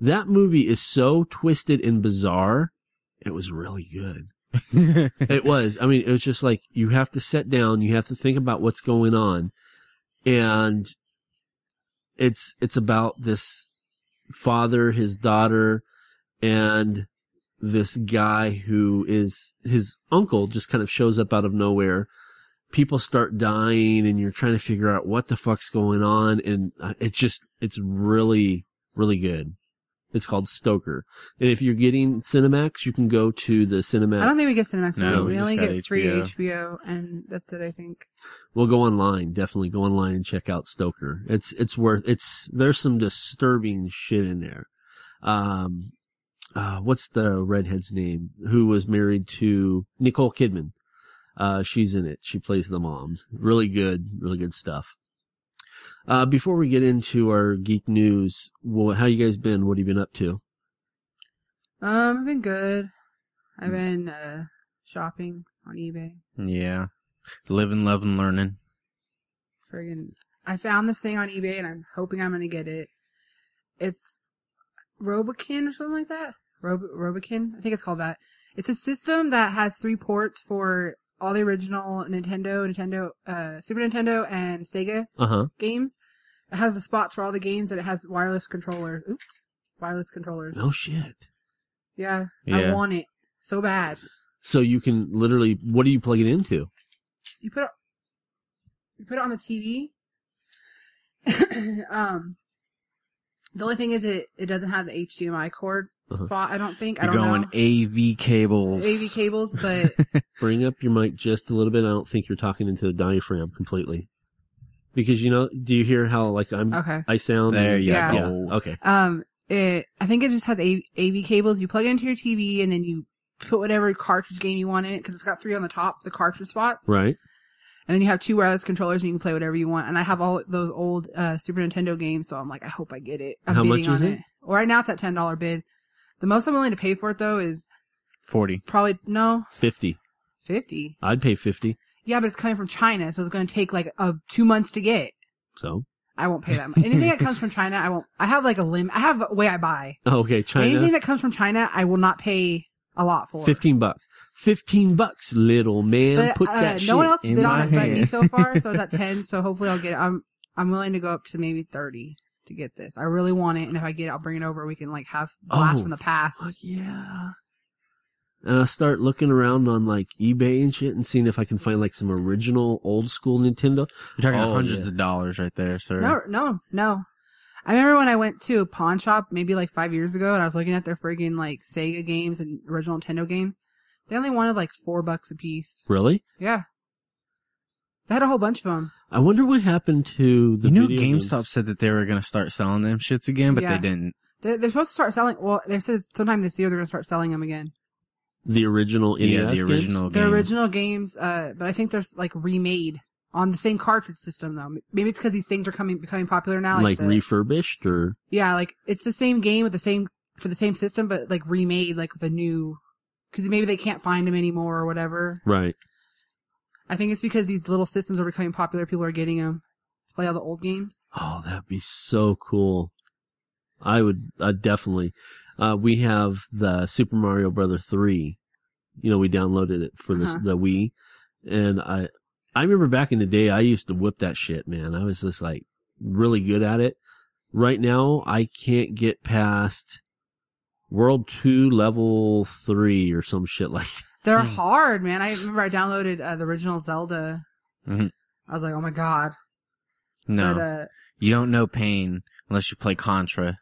S8: That movie is so twisted and bizarre. It was really good. It was. I mean, it was just like you have to sit down, you have to think about what's going on. And it's it's about this father, his daughter, and this guy who is his uncle just kind of shows up out of nowhere. People start dying and you're trying to figure out what the fuck's going on and uh, it's just it's really really good. It's called Stoker. And if you're getting Cinemax, you can go to the Cinemax.
S6: I don't think we get Cinemax. Video.
S7: No, we
S6: we,
S7: just
S6: only
S7: got
S6: get free
S7: HBO.
S6: HBO, and that's it. I think.
S8: Well, go online. Definitely go online and check out Stoker. It's it's worth. It's there's some disturbing shit in there. Um, uh, what's the redhead's name who was married to Nicole Kidman? Uh, she's in it. She plays the mom. Really good. Really good stuff. Uh, before we get into our geek news, well, how you guys been? What have you been up to?
S6: Um, I've been good.
S7: Hmm.
S6: I've been uh, shopping on eBay.
S7: yeah. Living, loving, learning.
S6: Friggin', I found this thing on eBay and I'm hoping I'm gonna get it. It's Robokin or something like that. Rob- Robokin, I think it's called that. It's a system that has three ports for all the original Nintendo, Nintendo, uh, Super Nintendo, and Sega
S8: Uh-huh.
S6: games. It has the spots for all the games and it has wireless controller. Oops, wireless controllers.
S8: No Oh, shit.
S6: Yeah, I
S8: Yeah.
S6: want it so bad.
S8: So you can literally, what do you plug it into?
S6: You put it, you put it on the TV. um, the only thing is it it doesn't have the HDMI cord
S8: Uh-huh.
S6: spot. I don't think. I
S7: You're
S6: don't
S7: going
S6: know
S7: AV cables.
S6: AV cables, but
S8: Bring up your mic just a little bit. I don't think you're talking into the diaphragm completely. Because you know, do you hear how like I'm
S6: Okay.
S8: I sound?
S7: There you
S6: Yeah.
S7: go. Oh,
S8: Okay.
S6: um, it I think it just has A- AV cables. You plug it into your TV and then you put whatever cartridge game you want in it because it's got three on the top, the cartridge spots.
S8: Right.
S6: And then you have two wireless controllers and you can play whatever you want. And I have all those old uh, Super Nintendo games, so I'm like, I hope I get it. I'm
S8: How much
S6: bidding on
S8: is it?
S6: Well, right now it's at ten dollar bid. The most I'm willing to pay for it though is
S7: 40.
S6: probably no
S8: 50.
S6: fifty.
S8: I'd pay 50.
S6: Yeah, but it's coming from China, so it's going to take like uh, two months to get.
S8: So.
S6: I won't pay that much. Anything that comes from China, I won't. I have like a limit. I have a way I buy.
S8: Okay,
S6: Anything
S8: China.
S6: that comes from China, I will not pay a lot for.
S8: 15 bucks. 15 bucks, little man.
S6: But
S8: Put
S6: uh,
S8: that shit
S6: no one else has
S8: in
S6: bid
S8: my
S6: on it but me
S8: hand.
S6: so far, so it's at ten. So hopefully I'll get it. I'm I'm willing to go up to maybe thirty to get this. I really want it, and if I get it, I'll bring it over. We can like have blast
S8: Oh,
S6: from the past.
S8: yeah. and I start looking around on like eBay and shit and seeing if I can find like some original old school Nintendo.
S7: You're talking
S8: Oh,
S7: hundreds
S8: yeah.
S7: of dollars right there, sir.
S6: No, no, no. I remember when I went to a pawn shop maybe like five years ago, and I was looking at their friggin' like Sega games and original Nintendo games. They only wanted like four bucks a piece.
S8: Really?
S6: Yeah, they had a whole bunch of them.
S8: I wonder what happened to the
S7: You know,
S8: video games.
S7: GameStop said that they were going to start selling them shits again, but
S6: Yeah.
S7: they didn't.
S6: They're, they're supposed to start selling. Well, they said sometime this year they're gonna start selling them again.
S8: The original NES
S7: yeah, the
S8: games?
S7: original
S6: The
S7: games.
S6: original games, uh, but I think they're like remade on the same cartridge system though. Maybe it's because these things are coming becoming popular now.
S8: like
S6: the-
S8: refurbished or
S6: yeah, like it's the same game with the same for the same system, but like remade, like with a new, because maybe they can't find them anymore or whatever.
S8: right.
S6: I think it's because these little systems are becoming popular. People are getting them. Play all the old games.
S8: Oh, that'd be so cool. I would uh, definitely. Uh, we have the Super Mario Brother three. You know, we downloaded it for this
S6: Uh-huh.
S8: the Wii, and I I remember back in the day I used to whip that shit, man. I was just like really good at it. Right now I can't get past World Two Level Three or some shit like that.
S6: They're
S8: Hmm.
S6: hard, man. I remember I downloaded uh, the original Zelda.
S7: Mhm.
S6: I was like, oh my god.
S7: No,
S6: But, uh,
S7: you don't know pain unless you play Contra.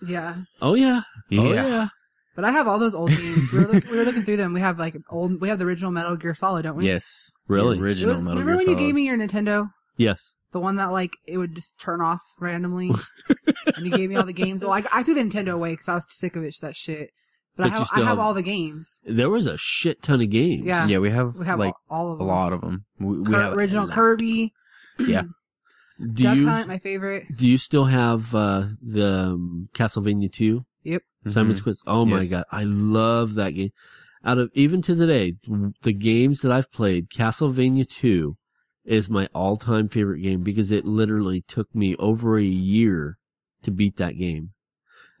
S6: yeah.
S8: Oh yeah.
S7: Yeah.
S8: Oh yeah.
S6: But I have all those old games. We were, look, we were looking through them. We have like old. We have the original Metal Gear Solid, don't we?
S7: Yes.
S8: Really?
S7: The
S6: It
S7: original
S6: was-
S7: Metal
S6: remember
S7: Gear
S6: when
S7: Solid.
S6: you gave me your Nintendo,
S8: Yes.
S6: the one that like it would just turn off randomly, and you gave me all the games. Well, I, I threw the Nintendo away because I was sick of it, that shit. But, I
S8: But you
S6: have I
S8: still
S6: have,
S8: have-
S6: all the games.
S8: There was a shit ton of games.
S6: Yeah.
S7: Yeah, we have,
S6: uh, We have
S7: like
S6: all, all of
S7: a
S6: them.
S7: lot of them. We, we
S6: Cur-
S7: have
S6: original Kirby,
S8: Do
S6: Duck
S8: you
S6: Hunt, my favorite.
S8: Do you still have uh, the um, Castlevania 2?
S6: Yep.
S7: Mhm.
S8: Simon's Quest. Oh my
S7: Mm-hmm. Yes.
S8: god, I love that game. Out of even to today, the games that I've played, Castlevania 2 is my all-time favorite game because it literally took me over a year to beat that game.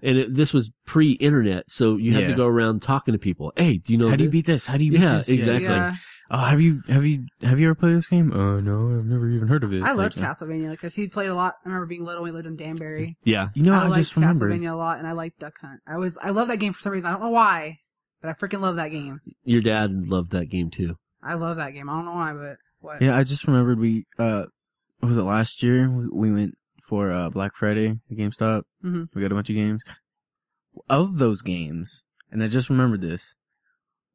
S8: And it, this was pre-internet, so you had to
S7: Yeah.
S8: go around talking to people. Hey, do you know
S7: How do you
S8: this?"
S7: beat this? How do you beat
S8: Yeah,
S7: this?
S8: exactly.
S6: Yeah,
S7: Oh, have you have you have you ever played this game? Oh no, I've never even heard of it.
S6: I loved
S7: Like, uh,
S6: Castlevania because he played a lot. I remember being little. We lived in Danbury.
S8: Yeah.
S7: You know,
S6: I,
S7: I,
S6: liked
S7: just remembered.
S6: Castlevania a lot, and I liked Duck Hunt. I was I love that game for some reason. I don't know why, but I freaking love that game.
S8: Your dad loved that game too.
S6: I love that game. I don't know why, but what?
S7: Yeah, I just remembered we uh was it last year we, we went for uh Black Friday at GameStop.
S6: Mhm.
S7: We got a bunch of games. Of those games, and I just remembered this.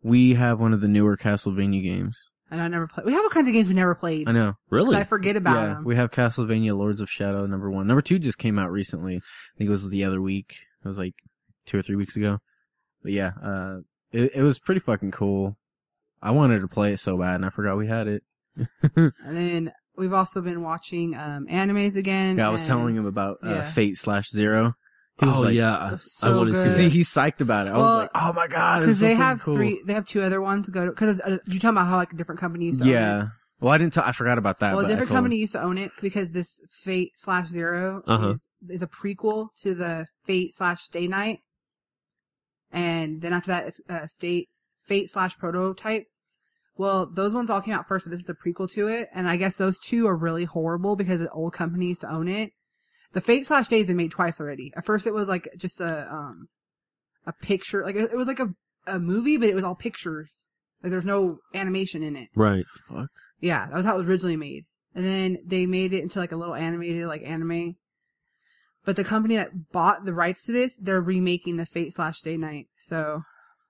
S7: We have one of the newer Castlevania games.
S6: And I never played. We have all kinds of games we never played.
S7: I know.
S6: 'cause
S8: Really?
S6: I forget about
S7: yeah,
S6: them.
S7: we have Castlevania Lords of Shadow number 1. Number 2 just came out recently. I think it was the other week. It was like 2 or 3 weeks ago. But yeah, uh it, it was pretty fucking cool. I wanted to play it so bad and I forgot we had it.
S6: and then we've also been watching um, animes again.
S7: Yeah, I was
S6: and-
S7: telling him about uh,
S6: yeah.
S7: Fate slash Zero. He was
S8: Oh
S7: like,
S8: yeah,
S6: It's
S8: I
S6: so
S8: want to
S6: good.
S7: See,
S8: see that.
S7: he's psyched about it. I
S6: Well,
S7: was like, oh my god,
S6: because
S7: it's so
S6: they
S7: freaking
S6: have
S7: cool.
S6: three. They have two other ones to go to. Because uh, you talking about how like different companies. to own it.
S7: Yeah. Well, I didn't. T- I forgot about that.
S6: well, a
S7: but I
S6: different
S7: told
S6: company used to own it because this Fate slash 0
S7: Uh-huh.
S6: is, is a prequel to the Fate slash Stay Night, and then after that, it's uh, State Fate slash Prototype. Well, those ones all came out first, but this is the prequel to it, and I guess those two are really horrible because the old company used to own it. The Fate slash Day has been made twice already. At first, it was like just a um a picture, like it it was like a a movie, but it was all pictures. Like there's no animation in it.
S8: Right. Fuck.
S6: Yeah, that was how it was originally made. And then they made it into like a little animated like anime. But the company that bought the rights to this, they're remaking the Fate slash Day Night. So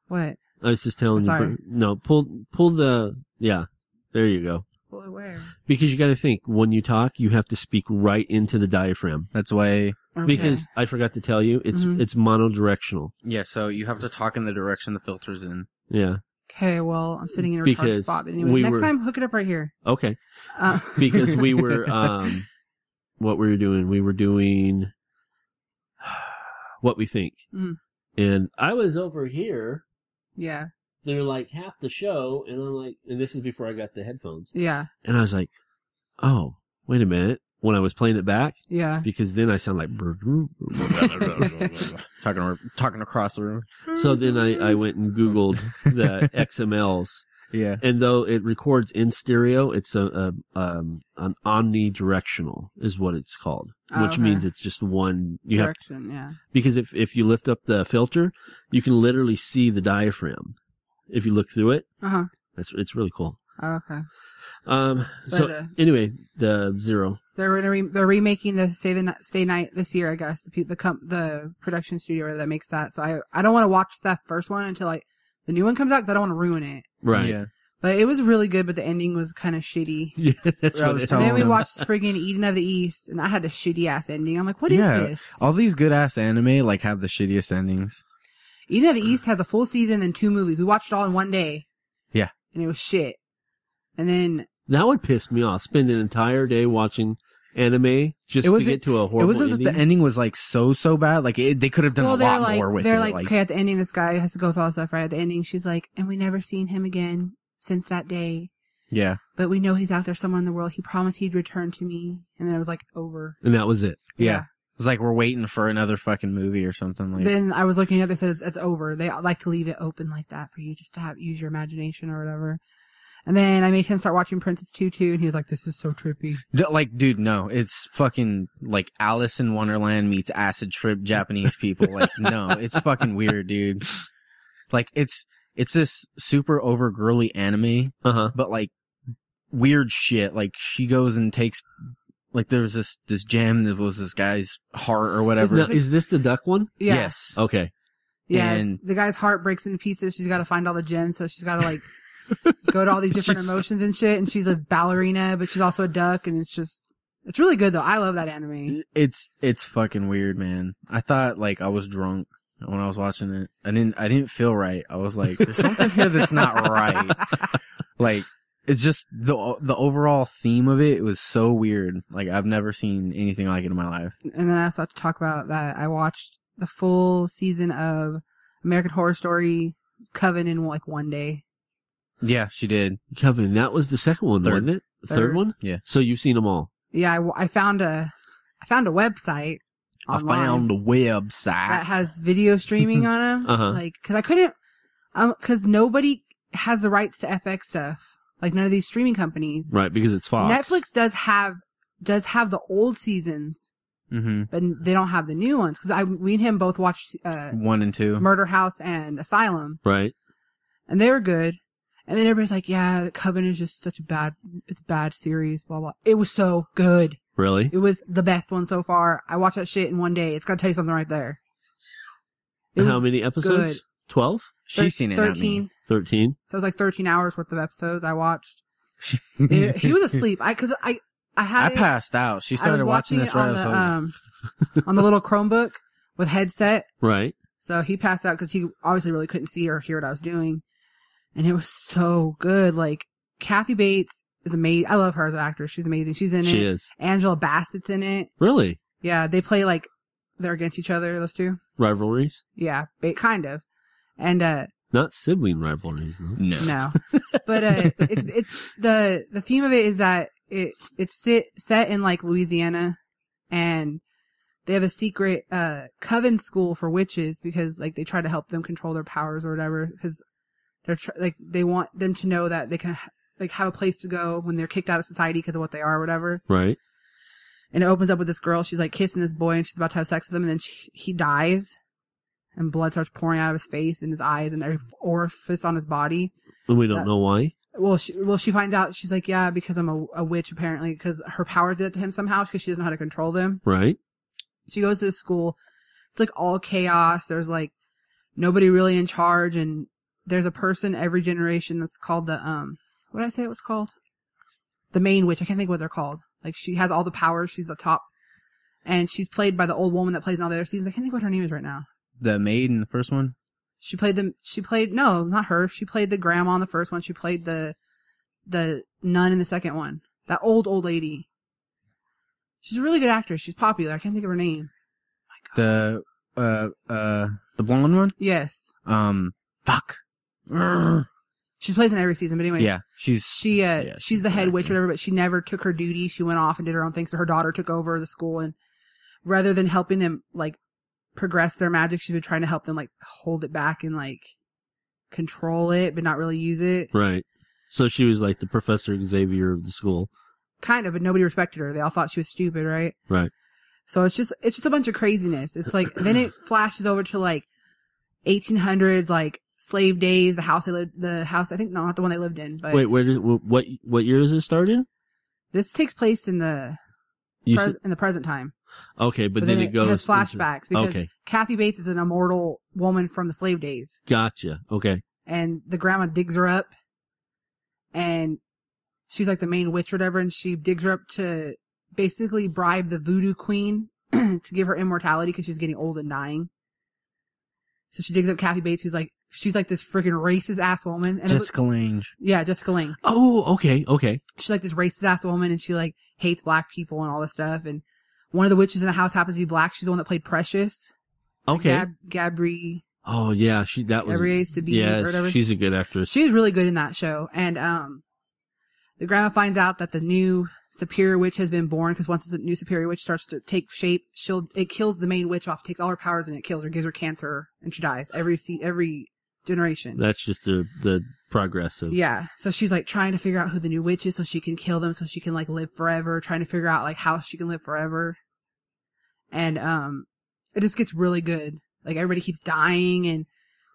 S6: what?
S8: I was just telling
S6: Sorry.
S8: you. No, pull pull the yeah. There you go.
S6: Pull it where?
S8: Because you got to think when you talk, you have to speak right into the diaphragm.
S7: That's why.
S6: Okay.
S8: Because I forgot to tell you, it's
S6: Mhm.
S8: it's monodirectional.
S7: Yeah, so you have to talk in the direction the filter's in.
S8: Yeah.
S6: Okay, well I'm sitting in a retarded
S8: Because
S6: spot. But anyway,
S8: we
S6: next
S8: were-
S6: time hook it up right here.
S8: Okay.
S6: Uh,
S8: because we were um, what we were doing. We were doing what we think,
S6: Mm.
S8: and I was over here.
S6: yeah,
S8: They're like half the show, and I'm like, and this is before I got the headphones.
S6: yeah,
S8: And I was like, oh, wait a minute. When I was playing it back,
S6: yeah.
S8: because then I sound like brr- brr- brr- brr- brr- brr- brr.
S7: Talking or, talking across the room.
S8: so. Then I, I went and googled the XMLs,
S7: Yeah.
S8: and though it records in stereo, it's a, a um, an omnidirectional is what it's called,
S6: Oh,
S8: which
S6: okay.
S8: means it's just one. You have
S6: Direction, yeah.
S8: because if if you lift up the filter, you can literally see the diaphragm if you look through it.
S6: Uh
S8: That's it's really cool.
S6: huh. Oh, Okay.
S8: Um, so
S6: But, uh,
S8: anyway, the zero.
S6: They're gonna re- they're remaking the Stay the Night, Stay Night this year, I guess. The pe- the com- the production studio that makes that. So I I don't want to watch that first one until like the new one comes out because I don't want to ruin it.
S8: Right.
S7: Yeah.
S6: But it was really good, but the ending was kind of shitty.
S8: Yeah, that's
S7: I
S8: what
S7: was
S8: it-
S6: And then we
S7: them.
S6: watched friggin' Eden of the East, and I had a shitty ass ending. I'm like, what is
S7: yeah.
S6: this?
S7: All these good ass anime like have the shittiest endings.
S6: Eden of the East has a full season and two movies. We watched it all in one day.
S7: Yeah.
S6: And it was shit. And then
S8: That would piss me off. Spend an entire day watching anime just
S7: It
S8: to
S7: wasn't-
S8: get to a horrible
S7: it wasn't
S8: ending.
S7: that the ending was like so so bad. Like it, they could have done
S6: well,
S7: a
S6: they're
S7: lot
S6: like
S7: more with
S6: they're
S7: it.
S6: like, okay, at the ending, this guy has to go through all this stuff. Right at the ending, she's like, and we never seen him again since that day.
S7: yeah,
S6: but we know he's out there somewhere in the world. He promised he'd return to me. And then it was like over.
S8: and that was it.
S7: yeah.
S6: Yeah.
S7: It's like we're waiting for another fucking movie or something. Like
S6: Then I was looking at this says it's over. They like to leave it open like that for you just to have use your imagination or whatever. And then I made him start watching Princess Tutu and he was like, This is so trippy.
S7: D- like, dude, no, it's fucking like Alice in Wonderland meets acid trip Japanese people. Like, no, it's fucking weird, dude. Like, it's it's this super over girly anime,
S8: Uh huh.
S7: but like weird shit. Like, she goes and takes like there's this this gem that was this guy's heart or whatever.
S8: Now, is this the duck one?
S6: Yeah.
S7: Yes.
S8: Okay.
S6: Yeah. it's-
S7: And-
S6: the guy's heart breaks into pieces. She's gotta find all the gems, so she's gotta like go to all these different emotions and shit. And she's a ballerina, but she's also a duck and it's just it's really good though. I love that anime.
S7: It's it's fucking weird, man. I thought like I was drunk when I was watching it. I didn't I didn't feel right. I was like, there's something here that's not right. Like it's just the the overall theme of it, was so weird. Like I've never seen anything like it in my life.
S6: and then I also have to talk about that I watched the full season of American Horror Story Coven in like one day.
S7: Yeah, she did.
S8: Kevin, that was the second one,
S7: Third.
S8: wasn't it? The third,
S6: Third.
S8: one?
S7: Yeah.
S8: So you've seen them all.
S6: Yeah, I, w- I found a I found a website online
S7: I found the
S6: that
S7: website.
S6: has video streaming on them.
S8: Uh-huh.
S6: Like, cause I couldn't, um, cause nobody has the rights to FX stuff. Like none of these streaming companies.
S8: Right, because it's Fox.
S6: Netflix does have does have the old seasons,
S7: hmm
S6: but they don't have the new ones. Cause I we and him both watched uh,
S7: One and two.
S6: Murder House and Asylum.
S8: Right.
S6: and they were good. And then everybody's like, "Yeah, Coven is just such a bad, it's a bad series." Blah blah. It was so good.
S8: Really?
S6: It was the best one so far. I watched that shit in one day. It's gotta tell you something right there. It
S8: How
S6: was
S8: many episodes?
S6: good.
S8: Twelve?
S6: thir-
S7: She's seen it. not me.
S6: Thirteen.
S8: Thirteen?
S6: So it was like thirteen hours worth of episodes I watched. It- he was asleep. I because I I
S7: I
S6: had it-
S7: passed out. She
S6: I was
S7: started
S6: watching
S7: watching this
S6: it
S7: right
S6: on
S7: as
S6: the,
S7: I was
S6: um, on the little Chromebook with headset.
S8: Right.
S6: So he passed out because he obviously really couldn't see or hear what I was doing. And it was so good. Like, Kathy Bates is amazing. I love her as an actress. She's amazing. She's in
S8: She
S6: it.
S8: is.
S6: Angela Bassett's in it.
S8: Really?
S6: Yeah, they play like they're against each other, those two.
S8: Rivalries?
S6: Yeah, ba- kind of. And, uh,
S12: Not sibling rivalries.
S7: No.
S6: No. but uh, it's it's the the theme of it is that it it's sit, set in like Louisiana, and they have a secret uh coven school for witches because like they try to help them control their powers or whatever because they're tr- like they want them to know that they can like have a place to go when they're kicked out of society because of what they are or whatever.
S12: Right.
S6: And it opens up with this girl. She's like kissing this boy and she's about to have sex with him. And then she, he dies and blood starts pouring out of his face and his eyes and every orifice on his body.
S12: And we don't
S7: Uh,
S6: That-
S12: know why.
S6: Well, she, well, she finds out. She's like, yeah, because I'm a, a witch apparently because her powers did it to him somehow because she doesn't know how to control them.
S12: Right.
S6: She goes to the school. It's like all chaos. There's like nobody really in charge and there's a person every generation that's called the, um, what did I say it was called? The main witch. I can't think what they're called. Like she has all the powers. She's the top. And she's played by the old woman that plays in all the other seasons. I can't think what her name is right now.
S7: The maid in the first one.
S6: She played the she played no, not her. She played the grandma in the first one. She played the the nun in the second one. That old old lady. She's a really good actress. She's popular. I can't think of her name.
S7: The uh uh the blonde one.
S6: Yes.
S7: Um. Fuck. Urgh.
S6: She plays in every season, but anyway.
S7: Yeah. She's
S6: She uh
S7: yeah,
S6: she's, the head witch or whatever, but she never took her duty. She went off and did her own thing. So her daughter took over the school and rather than helping them like progress their magic, she's been trying to help them like hold it back and like control it but not really use it.
S12: Right. So she was like the Professor Xavier of the school.
S6: Kind of, but nobody respected her. They all thought she was stupid, right?
S12: Right.
S6: So it's just it's just a bunch of craziness. It's like then it flashes over to like 1800s, like slave days, the house they lived, the house I think no, not the one they lived in, but
S12: Wait, where did wh- what what year does it start in?
S6: this takes place in the
S12: You
S6: pres-
S12: said-
S6: in the present time.
S12: okay, but, then, it goes
S6: has
S12: into-
S6: flashbacks because
S12: okay,
S6: Kathy Bates is an immortal woman from the slave days,
S12: gotcha. Okay,
S6: and the grandma digs her up, and she's like the main witch or whatever, and she digs her up to basically bribe the voodoo queen to give her immortality because she's getting old and dying. So she digs up Kathy Bates, who's like she's like this freaking racist ass woman, and it
S7: Jessica Lange.
S6: look- yeah, Jessica Lange.
S12: Oh, okay, okay.
S6: She's like this racist ass woman, and she like hates black people and all this stuff. And one of the witches in the house happens to be black. She's the one that played Precious.
S12: okay.
S6: Gab- Gabri.
S12: oh yeah, she that was
S6: Gabrielle Sabine or whatever.
S12: Yes, she's a good actress.
S6: She was really good in that show. And um, the grandma finds out that the new superior witch has been born because once the new superior witch starts to take shape, she'll it kills the main witch off, takes all her powers, and it kills her, gives her cancer, and she dies every se- every generation.
S12: That's just the the progress of
S6: yeah. So she's like trying to figure out who the new witch is so she can kill them so she can like live forever, trying to figure out like how she can live forever. And um it just gets really good. Like everybody keeps dying and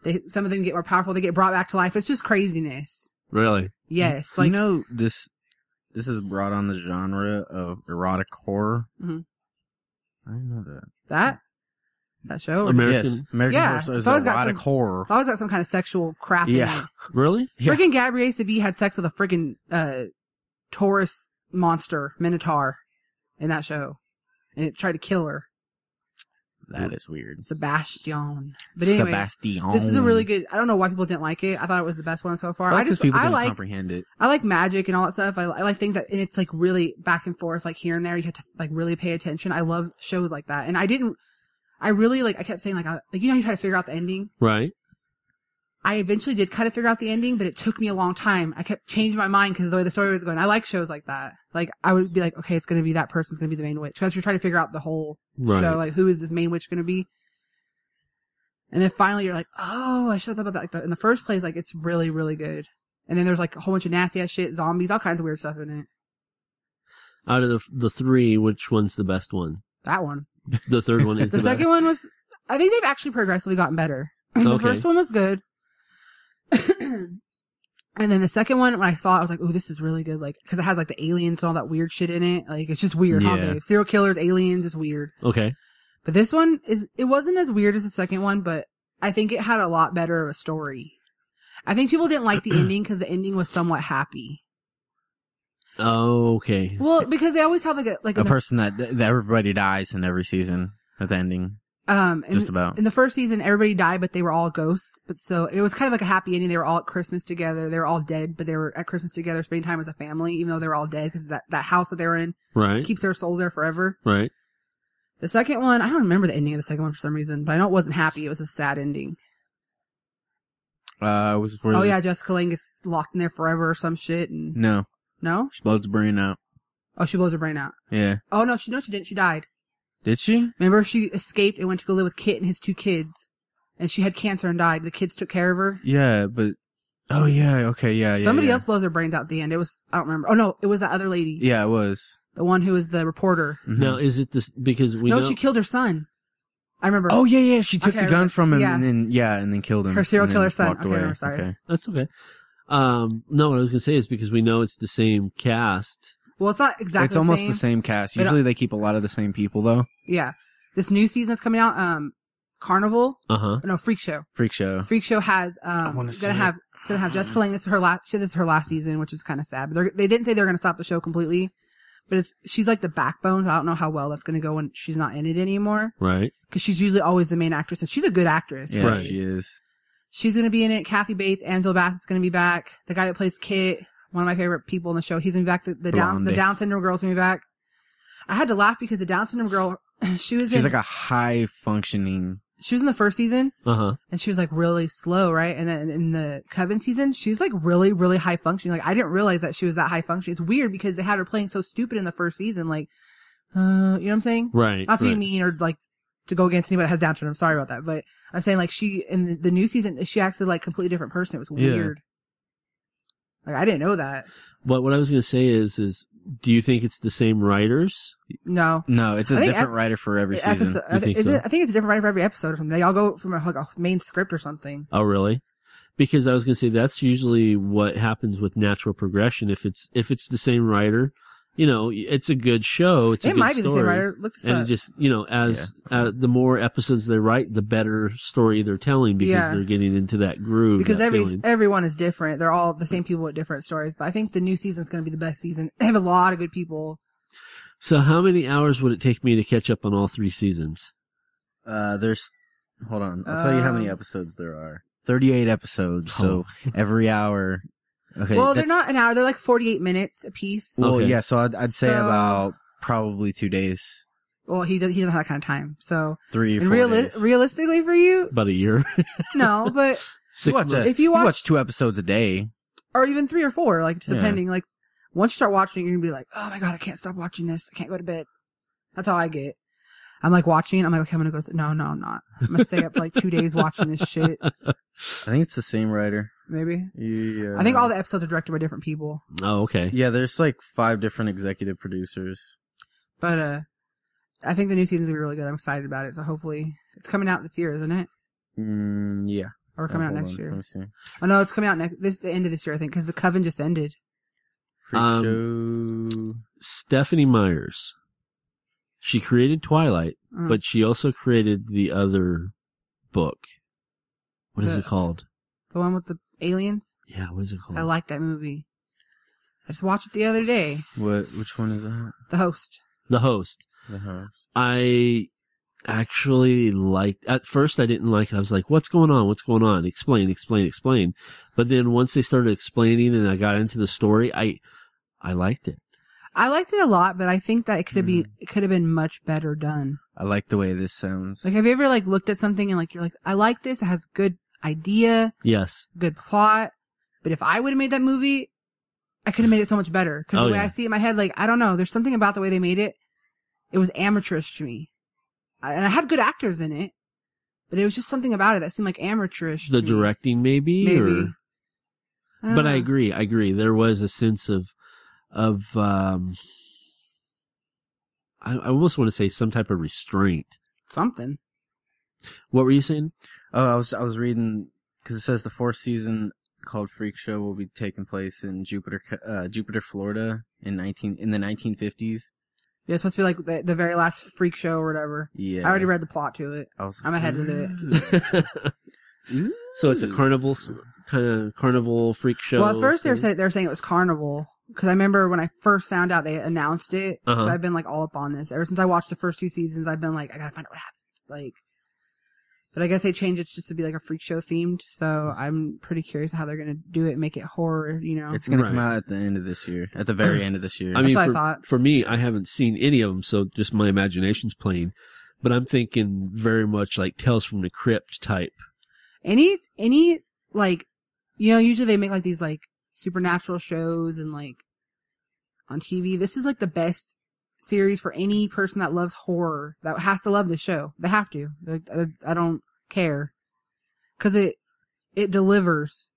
S6: they some of them get more powerful, they get brought back to life. It's just craziness.
S12: really.
S6: Yes.
S7: you
S6: Like
S7: know this. This has brought on the genre of erotic horror.
S6: Mhm.
S7: I didn't know that.
S6: that? That show?
S12: Ameri- American-
S7: yes, American
S6: Yeah,
S7: Horror Story is
S6: it's always got
S7: erotic
S6: some-
S7: horror.
S6: it's always got some kind of sexual crap in
S7: Yeah.
S6: it.
S12: Really?
S7: Yeah.
S6: Freaking Gabrielle Sabi had sex with a freaking uh Taurus monster, Minotaur, in that show. And it tried to kill her.
S7: That is weird.
S6: Sebastian. But anyway,
S7: Sebastian.
S6: this is a really good. I don't know why people didn't like it. I thought it was the best one so far. I just
S7: people
S6: I
S7: didn't
S6: like
S7: comprehend it.
S6: I like magic and all that stuff. I, I like things that and it's like really back and forth, like here and there. You have to like really pay attention. I love shows like that. And I didn't. I really like. I kept saying like, I, like you know, how you try to figure out the ending.
S12: Right.
S6: I eventually did kind of figure out the ending, but it took me a long time. I kept changing my mind because the way the story was going. I like shows like that. Like I would be like, okay, it's gonna be that person's gonna be the main witch because you're trying to figure out the whole
S12: Right.
S6: so like, who is this main witch going to be? And then finally, you're like, oh, I should have thought about that like, the, in the first place. Like, it's really, really good. And then there's like a whole bunch of nasty ass shit, zombies, all kinds of weird stuff in it. uh,
S12: Out of the the three, which one's the best one?
S6: That one.
S12: The third one is
S6: The
S12: the,
S6: second one was, I think they've actually progressively gotten better. the
S12: Okay.
S6: first one was good. and then the second one, when I saw it, I was like, oh, this is really good. Like, cause it has like the aliens and all that weird shit in it. Like, it's just weird, huh,
S7: Yeah.
S6: babe? Serial killers, aliens, it's weird.
S12: best. Okay.
S6: But this one is it wasn't as weird as the second one, but I think it had a lot better of a story. I think people didn't like the ending because the ending was somewhat happy.
S12: Oh, okay.
S6: Well, because they always have like a like
S7: A
S6: an,
S7: person that, that everybody dies in every season at the ending.
S6: um in,
S7: Just about.
S6: in the first season everybody died, but they were all ghosts. But so it was kind of like a happy ending. They were all at Christmas together. They were all dead, but they were at Christmas together, spending time as a family, even though they were all dead because that that house that they were in
S12: Right.
S6: keeps their souls there forever.
S12: Right.
S6: The second one, I don't remember the ending of the second one for some reason, but I know it wasn't happy. It was a sad ending.
S7: Uh, it was where
S6: oh
S7: the-
S6: yeah, Jessica Lange gets locked in there forever or some shit. And
S7: No,
S6: no,
S7: she blows the brain out.
S6: oh, she blows her brain out.
S7: Yeah,
S6: Oh no, she no, she didn't. She died.
S7: did she?
S6: Remember, she escaped and went to go live with Kit and his two kids, and she had cancer and died. The kids took care of her.
S7: Yeah, but oh yeah, okay, yeah, yeah.
S6: Somebody
S7: yeah.
S6: else blows their brains out at the end. It was I don't remember. Oh no, it was that other lady,
S7: Yeah, it was.
S6: the one who was the reporter.
S7: Mhm.
S8: Now, is it this because we
S6: Mm-hmm. no,
S8: know
S6: she killed her son. I remember.
S7: Oh yeah, yeah. She took
S6: Okay,
S7: the gun
S6: re-
S7: from him
S6: yeah.
S7: and then yeah, and then killed him.
S6: Her serial
S7: and then
S6: killer son.
S7: walked
S6: Okay,
S7: away.
S6: I'm sorry.
S7: Okay.
S8: that's okay. Um, no, what I was gonna say is because we know it's the same cast.
S6: Well, it's not exactly.
S7: it's almost the same cast.
S6: But, uh,
S7: Usually they keep a lot of the same people though.
S6: Yeah, this new season that's coming out. Um, Carnival.
S8: Uh huh.
S6: No, Freak Show.
S7: Freak show.
S6: Freak Show has um
S7: wanna
S6: gonna
S7: see
S6: have it's gonna have Jessica Lange. This is her last. She, this is her last season, which is kind of sad. But they're- they didn't say they're gonna stop the show completely. But it's she's like the backbone. so I don't know how well that's gonna go when she's not in it anymore
S8: Right.
S6: because she's usually always the main actress and she's a good actress.
S7: Yeah,
S8: Right.
S7: she is.
S6: She's gonna be in it. Kathy Bates, Angela Bassett's gonna be back. The guy that plays Kit, one of my favorite people in the show, he's gonna be back. The, the down the
S7: Blondie.
S6: Down syndrome girl's gonna be back. I had to laugh because the Down syndrome girl, she was
S7: She's
S6: in
S7: like a high functioning.
S6: she was in the first season
S8: Uh huh.
S6: and she was like really slow, right? And then in the Coven season, she's like really, really high functioning. Like I didn't realize that she was that high functioning. It's weird because they had her playing so stupid in the first season. Like, uh, you know what I'm saying?
S8: Right.
S6: Not to
S8: right.
S6: be mean or like to go against anybody that has Down syndrome. Sorry about that, but I'm saying like she in the, the new season, she acted like a completely different person. It was
S7: Yeah.
S6: weird. Like I didn't know that.
S8: But what I was gonna say is, is do you think it's the same writers?
S6: No.
S7: No, it's a
S6: I think
S7: different
S6: ep-
S7: writer for every
S6: Episode-
S7: season.
S6: I,
S8: You think
S6: think is
S8: so?
S6: it, I think it's a different writer for every episode. Or something. They all go from a, like a main script or something.
S8: Oh, really? Because I was going to say that's usually what happens with natural progression. If it's if it's the same writer, you know, it's a good show. It's a
S6: it
S8: good
S6: might be the same
S8: story.
S6: writer. Look this
S8: And
S6: up.
S8: it just you know, as uh, the more episodes they write, the better story they're telling because
S6: Yeah.
S8: they're getting into that groove.
S6: because
S8: that
S6: every
S8: feeling.
S6: everyone is different. They're all the same people with different stories. But I think the new season's going to be the best season. They have a lot of good people.
S8: so how many hours would it take me to catch up on all three seasons?
S7: Uh, there's, hold on, I'll tell you how many
S6: Um,
S7: episodes there are. 38 episodes,
S6: Oh.
S7: so every hour. Okay.
S6: well, they're
S7: that's-
S6: not an hour. They're like forty eight minutes a piece.
S7: Well,
S8: Okay.
S7: yeah, so I'd, I'd say
S6: So-
S7: about probably two days,
S6: Well, he does, he doesn't have that kind of time. So
S7: three or
S6: and
S7: four
S6: reali-
S7: days.
S6: realistically for you,
S8: about a year,
S6: no. But
S7: You
S8: six
S7: watch,
S8: months.
S7: a-
S6: if you
S7: you watch,
S6: watch,
S7: two episodes a day.
S6: or even three or four, like just
S7: Yeah.
S6: depending. Like once you start watching, you're gonna be like, oh my god, I can't stop watching this. I can't go to bed. That's how I get. I'm like watching. I'm like, okay, I'm gonna go. s- No, no, I'm not. I'm gonna stay up for like two days watching this shit.
S7: I think it's the same writer.
S6: Maybe.
S7: Yeah.
S6: I think all the episodes are directed by different people.
S8: Oh, okay.
S7: Yeah, there's like five different executive producers.
S6: But uh I think the new season's gonna be really good. I'm excited about it. So hopefully it's coming out this year, isn't it?
S7: Mm, yeah.
S6: Or coming
S7: Oh,
S6: out
S7: hold
S6: next
S7: on, let
S6: year?
S7: me see.
S6: Oh no, it's coming out next this the end of this year, I think, because the Coven just ended.
S7: Freak
S8: Um,
S7: show.
S8: Stephanie Myers. She created Twilight.
S6: Mm.
S8: but she also created the other book. What is
S6: The-
S8: it called?
S6: the one with the aliens,
S8: Yeah, what is it called?
S6: I like that movie. I just watched it the other day.
S7: What? Which one is that?
S6: The host.
S8: the host.
S7: The Host.
S8: I actually liked at first I didn't like it. I was like, what's going on? What's going on? Explain, explain, explain. But then once they started explaining and I got into the story, I I liked it.
S6: I liked it a lot, but I think that it could have be
S8: Mm-hmm.
S6: it could have been much better done.
S7: I like the way this sounds.
S6: Like have you ever like looked at something and like you're like, I like this, it has good idea,
S8: Yes.
S6: good plot. But if I would have made that movie, I could have made it so much better. Because
S8: Oh,
S6: the way
S8: yeah.
S6: I see it in my head, like I don't know, there's something about the way they made it. It was amateurish to me, I, and I had good actors in it, but it was just something about it that seemed like amateurish.
S8: The
S6: to me.
S8: directing maybe,
S6: Hmm. Maybe.
S8: or
S6: don't
S8: but I
S6: know.
S8: agree, I agree. There was a sense of of um I, I almost want to say some type of restraint.
S6: something.
S8: What were you saying?
S7: Oh, I was I was reading because it says the fourth season called Freak Show will be taking place in Jupiter, Ca- uh, Jupiter, Florida in nineteen in the nineteen fifties.
S6: Yeah, it's supposed to be like the, the very last freak show or whatever.
S7: Yeah,
S6: I already read the plot to Mm. it.
S7: I was
S6: I'm ahead of the-
S7: Ooh.
S8: so it's a carnival s- kind of carnival freak show.
S6: well, at first they were
S8: thing?
S6: saying they were saying it was Carnival because I remember when I first found out they announced it.
S8: Uh-huh.
S6: So I've been like all up on this ever since I watched the first two seasons. I've been like, I gotta find out what happens. Like, but I guess they changed it just to be like a freak show themed. So I'm pretty curious how they're gonna do it, and make it horror. You know,
S7: It's gonna come
S8: Right.
S7: out at the end of this year, at the very end of this year.
S8: I mean,
S6: what I
S8: for,
S6: thought.
S8: for me, I haven't seen any of them, so just my imagination's playing. But I'm thinking very much like Tales from the Crypt type.
S6: any any like You know, usually they make like these like supernatural shows and like on TV. This is like the best series for any person that loves horror that has to love the show. They have to. Like, I- I don't care because it it delivers.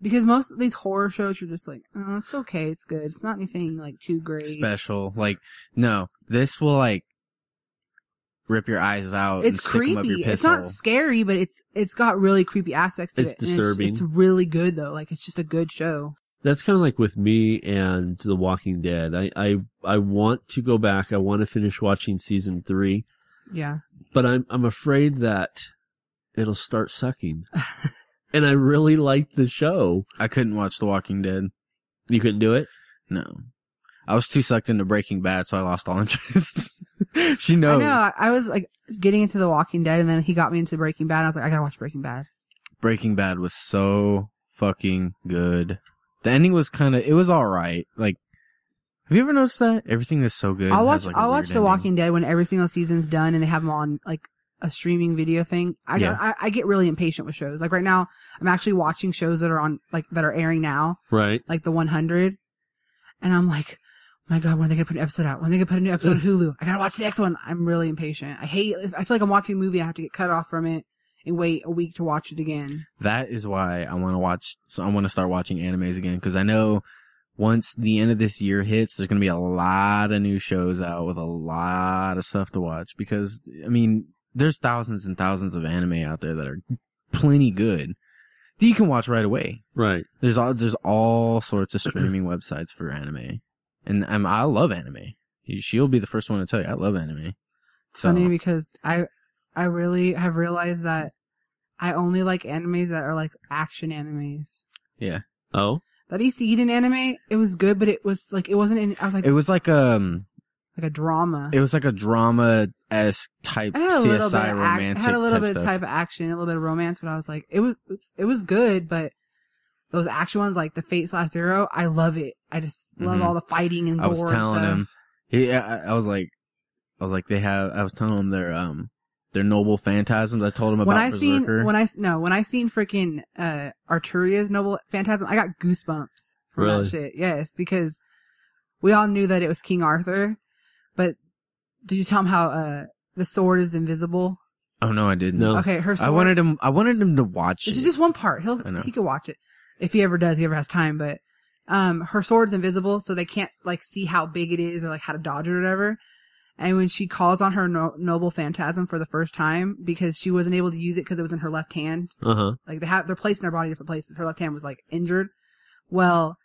S6: Because most of these horror shows, you're just like, oh, it's okay, it's good. It's not anything like too great.
S7: special. Like, no, this will like rip your eyes out. and
S6: it's
S7: stick 'em up your
S6: creepy.
S7: piss
S6: It's not
S7: hole.
S6: scary, but it's it's got really creepy aspects to
S12: It's
S6: it. and
S12: disturbing.
S6: It's, really good though. Like it's just a good show.
S12: That's kind of like with me and The Walking Dead. I, I, I want to go back. I want to finish watching season three,
S6: Yeah.
S12: but I'm, I'm afraid that it'll start sucking. and I really liked the show.
S7: I couldn't watch The Walking Dead.
S12: You couldn't do it?
S7: No, I was too sucked into Breaking Bad, so I lost all interest. she knows.
S6: I know. I- I was like getting into The Walking Dead, and then he got me into Breaking Bad. And I was like, I gotta watch Breaking Bad.
S7: Breaking Bad was so fucking good. The ending was kind of it was all right. Like, have you ever noticed that everything is so good?
S6: I'll watch.
S7: has, like, a
S6: I'll
S7: weird
S6: watch The
S7: ending.
S6: Walking Dead when every single season's done, and they have them on like a streaming video thing. I
S7: Yeah.
S6: get, I, I get really impatient with shows. Like right now, I'm actually watching shows that are on like that are airing now,
S12: Right.
S6: like The 100, and I'm like, my God, when are they gonna put an episode out? When are they gonna put a new episode on Hulu? I gotta watch the next one. I'm really impatient. I hate. I feel like I'm watching a movie. I have to get cut off from it and wait a week to watch it again.
S7: That is why I want to watch. So I want to start watching animes again because I know once the end of this year hits, there's going to be a lot of new shows out with a lot of stuff to watch. Because I mean, there's thousands and thousands of anime out there that are plenty good that you can watch right away.
S12: Right.
S7: There's all there's all sorts of streaming websites for anime, and um, I love anime. She'll be the first one to tell you I love anime.
S6: It's funny because I I really have realized that I only like animes that are like action animes.
S7: Yeah.
S12: Oh.
S6: That East Eden anime, it was good, but it was like it wasn't. In, I was like
S7: It was like um
S6: like a drama.
S7: It was like a drama esque type
S6: I had a little bit.
S7: CSI
S6: Of ac-
S7: romantic.
S6: I had a little
S7: type
S6: bit of
S7: stuff.
S6: type of action, a little bit of romance, but I was like, it was oops, it was good, but those action ones like the Fate Slash Zero, I love it. I just love
S7: Mhm.
S6: all the fighting and
S7: I
S6: gore.
S7: was
S6: and
S7: telling
S6: stuff.
S7: him. He, I, I was like, I was like, they have. I was telling him their um their noble phantasms. I told him about
S6: when I seen
S7: Berserker.
S6: when I s- no when I seen freaking uh Arturia's Noble Phantasm, I got goosebumps from
S12: Really?
S6: that shit. Yes, because we all knew that it was King Arthur, but did you tell him how uh the sword is invisible?
S7: oh no, I didn't.
S12: No.
S6: Okay, her sword.
S7: I wanted him. I wanted him to watch.
S6: This
S7: it.
S6: is just one part. He'll
S7: I know.
S6: he could watch it if he ever does. He ever has time, but um, her sword's invisible, so they can't like see how big it is or like how to dodge it or whatever. And when she calls on her no- noble phantasm for the first time because she wasn't able to use it because it was in her left hand,
S12: Uh huh.
S6: like they have they're placing her body in different places. Her left hand was like injured. Well,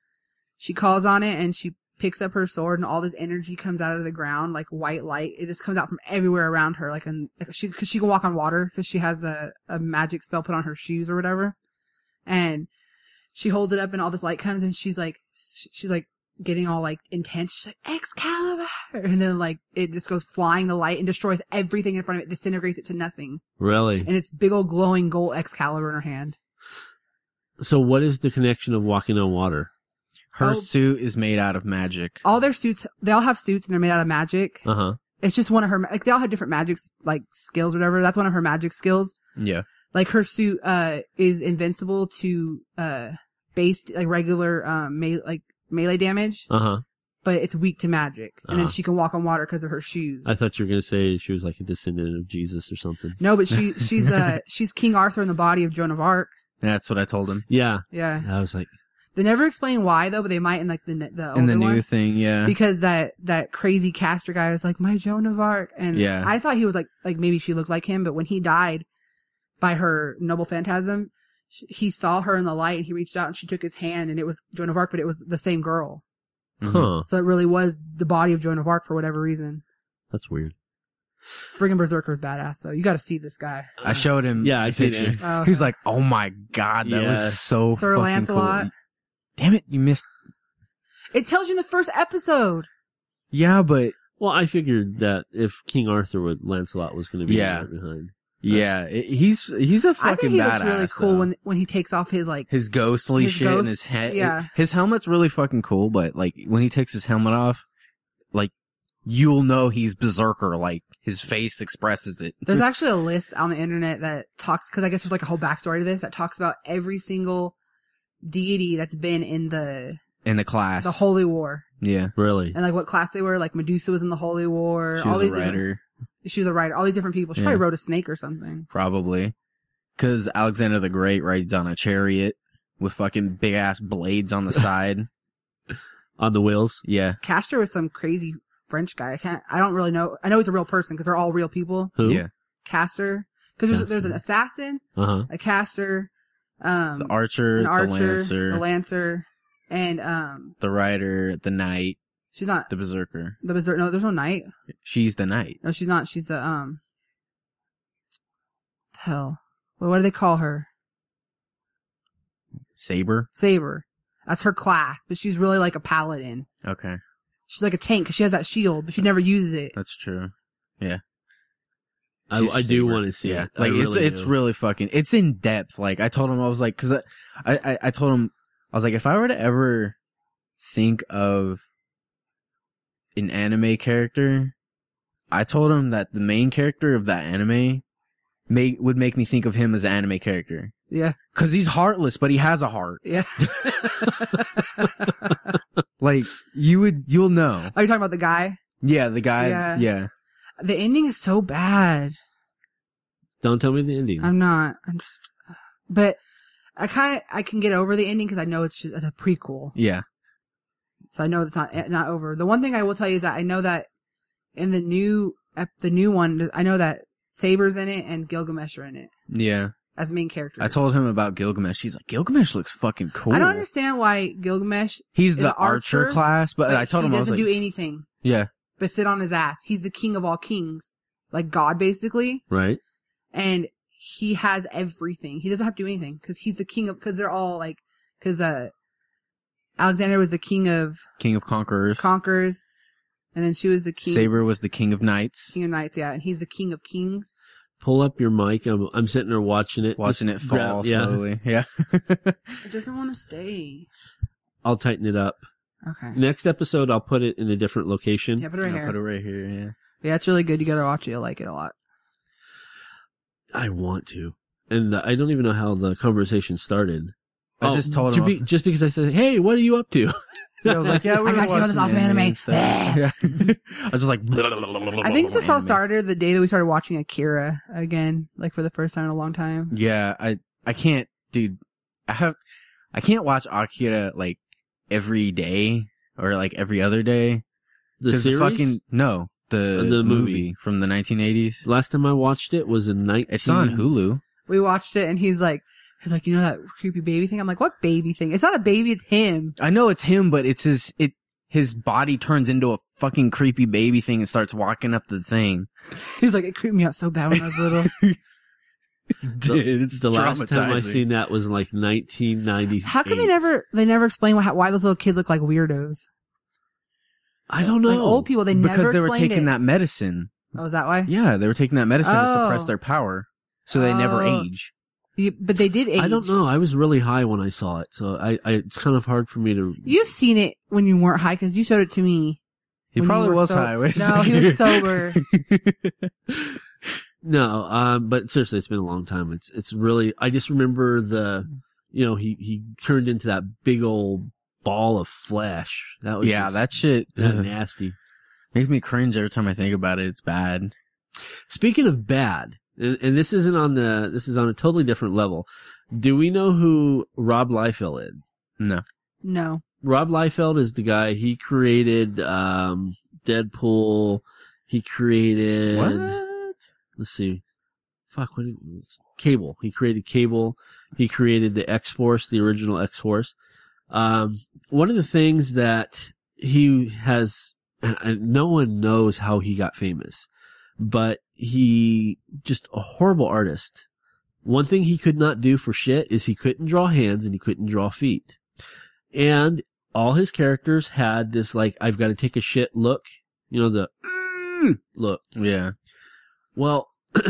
S6: she calls on it and she picks up her sword and all this energy comes out of the ground like white light. It just comes out from everywhere around her. Like and like she because she can walk on water because she has a a magic spell put on her shoes or whatever. And she holds it up and all this light comes and she's like sh- she's like getting all like intense. She's like Excalibur and then like it just goes flying the light and destroys everything in front of it, disintegrates it to nothing.
S12: Really?
S6: And it's big old glowing gold Excalibur in her hand.
S12: So what is the connection of walking on water?
S7: her
S6: oh.
S7: suit is made out of magic.
S6: all their suits they all have suits and they're made out of magic
S12: Uh huh.
S6: it's just one of her ma- like they all have different magic like skills or whatever that's one of her magic skills
S7: Yeah.
S6: like her suit uh is invincible to uh based like regular um me- like melee damage
S12: Uh huh.
S6: but it's weak to magic
S12: Uh-huh.
S6: and then she can walk on water because of her shoes
S12: I thought you were going to say she was like a descendant of Jesus or something.
S6: no but she she's uh she's king arthur in the body of joan of arc
S7: That's what I told him.
S12: Yeah.
S6: yeah
S12: I was like,
S6: they never explain why though but they might in like the ne- the,
S7: And the
S6: older
S7: new
S6: one.
S7: thing, yeah.
S6: because that that crazy caster guy was like my Joan of Arc, and
S7: Yeah.
S6: I thought he was like like maybe she looked like him, but when he died by her noble phantasm, sh- he saw her in the light, and he reached out and she took his hand, and it was Joan of Arc, but it was the same girl,
S7: Mhm.
S12: huh,
S6: so it really was the body of Joan of Arc for whatever reason.
S12: that's weird.
S6: Friggin' Berserker's badass, though. You got to see this guy.
S7: I showed him.
S12: Yeah, I
S7: the
S12: seen
S7: picture.
S12: it.
S6: Oh,
S7: He's
S6: okay.
S7: like, oh my god, that
S12: Yeah.
S7: looks so
S6: Sir
S7: fucking
S6: Lancelot.
S7: cool. Damn it, you missed.
S6: it tells you in the first episode.
S7: Yeah, but
S12: Well, I figured that if King Arthur with Lancelot was going to be
S7: Yeah.
S12: right behind.
S7: Yeah, it- he's he's a
S6: I think
S7: fucking
S6: he
S7: badass.
S6: looks really cool
S7: though.
S6: when when he takes off his like
S7: his ghostly
S6: His
S7: shit and
S6: ghost-
S7: his head.
S6: yeah.
S7: his helmet's really fucking cool. But like when he takes his helmet off, like you'll know he's berserker. Like his face expresses it.
S6: There's actually a list on the internet that talks because I guess there's like a whole backstory to this that talks about every single deity that's been in the
S7: in the class.
S6: the Holy War
S7: yeah,
S8: Really?
S6: and like what class they were. Like Medusa was in the Holy War.
S7: she
S6: all
S7: was a
S6: these different-
S7: writer
S6: She was a writer. All these different people. She
S7: Yeah.
S6: probably rode a snake or something.
S7: probably because Alexander the Great rides on a chariot with fucking big ass blades on the side.
S8: On the wheels?
S7: Yeah,
S6: Castor was some crazy French guy. I can't. I don't really know. I know he's a real person because they're all real people.
S8: Who?
S7: yeah.
S6: Castor. Because there's, there's an assassin,
S8: Uh huh.
S6: a caster, um,
S7: The archer,
S6: an archer,
S7: the lancer,
S6: the lancer, and um,
S7: the rider, the knight,
S6: she's not
S7: the berserker.
S6: the berserk. No, there's no knight.
S7: She's the knight.
S6: No, she's not. She's a um. Hell, well, what do they call her?
S7: Saber.
S6: Saber. That's her class, but she's really like a paladin.
S7: Okay,
S6: She's like a tank because she has that shield, but she never uses it.
S7: that's true. Yeah,
S8: I,
S7: She's
S8: I do
S7: Saber.
S8: want to see it. I
S7: Like it's
S8: really
S7: it's
S8: do.
S7: really fucking it's in depth. Like I told him I was like because I, I I- I told him I was like if I were to ever think of an anime character, I told him that the main character of that anime make would make me think of him as an anime character
S6: Yeah,
S7: because he's heartless, but he has a heart.
S6: yeah.
S7: Like you would you'll know.
S6: Are you talking about the guy?
S7: Yeah, the guy.
S6: Yeah.
S7: Yeah.
S6: The ending is so bad.
S8: Don't tell me the ending.
S6: I'm not. I'm just. But I kind of I can get over the ending because I know it's just a prequel,
S7: Yeah.
S6: so I know it's not not over. The one thing I will tell you is that I know that in the new ep- the new one, I know that Saber's in it and Gilgamesh are in it
S7: Yeah.
S6: as main characters.
S7: I told him about Gilgamesh. He's like, Gilgamesh looks fucking cool.
S6: I don't understand why Gilgamesh.
S7: He's
S6: Is
S7: the
S6: it
S7: archer,
S6: Archer?
S7: class, but,
S6: like,
S7: I told
S6: he
S7: him I was
S6: doesn't
S7: like,
S6: do anything
S7: yeah,
S6: but sit on his ass. He's the king of all kings, like God basically.
S8: right?
S6: and he has everything. He doesn't have to do anything because he's the king of. Because they're all like, because uh, Alexander was the king of
S7: king of conquerors.
S6: conquerors, and then she was the king,
S7: Saber was the king of knights,
S6: king of knights. Yeah, and he's the king of kings.
S8: Pull up your mic. I'm, I'm sitting there watching it.
S7: watching it
S8: Just grab-
S7: fall
S8: yeah.
S7: slowly. Yeah,
S6: It doesn't want to stay.
S8: I'll tighten it up.
S6: Okay.
S8: Next episode, I'll put it in a different location.
S6: Yeah, put it right
S7: I'll
S6: here.
S7: put it right here. Yeah,
S6: yeah, it's really good. You gotta watch it. You'll like it a lot.
S8: I want to. And I don't even know how the conversation started.
S7: I
S8: Oh,
S7: just told
S8: to
S7: him.
S8: be- just because I said, "Hey, what are you up to?"
S7: Yeah, I was like, yeah, we're
S6: I got you on
S7: watching
S6: this awesome anime.
S7: and stuff. yeah. I was just like,
S6: I think this all
S7: anime.
S6: started the day that we started watching Akira again, like for the first time in a long time.
S7: Yeah, I I can't, dude. I have I can't watch Akira like every day or like every other day.
S8: The
S7: 'Cause
S8: series.
S7: fucking no, the
S8: Uh, the
S7: movie,
S8: movie.
S7: from the 1980s.
S8: Last time I watched it was in 19.
S7: It's
S6: Hmm.
S7: on Hulu.
S6: We watched it, and he's like, he's like, you know that creepy baby thing. I'm like, what baby thing? It's not a baby. It's him.
S7: I know it's him, but it's his it his body turns into a fucking creepy baby thing and starts walking up the thing.
S6: He's like, it creeped me out so bad when I was little.
S7: Dude, it's
S8: The last time I
S7: traumatizing.
S8: seen that was in like 1990.
S6: How come they never they never explain why, why those little kids look like weirdos?
S8: I don't know.
S6: Like old people, they
S7: because
S6: never
S7: they were
S6: explained
S7: taking
S6: it.
S7: that medicine.
S6: Oh, is that why?
S7: Yeah, they were taking that medicine to suppress
S6: Oh.
S7: their power, so they never
S6: Oh.
S7: age.
S6: You- but they did age.
S8: I don't know. I was really high when I saw it, so I, I it's kind of hard for me to.
S6: You've seen it when you weren't high because you showed it to me.
S7: He
S6: when you
S7: probably
S6: were
S7: was
S6: so-
S7: high. Wait a
S6: No, he was
S7: second.
S8: No, um, but seriously, it's been a long time. It's it's really. I just remember the, you know, he he turned into that big old ball of flesh. That was
S7: yeah,
S8: just
S7: that shit ugh,
S8: nasty.
S7: makes me cringe every time I think about it. It's bad.
S8: Speaking of bad, and, and this isn't on the this is on a totally different level. Do we know who Rob Liefeld is?
S7: No.
S6: No,
S8: Rob Liefeld is the guy. He created um, Deadpool. He created let's see. Fuck, what did, Cable. He created Cable. He created the X Force, the original X Force. Um, one of the things that he has, and, and no one knows how he got famous, but he just a horrible artist. One thing he could not do for shit is he couldn't draw hands and he couldn't draw feet. And all his characters had this like, I've got to take a shit look, you know, the "Mm," look.
S7: Yeah.
S8: Well,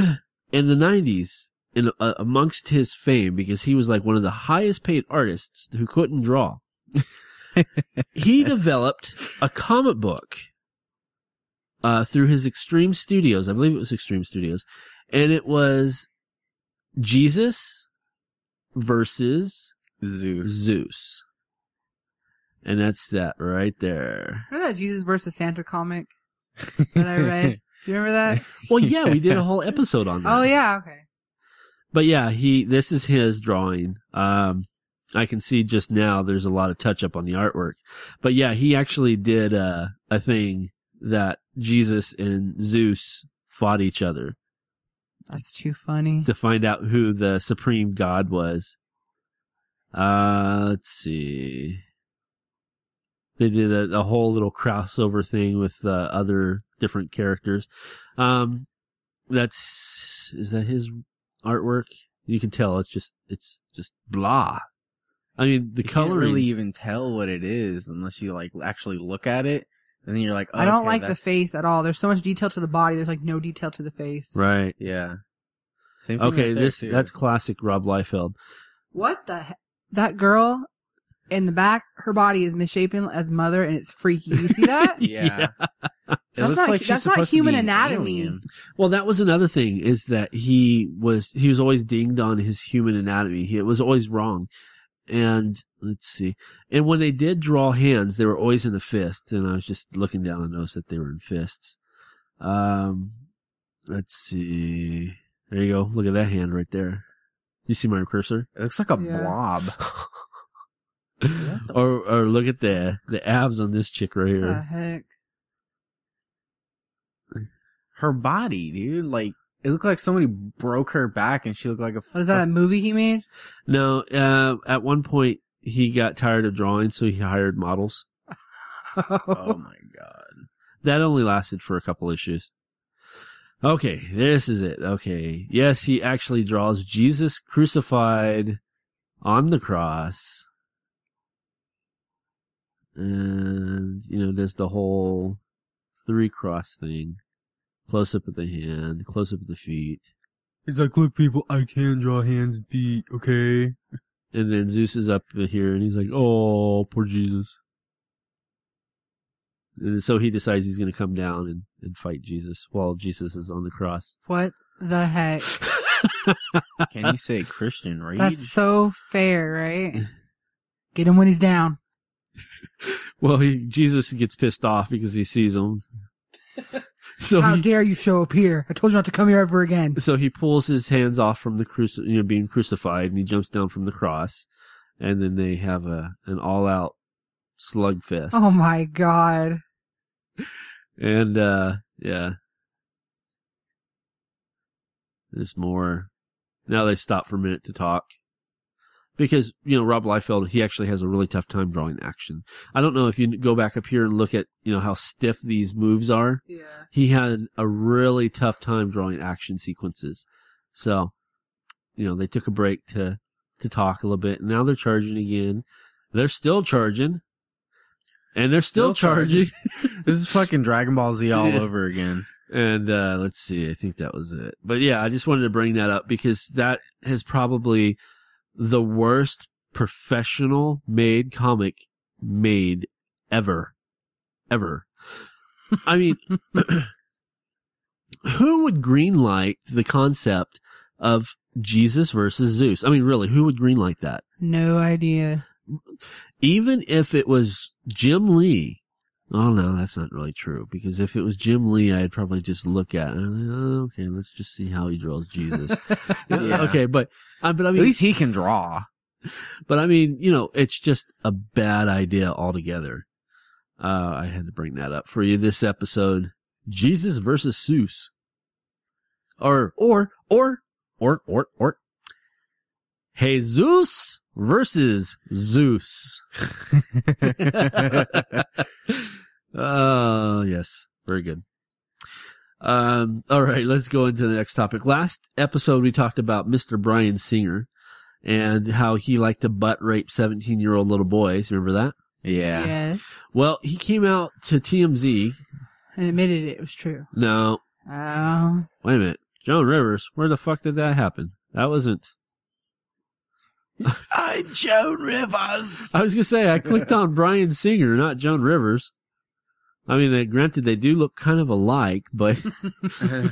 S8: in the nineties, in uh, amongst his fame, because he was like one of the highest paid artists who couldn't draw, he developed a comic book uh, through his Extreme Studios. I believe it was Extreme Studios, and it was Jesus versus
S7: Zeus.
S8: Zeus. And that's that right there.
S6: Remember that Jesus versus Santa comic that I read? Do you remember that?
S8: Well, yeah, we did a whole episode on that.
S6: Oh yeah, okay.
S8: But yeah, he this is his drawing. Um I can see just now there's a lot of touch up on the artwork. But yeah, he actually did uh, a thing that Jesus and Zeus fought each other
S6: That's too funny.
S8: to find out who the supreme god was. Uh, let's see. They did a, a whole little crossover thing with uh, other different characters. Um, that's is that his artwork? You can tell it's just it's just blah. I mean, the
S7: you
S8: coloring.
S7: can't really even tell what it is unless you like actually look at it, and then you're like,
S6: I don't
S7: okay,
S6: like the
S7: that's-
S6: face at all. There's so much detail to the body. There's like no detail to the face.
S8: Right.
S7: Yeah. Same thing
S8: Okay.
S7: right there,
S8: This
S7: too.
S8: that's classic Rob Liefeld.
S6: What the? He- that girl in the back, her body is misshapen as mother, and it's freaky. You see that?
S7: yeah. It
S6: That's
S7: looks
S6: not-
S7: like she's
S6: that's not
S7: supposed to be
S6: human
S7: an
S6: anatomy.
S7: alien.
S8: Well, that was another thing is that he was he was always dinged on his human anatomy. He, it was always wrong. And let's see. And when they did draw hands, they were always in a fist. And I was just looking down and noticed that they were in fists. Um, let's see. There you go. Look at that hand right there. You see my cursor?
S7: It looks like a
S6: Yeah.
S7: blob. the-
S8: or or look at the the abs on this chick right
S6: What the
S8: here.
S6: heck?
S7: Her body, dude, like it looked like somebody broke her back, and she looked like a.
S6: What Oh, is that? A movie he made?
S8: No, uh, at one point he got tired of drawing, so he hired models.
S7: Oh my god.
S8: That only lasted for a couple issues. Okay, this is it. Okay. Yes, he actually draws Jesus crucified on the cross. And, you know, does the whole three cross thing. Close up of the hand, close up of the feet.
S7: It's like, look, people, I can draw hands and feet, okay?
S8: And then Zeus is up here and he's like, oh, poor Jesus. And so he decides he's going to come down and, and fight Jesus while Jesus is on the cross.
S6: What the heck?
S7: Can you say Christian Reed?
S6: That's so fair, right? Get him when he's down.
S8: well, he, Jesus gets pissed off because he sees him. so
S6: How
S8: he,
S6: dare you show up here? I told you not to come here ever again.
S8: so he pulls his hands off from the cruci- you know, being crucified, and he jumps down from the cross, and then they have a an all out slugfest.
S6: Oh my god.
S8: And uh yeah. There's more. Now they stop for a minute to talk. Because, you know, Rob Liefeld, he actually has a really tough time drawing action. I don't know if you go back up here and look at, you know, how stiff these moves are.
S6: Yeah.
S8: He had a really tough time drawing action sequences. So, you know, they took a break to, to talk a little bit. Now they're charging again. They're still charging. And they're still, charging.
S7: this is fucking Dragon Ball Z all
S8: Yeah.
S7: over again.
S8: And uh, let's see, I think that was it. But yeah, I just wanted to bring that up because that is probably the worst professional made comic made ever. Ever. I mean, who would greenlight the concept of Jesus versus Zeus? I mean, really, who would greenlight that?
S6: No idea.
S8: even if it was Jim Lee, oh no, that's not really true because if it was Jim Lee, I'd probably just look at it. And I'm like, oh, okay, let's just see how he draws Jesus.
S7: Yeah.
S8: Okay, but uh, but I mean,
S7: At least he can draw.
S8: but I mean, you know, it's just a bad idea altogether. Uh, I had to bring that up for you this episode: Jesus versus Zeus, or or or or or or Jesus versus Zeus. Oh, yes. Very good. Um, all right, let's go into the next topic. Last episode, we talked about Mr. Brian Singer and how he liked to butt rape 17 year old little boys. Remember that?
S7: yeah.
S6: Yes.
S8: Well, he came out to TMZ.
S6: And admitted it was true.
S8: No,
S6: Oh.
S8: wait a minute. Joan Rivers, where the fuck did that happen? That wasn't.
S7: I'm Joan Rivers.
S8: I was gonna say I clicked on Brian Singer, not Joan Rivers. I mean, they, granted, they do look kind of alike, but and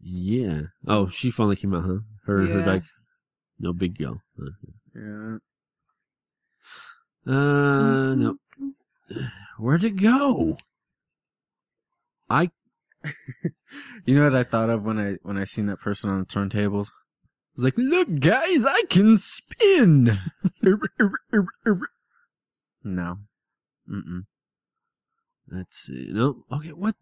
S8: yeah, Oh, she finally came out, huh? Her and her
S6: Yeah.
S8: bike. No big deal. Uh,
S7: Yeah.
S8: Uh, no. Where'd it go? I.
S7: You know what I thought of when I when I seen that person on the turntables? I was like, look, guys, I can spin. no. Mm-mm.
S8: Let's see. No. Okay. What?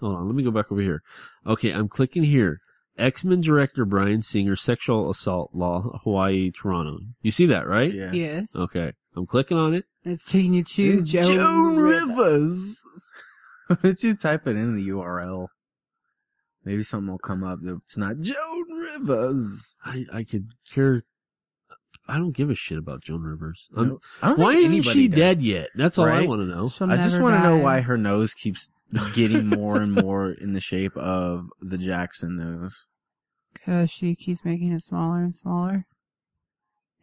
S8: Hold on. Let me go back over here. Okay. I'm clicking here. X Men director Brian Singer sexual assault law Hawaii Toronto. You see that right?
S7: Yeah. Mm.
S6: Yes.
S8: Okay. I'm clicking on it.
S6: It's taking you to Joan,
S7: Joan
S6: Rivers.
S7: Rivers. Why don't you type it in the URL? Maybe something will come up. It's not Joan Rivers.
S8: I I could care. I don't give a shit about Joan Rivers. I'm-
S7: No, I don't think
S8: why isn't
S7: anybody
S8: she
S7: does.
S8: dead yet? That's all I
S7: Right?
S8: want to know.
S6: She'll
S7: I just
S6: never
S7: want to know
S6: die.
S7: why her nose keeps getting more and more in the shape of the Jackson nose.
S6: Because she keeps making it smaller and smaller.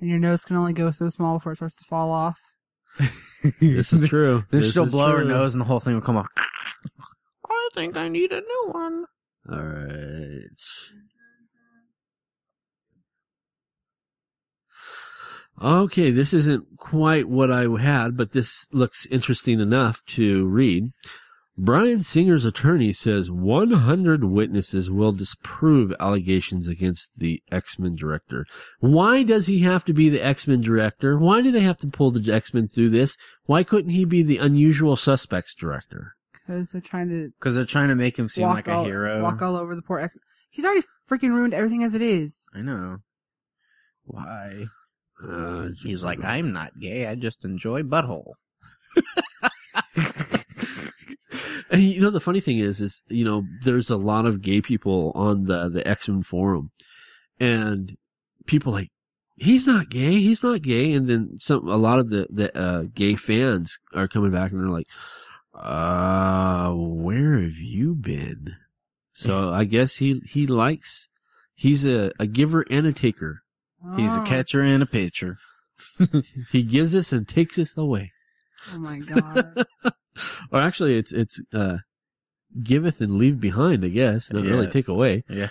S6: And your nose can only go so small before it starts to fall off.
S8: This is true.
S7: Then
S8: This
S7: she'll
S8: is
S7: blow her
S8: true.
S7: nose and the whole thing will come off.
S6: I think I need a new one.
S8: All right. Okay, this isn't quite what I had, but this looks interesting enough to read. Brian Singer's attorney says 100 witnesses will disprove allegations against the X-Men director. Why does he have to be the X-Men director? Why do they have to pull the X-Men through this? Why couldn't he be the unusual suspects director?
S6: Because they're trying to
S7: Because they're trying to make him seem
S6: walk,
S7: like a
S6: all,
S7: hero.
S6: walk all over the poor X. He's already freaking ruined everything as it is.
S7: I know. Why?
S8: Uh,
S7: He's like, I'm not gay. I just enjoy butthole.
S8: And you know the funny thing is, is you know there's a lot of gay people on the the X Men forum, and people like he's not gay, he's not gay, and then some a lot of the the uh, gay fans are coming back and they're like, uh, where have you been? So I guess he he likes he's a a giver and a taker.
S7: He's a
S6: Oh.
S7: catcher and a pitcher.
S8: He gives us and takes us away.
S6: Oh my god.
S8: or actually, it's it's uh, giveth and leave behind. I guess not really
S7: Yeah.
S8: take away.
S7: Yeah.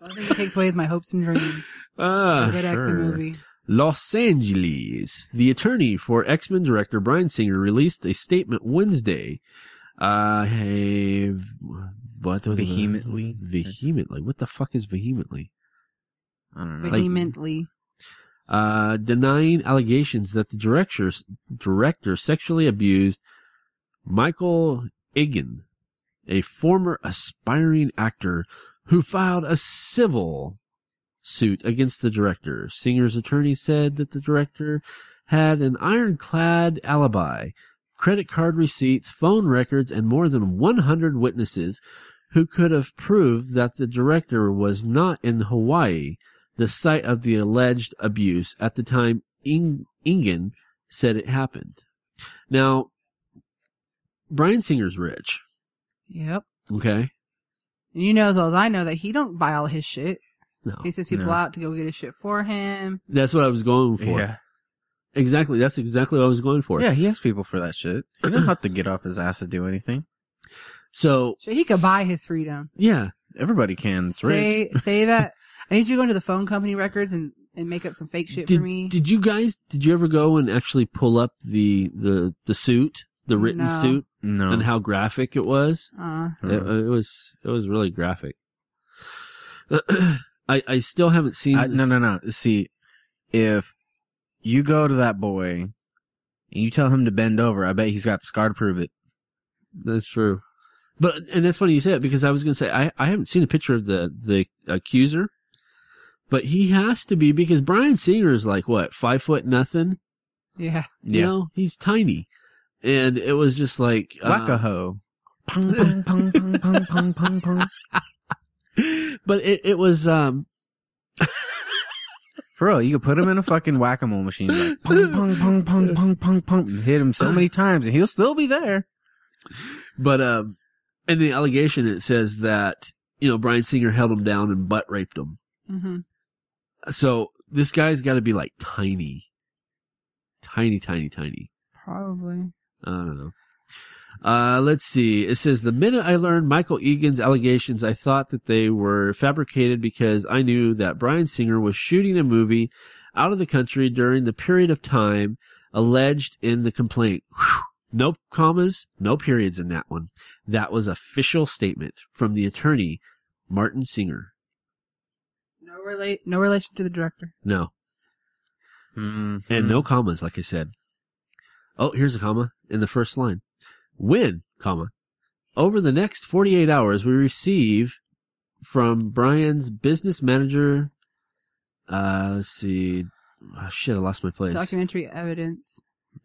S6: I think it takes away my hopes and dreams.
S8: Ah,
S6: It's a good X-Men movie.
S8: Los Angeles. The attorney for X Men director Brian Singer released a statement Wednesday. Uh, hey, what was it?
S7: Vehemently?
S8: Vehemently. What the fuck is vehemently?
S7: I don't know.
S6: Vehemently.
S8: Uh, denying allegations that the director director sexually abused Michael Egan, a former aspiring actor who filed a civil suit against the director. Singer's attorney said that the director had an ironclad alibi, credit card receipts, phone records, and more than 100 witnesses who could have proved that the director was not in Hawaii, the site of the alleged abuse at the time Ing- Ingen said it happened. Now, Brian Singer's rich,
S6: Yep.
S8: okay?
S6: And you know as well as I know that he don't buy all his shit.
S8: No.
S6: He sends people
S7: No.
S6: out to go get his shit for him.
S8: That's what I was going for.
S7: Yeah.
S8: Exactly. That's exactly what I was going for.
S7: Yeah, he has people for that shit. He don't have to get off his ass to do anything.
S8: So,
S6: So he could buy his freedom.
S8: yeah.
S7: Everybody can. It's rich.
S6: Say say that. I need you to go into the phone company records and, and make up some fake shit
S8: did,
S6: for me.
S8: Did you guys? Did you ever go and actually pull up the the the suit, the written
S6: No.
S8: suit,
S7: No. Mm-hmm.
S8: and how graphic it was?
S6: uh,
S8: It, it was it was really graphic. I I still haven't seen.
S7: I, no, no, no. See, if you go to that boy and you tell him to bend over, I bet he's got the scar to prove it.
S8: That's true. But and that's funny you say it because I was going to say I I haven't seen a picture of the the accuser, but he has to be because Brian Singer is like what five foot nothing.
S6: yeah.
S8: You know, he's tiny, and it was just like
S7: Like a
S8: um,
S7: hoe. Pong, pong, pong, pong, pong, pong, pong, pong.
S8: but it, it was um
S7: For real, you could put him in a fucking whack a mole machine. Like, pong, pong, pong, pong, pong, pong, pong, and hit him so many times, and he'll still be there.
S8: but um in the allegation it says that you know brian singer held him down and butt raped him
S6: Mm-hmm.
S8: so this guy's got to be like tiny tiny tiny tiny
S6: Probably.
S8: i don't know Uh, let's see. It says the minute I learned Michael Egan's allegations, I thought that they were fabricated because I knew that Brian Singer was shooting a movie out of the country during the period of time alleged in the complaint. Whew. No commas, no periods in that one. That was official statement from the attorney, Martin Singer.
S6: No relate, no relation to the director.
S8: No.
S7: Hmm,
S8: And no commas, like I said. Oh, here's a comma in the first line. When, comma, over the next 48 hours, we receive from Brian's business manager, uh, let's see. Oh, shit, I lost my place.
S6: Documentary evidence.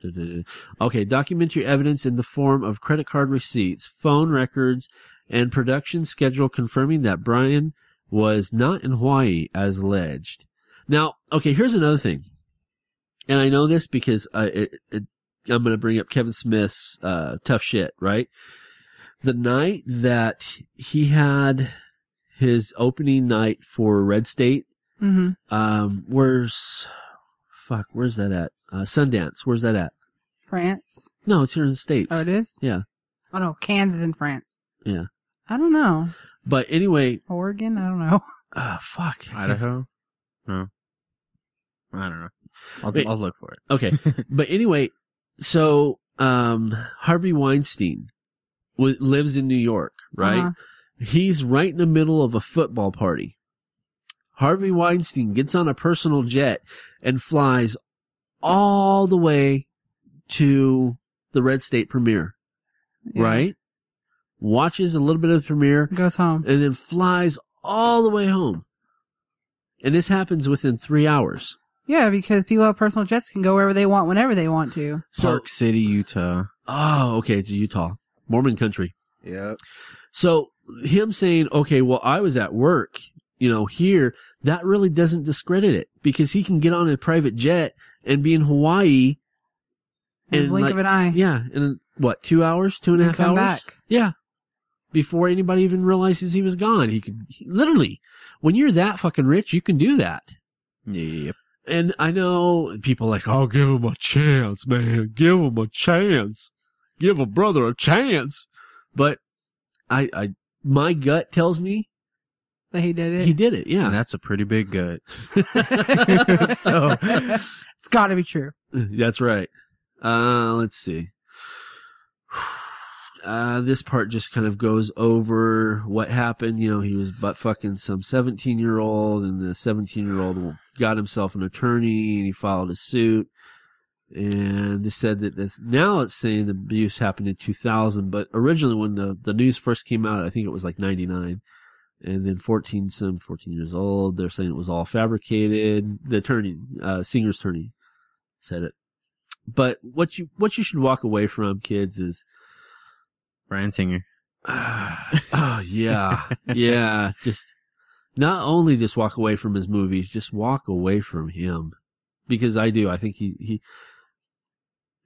S8: Okay, documentary evidence in the form of credit card receipts, phone records, and production schedule confirming that Brian was not in Hawaii as alleged. Now, okay, here's another thing, and I know this because I, it, it, I'm going to bring up Kevin Smith's uh, tough shit. Right, the night that he had his opening night for Red State,
S6: Mm-hmm.
S8: um, where's fuck, where's that at? Uh, Sundance, where's that at?
S6: France.
S8: No, it's here in the states.
S6: Oh, it is.
S8: Yeah,
S6: Oh no, Kansas and France.
S8: yeah.
S6: I don't know.
S8: But anyway,
S6: Oregon. I don't know.
S8: uh, fuck, I can't-
S7: Idaho? No. I don't know. I'll,
S8: Wait.
S7: I'll look for it.
S8: Okay. but anyway, so um Harvey Weinstein w- lives in New York, right?
S6: Uh-huh.
S8: He's right in the middle of a football party. Harvey Weinstein gets on a personal jet and flies all the way to the Red State premiere,
S6: Yeah.
S8: right? Watches a little bit of the premiere
S6: Goes home.
S8: and then flies all the way home. And this happens within three hours.
S6: Yeah, because people have personal jets can go wherever they want, whenever they want to.
S8: So,
S7: Park City, Utah.
S8: oh, okay, it's Utah, Mormon country.
S7: Yep.
S8: So him saying, okay, well, I was at work, you know, here, that really doesn't discredit it because he can get on a private jet and be in Hawaii.
S6: In the
S8: And,
S6: blink
S8: like,
S6: of an eye.
S8: Yeah. In what, two hours, two and a
S6: And
S8: half
S6: come
S8: hours?
S6: back.
S8: Yeah. Before anybody even realizes he was gone. He could he- literally, when you're that fucking rich, you can do that.
S7: Yep.
S8: And I know people like, oh, give him a chance, man. Give him a chance. Give a brother a chance. But I, I, my gut tells me
S6: That he did it.
S8: he did it.
S7: And
S8: Yeah.
S7: that's a pretty big gut.
S8: so
S6: it's got to be true.
S8: that's right. Uh, let's see. Uh, this part just kind of goes over what happened. You know, he was butt fucking some 17 year old and the 17 year old got himself an attorney and he filed a suit. And they said that this, now it's saying the abuse happened in 2000, but originally when the, the news first came out, I think it was like 99. And then 14, some 14 years old, they're saying it was all fabricated. The attorney, uh, singer's attorney said it. But what you what you should walk away from, kids, is
S7: Brian Singer.
S8: oh yeah, yeah. Just not only just walk away from his movies, just walk away from him because I do. I think he he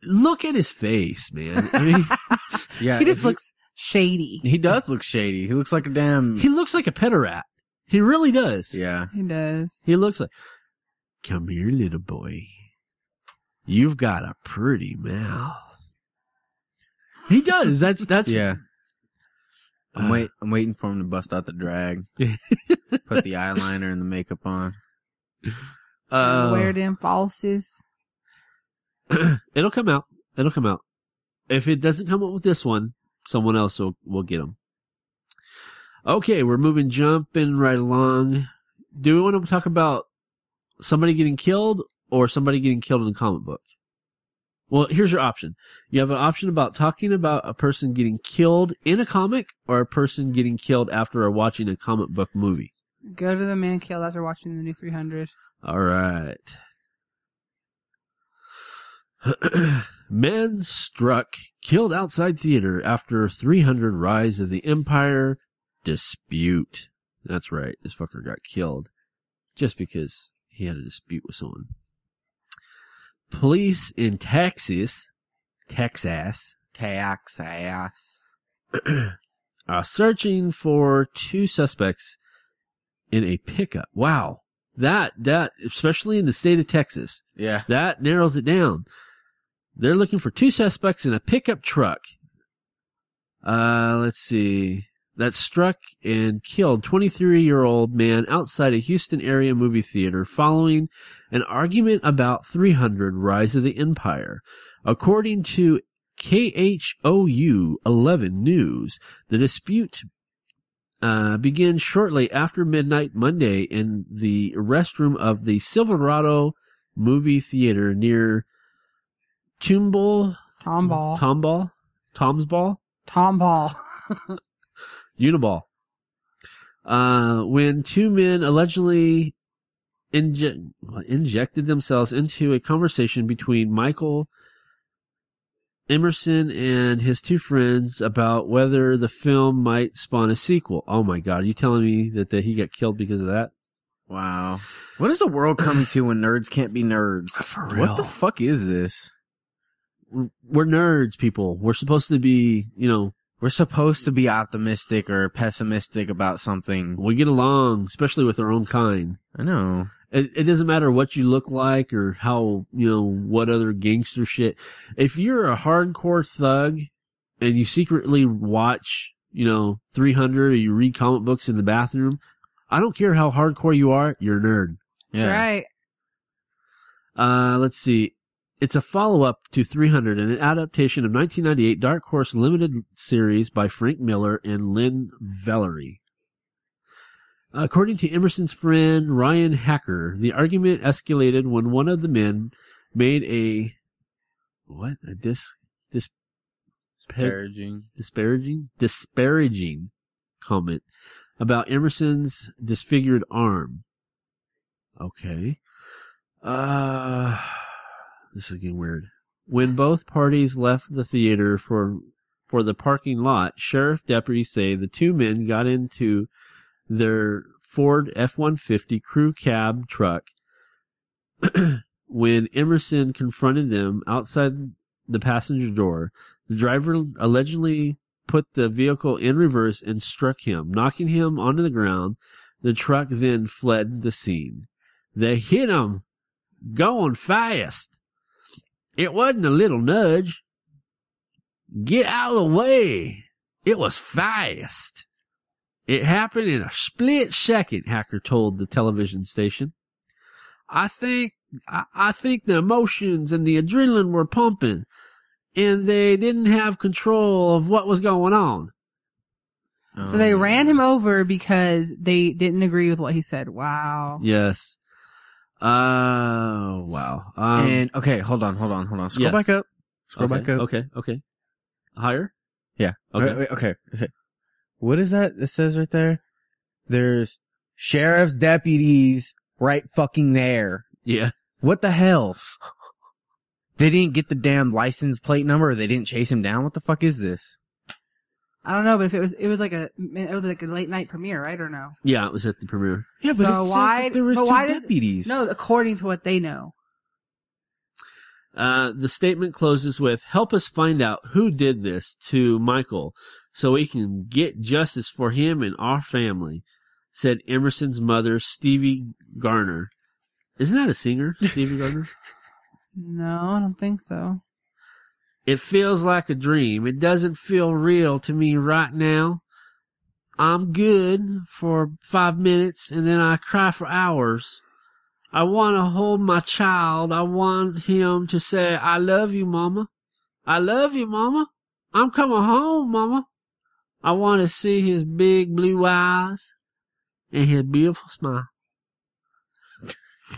S8: look at his face, man. I mean,
S7: Yeah.
S6: he just
S7: if
S6: looks shady.
S7: He does look shady. He looks like a damn.
S8: he looks like a pet rat. He really does.
S7: yeah.
S6: He does.
S8: He looks like, come here, little boy. You've got a pretty mouth. He does. That's that's
S7: Yeah. I'm
S8: Uh,
S7: wait. I'm waiting for him to bust out the drag. Put the eyeliner and the makeup on.
S8: Uh,
S6: Wear them falses.
S8: It'll come out. It'll come out. If it doesn't come out with this one, someone else will, will get them. Okay, we're moving, jumping right along. Do we want to talk about somebody getting killed or somebody getting killed in the comic book? Well, here's your option. You have an option about talking about a person getting killed in a comic or a person getting killed after watching a comic book movie.
S6: Go to the man killed after watching the new 300.
S8: All right. Man struck, killed outside theater after 300 Rise of the Empire dispute. That's right, this fucker got killed just because he had a dispute with someone. Police in Texas, Texas,
S7: Tax ass.
S8: are searching for two suspects in a pickup. Wow. That, that, especially in the state of Texas,
S7: Yeah.
S8: that narrows it down. They're looking for two suspects in a pickup truck Uh, let's see. That struck and killed 23 year old man outside a Houston area movie theater following an argument about 300 Rise of the Empire. According to KHOU 11 News, the dispute uh, began shortly after midnight Monday in the restroom of the Silverado movie theater near Tomball,
S6: Tomball.
S8: Tomball, Tom's Ball,
S6: Tomball.
S8: Uniball. Uh, when two men allegedly inje- well, injected themselves into a conversation between Michael Emerson and his two friends about whether the film might spawn a sequel. Oh my God, are you telling me that, that he got killed because of that?
S7: Wow. What is the world coming to when nerds can't be nerds? For What the
S8: real.
S7: fuck is this?
S8: We're, we're nerds, people. We're supposed to be, you know,
S7: We're supposed to be optimistic or pessimistic about something.
S8: we get along, especially with our own kind.
S7: I know.
S8: It, it doesn't matter what you look like or how, you know, what other gangster shit. If you're a hardcore thug and you secretly watch, you know, 300 or you read comic books in the bathroom, I don't care how hardcore you are, you're a nerd.
S6: That's right.
S8: Uh, let's see. It's a follow-up to 300, an adaptation of 1998 Dark Horse Limited series by Frank Miller and Lynn Valerie. According to Emerson's friend Ryan Hacker, the argument escalated when one of the men made a what a dis dis
S7: Paraging.
S8: disparaging disparaging comment about Emerson's disfigured arm. Okay. Uh this is getting weird. When both parties left the theater for for the parking lot, sheriff deputies say the two men got into their Ford F-150 crew cab truck when Emerson confronted them outside the passenger door. The driver allegedly put the vehicle in reverse and struck him, knocking him onto the ground. The truck then fled the scene. They hit him going fast. It wasn't a little nudge. Get out of the way. It was fast. It happened in a split second, Hacker told the television station. I think, I, I think the emotions and the adrenaline were pumping and they didn't have control of what was going on.
S6: So they
S7: Um,
S6: ran him over because they didn't agree with what he said. Wow.
S8: Yes. Oh, wow. Um,
S7: And okay, hold on, hold on, hold on. Scroll
S8: Yes.
S7: back up. Scroll
S8: okay,
S7: back up.
S8: Okay, okay. Higher?
S7: Yeah.
S8: Okay.
S7: Wait, wait, okay. Okay. What is that? It says right there. There's sheriff's deputies right fucking there.
S8: Yeah.
S7: What the hell? They didn't get the damn license plate number. They didn't chase him down. What the fuck is this?
S6: I don't know, but if it was, it was like a, it was like a late night premiere, right? Or no?
S8: Yeah, it was at the premiere.
S7: Yeah,
S6: but So it says that why- there was but two why does-
S7: deputies.
S6: No, according to what they know.
S8: Uh, the statement closes with, help us find out who did this to Michael so we can get justice for him and our family, said Emerson's mother, Stevie Garner. Isn't that a singer, Stevie Garner?
S6: No, I don't think so.
S8: It feels like a dream. It doesn't feel real to me right now. I'm good for five minutes and then I cry for hours. I want to hold my child. I want him to say, I love you, mama. I love you, mama. I'm coming home, mama. I want to see his big blue eyes and his beautiful smile.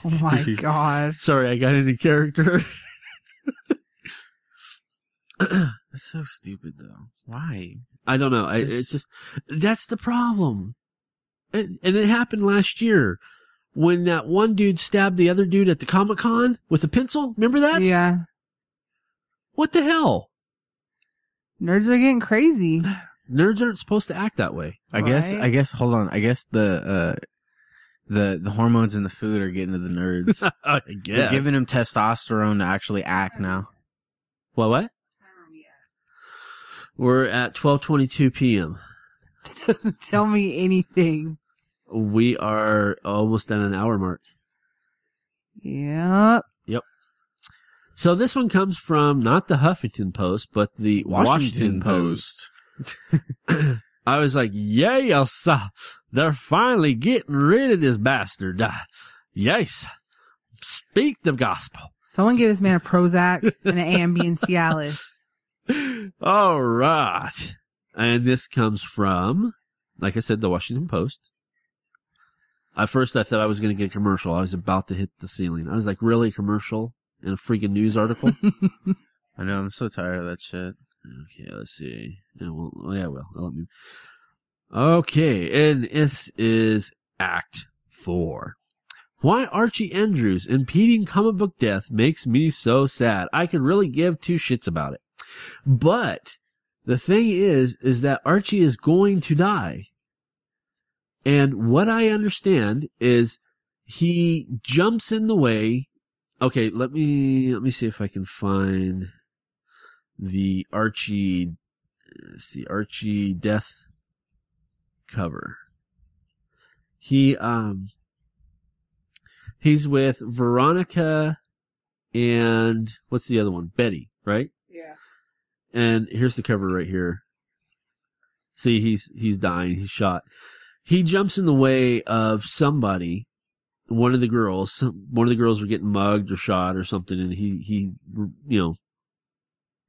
S6: Oh my god.
S8: Sorry, I got into character.
S7: That's so stupid though. Why?
S8: I don't know. I,
S7: It's-
S8: it's just that's the problem, it, and it happened last year when that one dude stabbed the other dude at the Comic Con with a pencil. Remember that?
S6: Yeah.
S8: What the hell?
S6: Nerds are getting crazy.
S8: Nerds aren't supposed to act that way.
S7: I guess.
S6: Right?
S7: I guess. Hold on. I guess the uh, the the hormones in the food are getting to the nerds.
S8: I
S7: They're giving them testosterone to actually act now.
S8: Well, what? We're at twelve twenty-two p.m.
S6: That doesn't tell me anything.
S8: We are almost at an hour mark.
S6: Yep.
S8: So this one comes from not the Huffington Post, but the Washington, Post. I was like, yes, uh, they're finally getting rid of this bastard. Uh, yes, speak the gospel.
S6: Someone give this man a Prozac and an Ambien Cialis.
S8: All right. And this comes from, like I said, the Washington Post. At first, I thought I was going to get a commercial. I was about to hit the ceiling. I was like, really? A commercial in a freaking news article?
S7: I know. I'm so tired of that shit.
S8: Okay, let's see. Yeah, well, oh, yeah, well, let me. Okay, and this is Act Four. Why Archie Andrews impeding comic book death makes me so sad. I could really give two shits about it. But the thing is, is that Archie is going to die. And what I understand is he jumps in the way. Okay, let me, let me see if I can find the Archie, let's see, Archie death cover. He, um, he's with Veronica and what's the other one? Betty, right?
S6: Yeah.
S8: And here's the cover right here. See, he's, he's dying. He's shot. He jumps in the way of somebody, one of the girls, some, one of the girls were getting mugged or shot or something. And he, he, you know,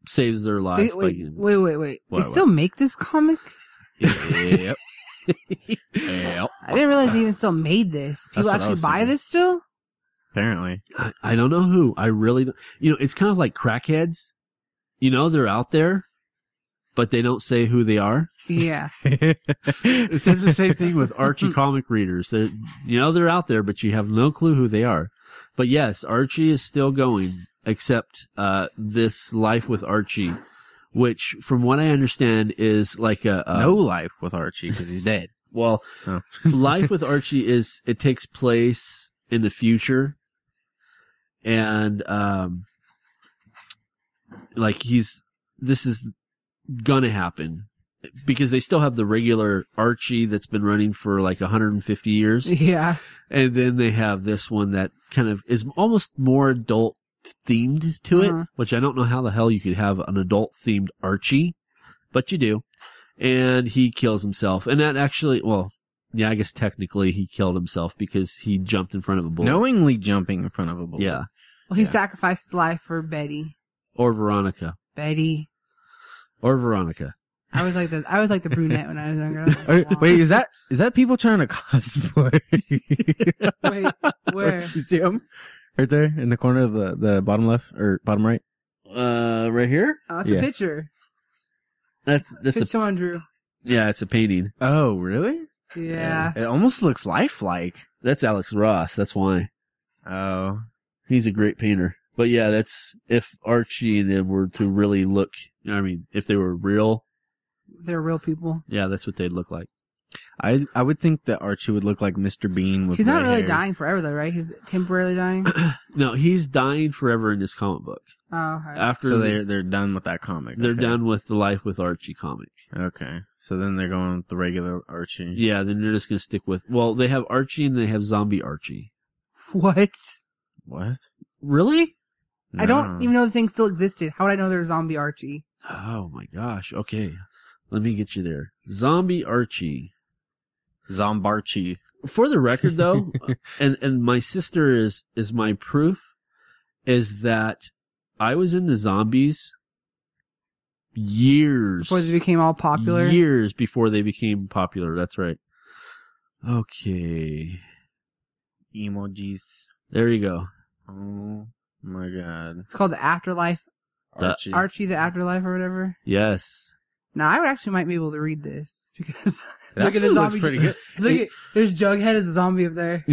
S8: saves their life.
S6: Wait,
S8: by
S6: wait,
S8: getting-
S6: wait, wait, wait.
S8: What,
S6: they still make this comic?
S7: Yep. yep.
S6: I didn't realize they even still made this. People
S8: what I
S6: actually
S8: was
S6: buy
S8: thinking.
S6: this still?
S7: Apparently.
S8: I, I don't know who. I really don't. You know, it's kind of like crackheads. You know, they're out there, but they don't say who they are.
S6: Yeah.
S8: It's the same thing with Archie comic readers. They're, you know, they're out there, but you have no clue who they are. But yes, Archie is still going, except, uh, this life with Archie, which from what I understand is like a, a
S7: no life with Archie because he's dead.
S8: well,
S7: Oh.
S8: life with Archie is it takes place in the future, and um, like he's this is gonna happen because they still have the regular Archie that's been running for like 150 years,
S6: Yeah.
S8: and then they have this one that kind of is almost more adult themed to it,
S6: Uh-huh.
S8: which I don't know how the hell you could have an adult themed Archie, but you do. And he kills himself. And that actually, well, yeah, I guess technically he killed himself because he jumped in front of a bullet.
S7: Knowingly jumping in front of a bullet.
S8: Yeah.
S6: Well, he
S7: Yeah.
S6: sacrificed his life for Betty.
S8: Or Veronica.
S6: Betty.
S8: Or Veronica.
S6: I was like the I was like the brunette when I was younger. I was like,
S7: Are-
S6: "Wow."
S7: Wait, is that is that people trying to cosplay?
S6: Wait, where?
S7: You see them right there in the corner of the, the bottom left or bottom right?
S8: Uh, right here?
S6: Oh, that's
S7: Yeah.
S6: a picture.
S8: That's, that's
S6: Picture
S8: a,
S6: someone drew.
S8: yeah, it's a painting.
S7: Oh, really?
S6: Yeah.
S7: It almost looks lifelike.
S8: That's Alex Ross. That's why.
S7: Oh,
S8: He's a great painter. But yeah, that's if Archie and them were to really look, I mean, if they were real,
S6: They're real people.
S8: yeah, that's what they'd look like.
S7: I I would think that Archie would look like Mr. Bean with.
S6: He's not
S7: red
S6: really
S7: hair.
S6: dying forever though, right? He's temporarily dying.
S8: No, he's dying forever in this comic book.
S6: Oh, okay.
S8: After
S7: So
S8: the-
S7: they're they're done with that comic.
S8: they're
S7: okay.
S8: done with the life with Archie comic.
S7: Okay, so then they're going with the regular Archie.
S8: Yeah, then they're just gonna stick with. Well, they have Archie and they have Zombie Archie.
S6: What?
S7: What?
S8: Really?
S6: I don't
S7: No.
S6: even know the thing still existed. How would I know there was zombie Archie?
S8: Oh my gosh. Okay, let me get you there. Zombie Archie.
S7: Zombarchi.
S8: For the record, though, and and my sister is is my proof is that I was in the zombies years
S6: Before they became all popular.
S8: years before they became popular. That's right. Okay,
S7: Emojis.
S8: there you go.
S7: Oh my god.
S6: It's called the Afterlife.
S8: The
S7: Archie.
S6: Archie the Afterlife or whatever.
S8: Yes.
S6: Now I would actually might be able to read this because
S7: It
S6: look at the
S7: actually looks
S6: zombie.
S7: pretty good.
S6: look at, there's Jughead as a zombie up there.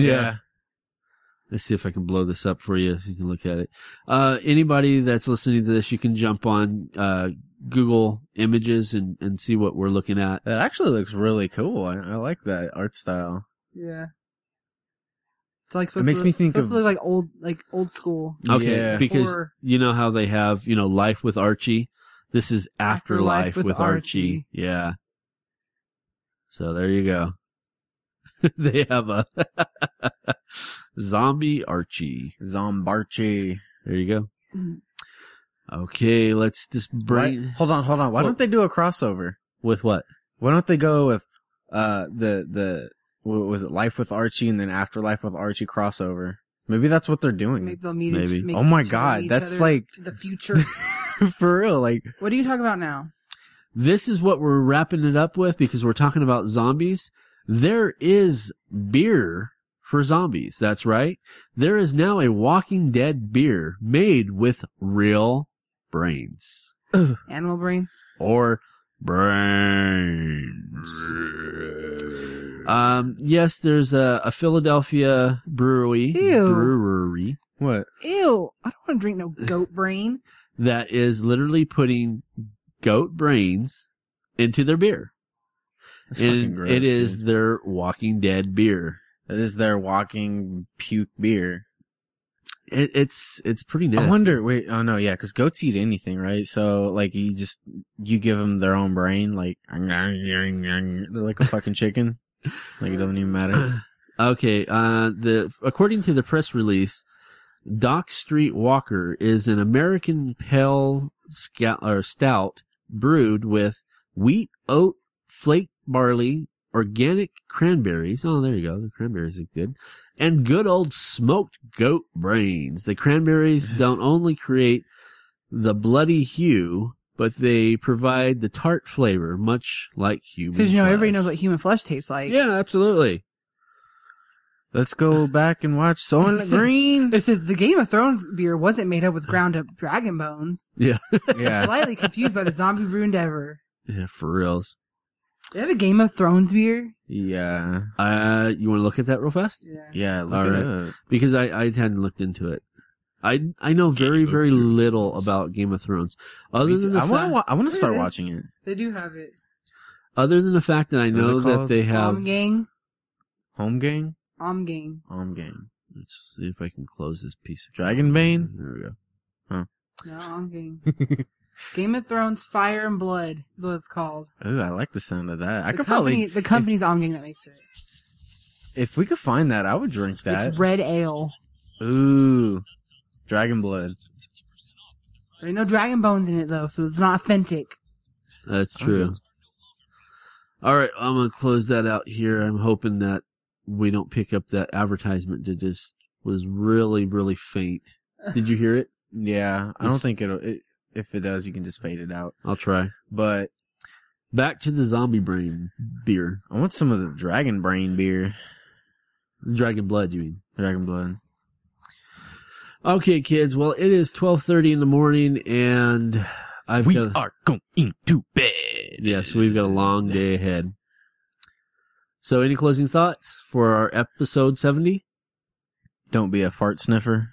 S8: Let's see if I can blow this up for you. If you can look at it. Uh, anybody that's listening to this, you can jump on, uh, Google images and, and see what we're looking at.
S7: That actually looks really cool. I, I like that art style.
S6: Yeah. It's like
S7: It
S6: supposed
S7: makes
S6: to
S7: me
S6: look-
S7: think
S6: supposed to
S7: of-
S6: look like old like old school.
S8: Okay.
S7: Yeah.
S8: Because
S6: Horror.
S8: you know how they have, you know, life with Archie. This is afterlife,
S6: Afterlife
S8: with,
S6: with
S8: Archie.
S6: Archie.
S8: Yeah. So there you go. they have a zombie Archie.
S7: Zombarchi.
S8: There you go.
S6: Mhm.
S8: Okay. Let's just
S7: Right?
S8: bring.
S7: Hold on, hold on. Why
S8: What?
S7: don't they do a crossover?
S8: With what?
S7: Why don't they go with uh the the what was it Life with Archie and then Afterlife with Archie crossover? Maybe that's what they're doing.
S6: Maybe they'll meet. each-
S8: Maybe.
S6: make
S7: oh my
S6: each other
S7: god,
S6: meet
S7: that's
S6: other
S7: like
S6: the future.
S7: for real. Like
S6: what are you talking about now?
S8: This is what we're wrapping it up with because we're talking about zombies. There is beer for zombies. That's right. There is now a Walking Dead beer made with real brains
S6: Animal brains.
S8: or brains. Um, yes, there's a, a Philadelphia brewery
S6: Ew.
S8: brewery
S7: what?
S6: Ew! I don't want to drink no goat brain.
S8: that is literally putting goat brains into their beer.
S7: That's fucking
S8: And
S7: gross,
S8: it is
S7: dude.
S8: their Walking Dead beer.
S7: It is their walking puke beer.
S8: It, it's it's pretty nasty.
S7: I wonder. Wait. Oh no. Yeah. Because goats eat anything, right? So like you just you give them their own brain, like they're like a fucking chicken. Like it doesn't even matter.
S8: okay, uh, the according to the press release, Dock Street Walker is an American pale scout, or stout brewed with wheat, oat, flake barley, organic cranberries. Oh, there you go. The cranberries are good. And good old smoked goat brains. The cranberries don't only create the bloody hue, but they provide the tart flavor, much like human.
S6: Because you know everybody
S8: flesh.
S6: knows what human flesh tastes like.
S8: Yeah, absolutely.
S7: Let's go back and watch Soylent
S6: This is-
S7: Green.
S6: This is the Game of Thrones beer wasn't made up with ground up dragon bones.
S8: Yeah.
S7: Yeah.
S6: Slightly confused by the zombie ruined ever.
S8: Yeah, for reals.
S6: They have a Game of Thrones beer.
S7: Yeah.
S8: Uh, you want to look at that real fast?
S6: Yeah.
S7: Yeah. Look
S8: All
S7: it
S8: right.
S7: up.
S8: Because I, I hadn't looked into it. I, I know very,
S13: Game of
S8: very
S13: Thrones.
S8: little about Game of Thrones. Other than the
S7: I want
S8: fact,
S7: to. Wa- I want to
S6: Here
S7: start
S6: it is.
S7: watching it.
S6: They do have it.
S8: other than the fact that I
S7: What is
S8: know
S7: it
S8: that
S7: called?
S8: they have,
S6: Om gang.
S7: Home game.
S6: Om gang.
S7: Home game.
S8: let's see if I can close this piece. of
S7: Dragon
S13: Mm-hmm.
S7: Bane.
S8: There we go.
S6: No, Om gang. Game of Thrones Fire and Blood is what it's called.
S7: Ooh, I like the sound of that. I
S6: the
S7: could
S6: company,
S7: probably,
S6: the company's Om gang that makes it.
S7: if we could find that, I would drink that.
S6: It's red ale.
S7: Ooh, dragon blood.
S6: There ain't no dragon bones in it though, so it's not authentic.
S8: That's true. All right, I'm gonna close that out here. I'm hoping that we don't pick up that advertisement that just was really, really faint. Did you hear it?
S7: Yeah, I
S8: This-
S7: don't think it'll. It, if it does, you can just fade it out.
S8: I'll try.
S7: But
S8: Back to the zombie brain beer.
S7: I want some of the dragon brain beer,
S8: Dragon blood, you mean?
S7: dragon blood.
S8: Okay, kids. Well, it is twelve thirty in the morning, and I've
S7: we
S8: got
S7: are going to bed.
S8: yes, we've got a long day ahead. So, any closing thoughts for our episode seventy?
S7: Don't be a fart sniffer.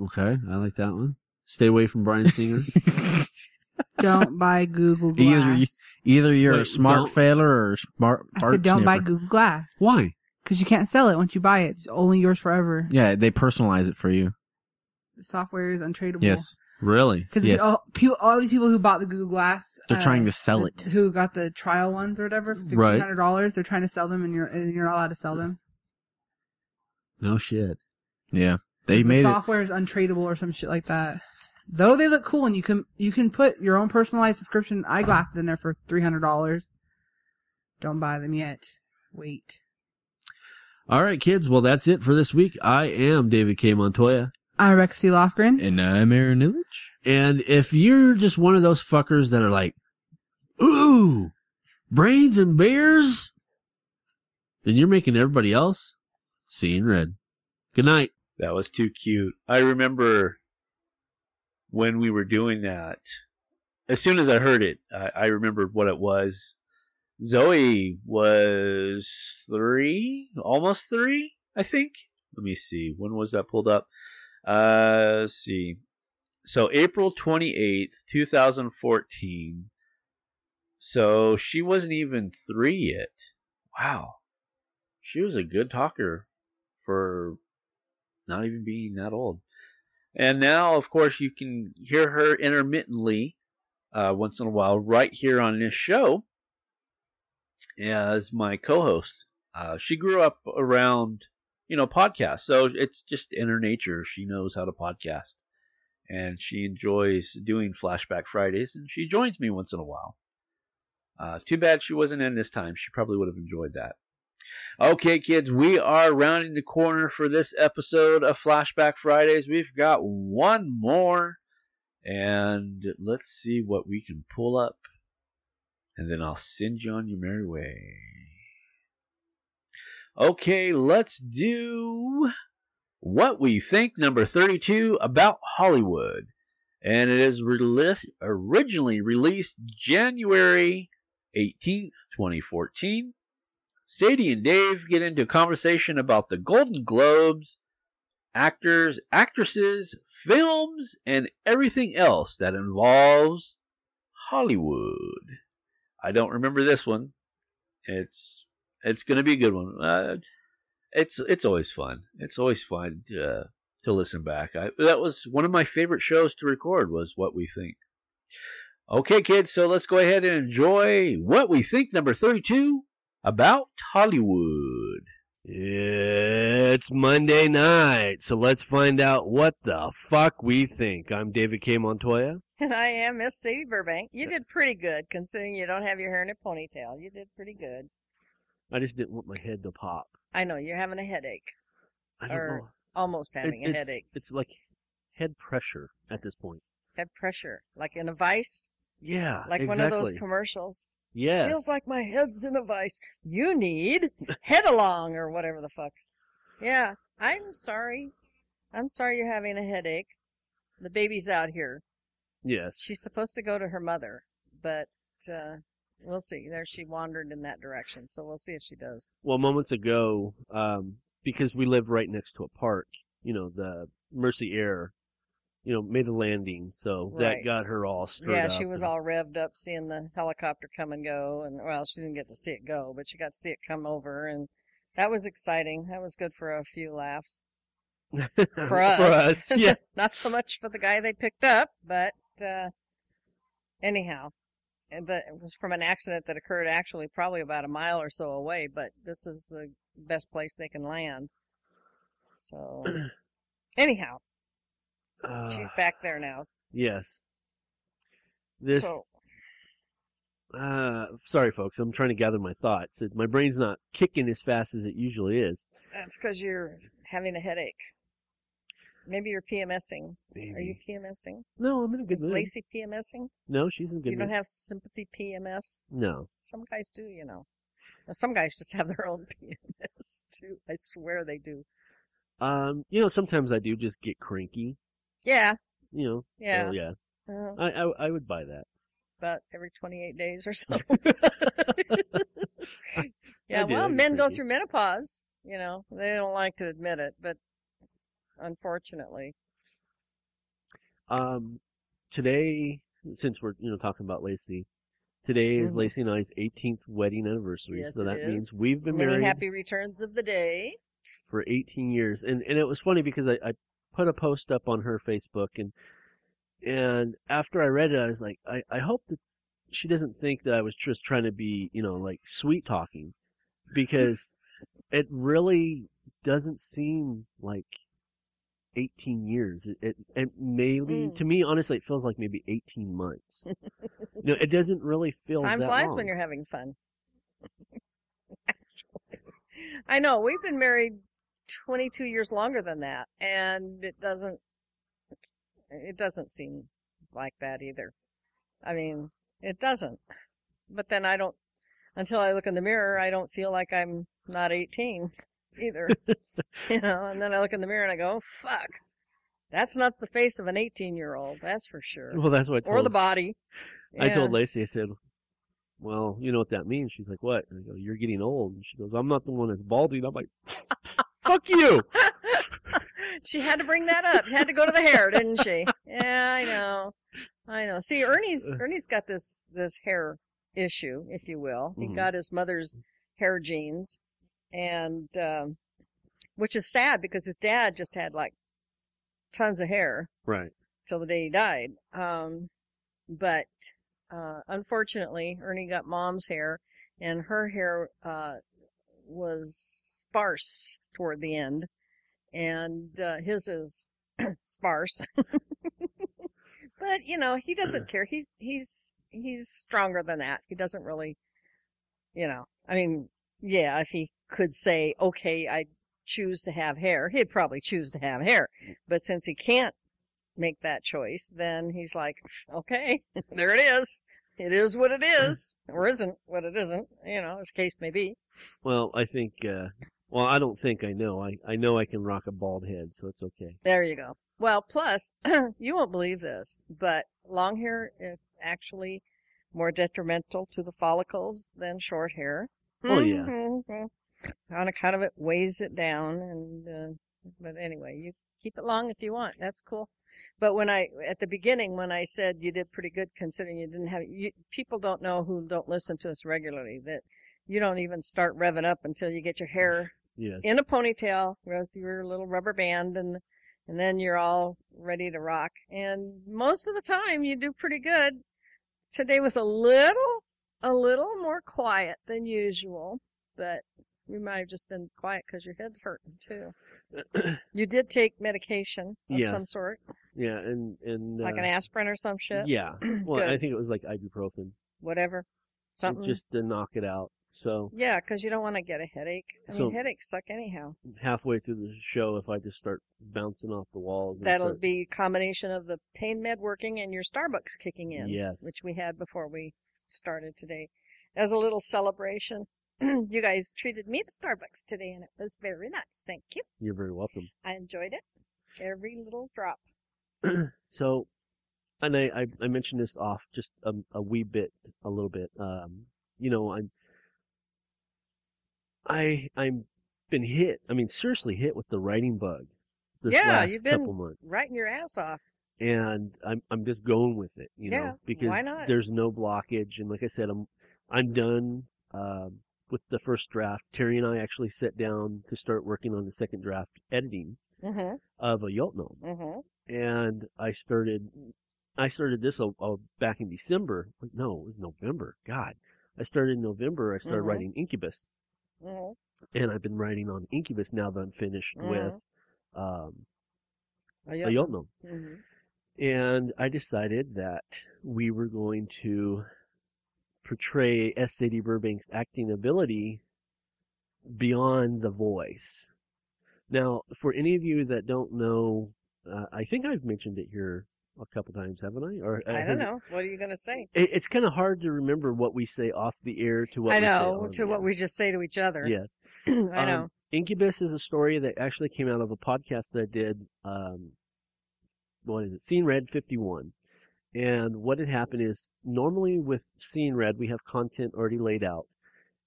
S8: Okay, I like that one. Stay away from Brian Singer.
S6: Don't buy Google
S7: Either
S6: Glass.
S7: you- Either you're a
S8: Wait,
S7: smart
S8: don't-
S7: failure or a smart
S6: I
S7: fart
S6: said don't buy
S7: sniffer.
S6: Google Glass.
S8: Why?
S6: Because you can't sell it once you buy it. It's only yours forever.
S7: Yeah, they personalize it for you.
S6: The software is untradeable.
S7: Yes,
S8: Really?
S6: Because
S7: Yes.
S6: all, people- all these people who bought the Google Glass,
S7: they're
S6: uh,
S7: trying to sell it.
S6: Who got the trial ones or whatever? Fifteen
S8: Right.
S6: hundred dollars. They're trying to sell them, and you're and you're not allowed to sell them.
S8: No shit.
S7: Yeah, they
S6: the
S7: made it.
S6: software is untradeable or some shit like that. Though they look cool, and you can you can put your own personalized subscription eyeglasses in there for three hundred dollars. Don't buy them yet. Wait.
S8: All right, kids. Well, that's it for this week. I am David K. Montoya.
S6: I Rexy Lofgren.
S7: And I'm Aaron Illich.
S8: And if you're just one of those fuckers that are like, ooh, brains and beers, then you're making everybody else see in red. Good night.
S1: That was too cute. I remember when we were doing that. As soon as I heard it, I, I remembered what it was. Zoe was three, almost three, I think. Let me see. When was that pulled up? Uh, let's see. So April 28th, 2014. So she wasn't even three yet. Wow. She was a good talker for not even being that old. And now, of course, you can hear her intermittently uh, once in a while right here on this show as my co host. Uh, she grew up around, you know, podcasts. So it's just in her nature. She knows how to podcast. And she enjoys doing Flashback Fridays. And she joins me once in a while. Uh, too bad she wasn't in this time. She probably would have enjoyed that. Okay, kids, we are rounding the corner for this episode of Flashback Fridays. We've got one more, and let's see what we can pull up, and then I'll send you on your merry way. Okay, let's do what we think number 32 about Hollywood. And it is relis- originally released January 18th, 2014. Sadie and Dave get into a conversation about the Golden Globes, actors, actresses, films, and everything else that involves Hollywood. I don't remember this one. It's it's going to be a good one. Uh, it's it's always fun. It's always fun to, uh, to listen back. I, that was one of my favorite shows to record was What We Think. Okay, kids, so let's go ahead and enjoy What We Think number 32 about Hollywood.
S14: It's Monday night, so let's find out what the fuck we think. I'm David K. Montoya.
S8: And I am Miss Sadie Burbank. You did pretty good considering you don't have your hair in a ponytail. You did pretty good.
S2: I just didn't want my head to pop.
S8: I know you're having a headache.
S2: I don't
S8: or
S2: know.
S8: almost having
S2: It's-
S8: a
S2: it's-
S8: headache.
S2: It's like head pressure at this point.
S8: Head pressure. Like in a vice.
S2: Yeah,
S8: Like one of those
S2: exactly.
S8: commercials.
S2: Yes.
S8: Feels like my head's in a vice. You need head along or whatever the fuck. Yeah. I'm sorry. I'm sorry you're having a headache. The baby's out here.
S14: Yes.
S8: She's supposed to go to her mother, but uh we'll see. There she wandered in that direction, so we'll see if she does.
S14: Well, moments ago, um, because we live right next to a park, you know, the Mercy Air, you know, made the landing, so
S8: Right.
S14: that got her all stirred
S8: yeah,
S14: up.
S8: she was all revved up seeing the helicopter come and go, and well, she didn't get to see it go, but she got to see it come over, and that was exciting. That was good for a few laughs for us.
S14: us, yeah.
S8: Not so much for the guy they picked up, but uh, anyhow, and the, it was from an accident that occurred actually probably about a mile or so away. But this is the best place they can land. So, anyhow,
S14: Uh,
S8: she's back there now.
S14: Yes. This.
S8: So-
S14: Uh, sorry, folks. I'm trying to gather my thoughts. It- My brain's not kicking as fast as it usually is.
S8: That's because you're having a headache. Maybe you're PMSing. Are you
S14: Maybe.
S8: PMSing?
S14: No, I'm in a good
S8: Is
S14: mood.
S8: Lacey PMSing?
S14: No, she's in a good
S8: You don't
S14: mood.
S8: have sympathy PMS?
S14: No.
S8: Some guys do, you know. Now, some guys just have their own PMS too. I swear they do.
S14: Um, you know, sometimes I do just get cranky.
S8: Yeah.
S14: You know.
S8: Yeah.
S14: So, yeah.
S8: Uh,
S14: I, I I would buy that.
S8: about every 28 days or so. yeah,
S14: I do, I
S8: well,
S14: get
S8: men go
S14: cranky.
S8: through menopause. You know, they don't like to admit it, but unfortunately.
S14: Um, today, since we're you know talking about Lacey, today is
S8: Mhm.
S14: Lacey and I's 18th wedding anniversary.
S8: yes,
S14: so that
S8: it
S14: means
S8: is.
S14: we've been
S8: Many
S14: married
S8: happy returns of the day.
S14: for 18 years, and and it was funny because I, I put a post up on her Facebook, and and after I read it, I was like, I I hope that she doesn't think that I was just trying to be you know like sweet talking, because it really doesn't seem like 18 years. It it, it maybe
S8: Mm.
S14: to me honestly it feels like maybe 18 months. no, it doesn't really feel
S8: Time
S14: that
S8: flies
S14: long.
S8: when you're having fun. Actually, I know we've been married 22 years longer than that, and it doesn't it doesn't seem like that either. I mean, it doesn't. But then I don't until I look in the mirror, I don't feel like I'm not 18 either. you know, and then I look in the mirror and I go, "Oh, "Fuck." That's not the face of an 18-year-old, that's for sure.
S14: Well, that's what I
S8: Or the
S14: told-
S8: body.
S14: I told
S8: Yeah.
S14: Lacey, I said, "Well, you know what that means." She's like, "What?" And I go, "You're getting old." And she goes, "I'm not the one that's balding." I'm like, "Fuck you!"
S8: she had to bring that up. She had to go to the hair, didn't she? Yeah, I know. I know. See, Ernie's
S14: Uh.
S8: Ernie's got this this hair issue, if you will. He
S14: Mm-hmm.
S15: Mhm.
S8: got his mother's hair genes, and um, which is sad because his dad just had like tons of hair
S14: Right.
S8: till the day he died. Um, but uh, unfortunately, Ernie got mom's hair, and her hair uh, was sparse toward the end, and uh, his is sparse.
S7: But you know, he doesn't care. He's he's he's stronger than that. He doesn't really, you know. I mean, yeah, if he could say, "Okay, I choose to have hair," he'd probably choose to have hair.
S8: Mm.
S7: But since he can't make that choice, then he's like, "Okay, there it is. It is what it
S8: Mm.
S7: is, or isn't what it isn't." You know, as case may be.
S8: Well, I think. Uh, well, I don't think I know. I, I know I can rock a bald head, so it's okay.
S7: There you go. Well, plus, you won't believe this, but long hair is actually more detrimental to the follicles than short hair.
S8: Oh, yeah.
S7: Mhm. On account of it weighs it down, and uh, but anyway, you keep it long if you want. That's cool. But when I at the beginning when I said you did pretty good considering you didn't have you, people don't know who don't listen to us regularly that you don't even start revving up until you get your hair
S8: Yes.
S7: in a ponytail with your little rubber band and and then you're all ready to rock. And most of the time you do pretty good. Today was a little a little more quiet than usual, but you might have just been quiet because your head's hurting too. you did take medication of some
S8: Yes.
S7: sort,
S8: Yeah, and and
S7: like an
S8: uh,
S7: aspirin or some shit.
S8: Yeah. Well,
S7: Good.
S8: I think it was like ibuprofen.
S7: whatever, something.
S8: Just to knock it out. So
S7: Yeah, because you don't want to get a headache. I
S8: So-
S7: mean, headaches suck anyhow.
S8: halfway through the show, if I just start bouncing off the walls, and
S7: That'll
S8: start-
S7: be a combination of the pain med working and your Starbucks kicking in,
S8: Yes.
S7: which we had before we started today, as a little celebration. you guys treated me to Starbucks today, and it was very nice. Thank you.
S8: You're very welcome.
S7: I enjoyed it, every little drop.
S8: so, and I, I, I mentioned this off just a, a wee bit, a little bit. Um, you know, I'm, I, I'm been hit. I mean, seriously hit with the writing bug. This
S7: yeah,
S8: last
S7: you've been
S8: couple months,
S7: writing your ass off.
S8: and I'm, I'm just going with it. You
S7: Yeah,
S8: know, because
S7: why not?
S8: there's no blockage, and like I said, I'm, I'm done. Um, with the first draft, Terry and I actually sat down to start working on the second draft editing
S7: Mm-hmm.
S8: of a Yelp Gnome
S7: Mm-hmm.
S8: and I started I started this a, a, back in December. No, it was November. God, I started in November. I started
S7: Mhm.
S8: writing Incubus,
S7: Mm-hmm.
S8: and I've been writing on Incubus now that I'm finished with
S7: Mhm.
S8: um,
S7: A
S8: a
S7: Yelp.
S8: Yeltnum.
S7: Oh, Mm-hmm.
S8: And I decided that we were going to portray S. Sadie Burbank's acting ability beyond the voice. Now, for any of you that don't know, uh, I think I've mentioned it here a couple times, haven't I? Or uh,
S7: I don't
S8: has-
S7: know. What are you going to say?
S8: It, it's kind of hard to remember what we say off the air to what
S7: I
S8: we say
S7: know,
S8: on
S7: to
S8: the
S7: what we just say to each other.
S8: air. Yes.
S7: I
S8: Um,
S7: know.
S8: Incubus is a story that actually came out of a podcast that I did. Um, what is it? Scene Red 51. And what had happened is normally with Scene Red, we have content already laid out.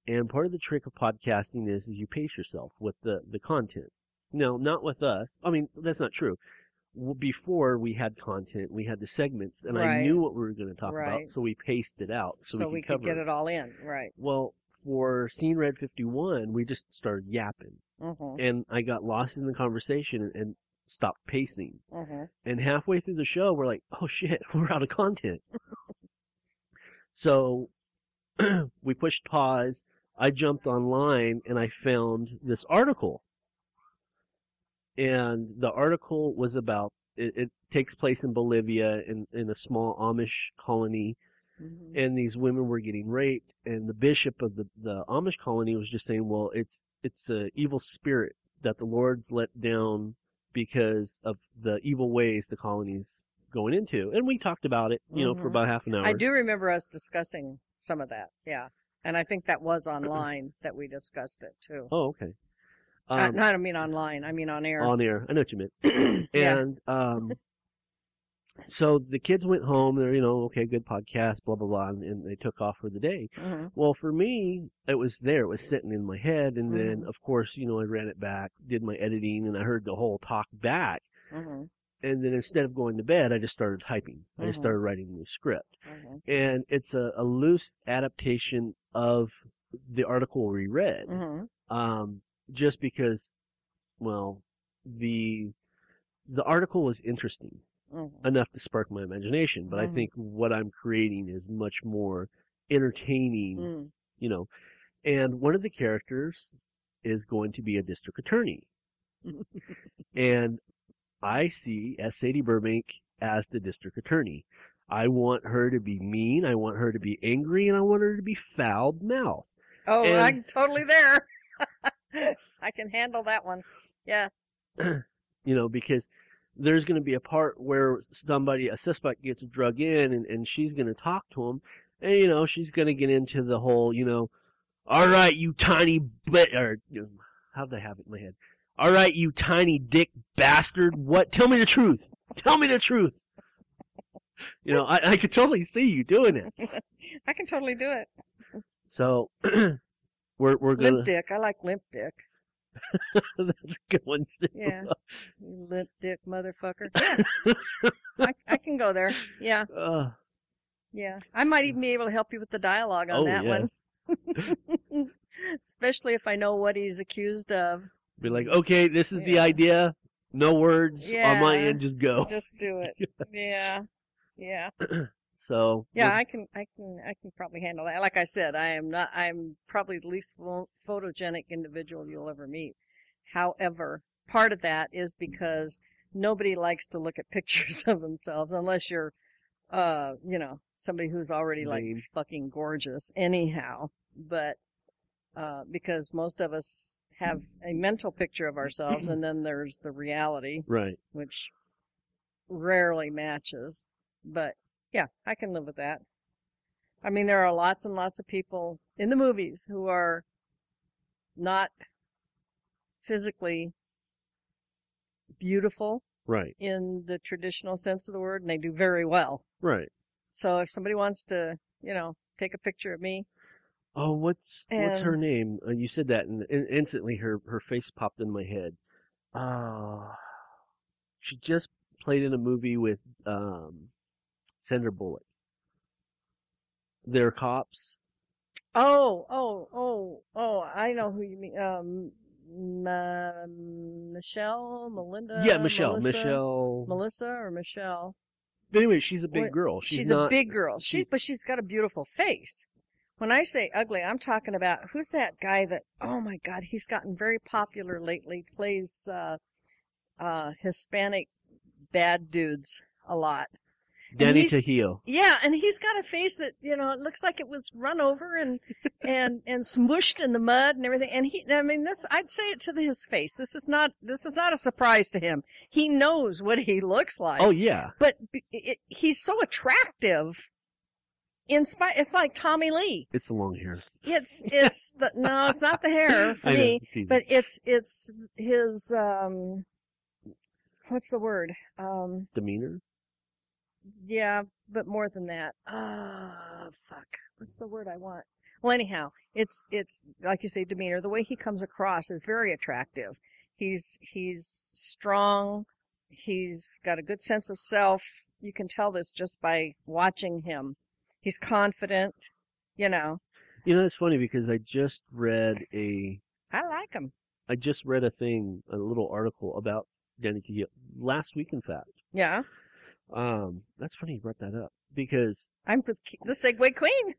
S8: And part of the trick of podcasting is, is you pace yourself with the, the content. No, not with us. I mean, that's not true. W- Before we had content, we had the segments, and I
S7: Right.
S8: knew what we were going to talk about,
S7: Right.
S8: so we paced it out so,
S7: so,
S8: we,
S7: we
S8: could
S7: could get
S8: cover
S7: it all in, right?
S8: Well, for Scene Red 51, we just started yapping
S7: Mm-hmm.
S8: and I got lost in the conversation and, and stopped pacing.
S7: Mm-hmm.
S8: And halfway through the show, we're like, "Oh shit, we're out of content." so we pushed pause. I jumped online and I found this article, and the article was about it, it takes place in Bolivia in in a small Amish colony and these women were getting raped and the bishop of the, the amish colony was just saying well it's it's a evil spirit that the lord's let down because of the evil ways the colony's going into and we talked about it you know for
S7: Mhm.
S8: about half an hour
S7: I do remember us discussing some of that, yeah. And I think that was online that we discussed it too.
S8: oh okay
S7: uh,
S8: Um,
S7: no, I don't mean online. I mean on air.
S8: on air i know what you meant
S7: Yeah.
S8: and um so the kids went home they're you know okay good podcast blah blah blah and, and they took off for the day
S7: Mhm.
S8: Well, for me, it was there. It was sitting in my head. And then,
S7: Mhm.
S8: of course, you know, I ran it back, did my editing, and I heard the whole talk back.
S7: Mhm.
S8: And then instead of going to bed, I just started typing. I just
S7: Mhm.
S8: started writing a new script.
S7: Mhm.
S8: And it's a, a loose adaptation of the article we read.
S7: Mhm.
S8: Um, just because, well, the, the article was interesting
S7: Mhm.
S8: enough to spark my imagination. But I
S7: Mhm.
S8: think what I'm creating is much more entertaining,
S7: Mm.
S8: you know. And one of the characters is going to be a district attorney. and I see S. Sadie Burbank
S14: as the district attorney. I want her to be mean. I want her to be angry, and I want her to be foul mouthed.
S8: Oh,
S14: And-
S8: I'm totally there. I can handle that one. Yeah.
S14: you know, because there's going to be a part where somebody, a suspect gets drug in and, and she's going to talk to him. And, you know, she's going to get into the whole, you know, all right, you tiny bit, or you know, how'd I have it in my head? All right, you tiny dick bastard. What? Tell me the truth. Tell me the truth. You know, I, I could totally see you doing it.
S8: I can totally do it.
S14: So we're, we're going
S8: Limp dick. I like limp dick.
S14: That's a good one. too.
S8: Yeah. you limp dick motherfucker. Yeah. I, I can go there. Yeah.
S14: Uh,
S8: Yeah. I might even be able to help you with the dialogue on
S14: Oh,
S8: that
S14: yes.
S8: one. Especially if I know what he's accused of.
S14: Be like, okay, this is the idea. No words on my
S8: Yeah.
S14: end. Just go.
S8: Just do it. yeah. Yeah.
S14: so
S8: Yeah,
S14: we'll-
S8: I can, I can, I can probably handle that. Like I said, I am not, I'm probably the least pho- photogenic individual you'll ever meet. However, part of that is because nobody likes to look at pictures of themselves unless you're, uh, you know, somebody who's already like
S14: Lame.
S8: fucking gorgeous anyhow. But, uh, because most of us have a mental picture of ourselves and then there's the reality.
S14: Right.
S8: Which rarely matches. But yeah, I can live with that. I mean, there are lots and lots of people in the movies who are not physically beautiful
S14: Right.
S8: in the traditional sense of the word, and they do very well.
S14: Right.
S8: So if somebody wants to, you know, take a picture of me,
S14: Oh, what's what's her
S8: And-
S14: name? Uh, you said that, and, and instantly her her face popped in my head. Ah, she just played in a movie with um, Sandra Bullock. They're cops.
S8: oh, oh, oh, oh, I know who you mean. Um, Ma- Michelle, Melinda.
S14: Yeah, Michelle,
S8: Melissa?
S14: Michelle.
S8: Melissa or Michelle.
S14: But anyway, she's a big
S8: What-
S14: girl. She's,
S8: a
S14: not-
S8: big girl. She's, but she's got a beautiful face. When I say ugly, I'm talking about who's that guy that? Oh my God, he's gotten very popular lately. Plays uh, uh, Hispanic bad dudes a lot. And
S14: Danny
S8: he's-
S14: Trujillo.
S8: Yeah, and he's got a face that you know it looks like it was run over and and and smooshed in the mud and everything. And he, I mean, this I'd say it to his face. This is not this is not a surprise to him. He knows what he looks like.
S14: Oh, yeah.
S8: but b- it, he's so attractive. In spite, it's like Tommy Lee.
S14: It's the long hair.
S8: It's it's the no, it's not the hair for
S14: I know,
S8: me,
S14: it's easy.
S8: but it's it's his um, what's the word? Um,
S14: Demeanor.
S8: yeah, but more than that. Ah, fuck. What's the word I want? Well, anyhow, it's it's like you say, demeanor. The way he comes across is very attractive. He's he's strong. He's got a good sense of self. You can tell this just by watching him. He's confident. You know,
S14: You know, it's funny because I just read a
S8: I like him.
S14: I just read a thing, a little article about Danny Trujillo last week, in fact.
S8: Yeah.
S14: Um, that's funny you brought that up because,
S8: I'm the the Segway Queen.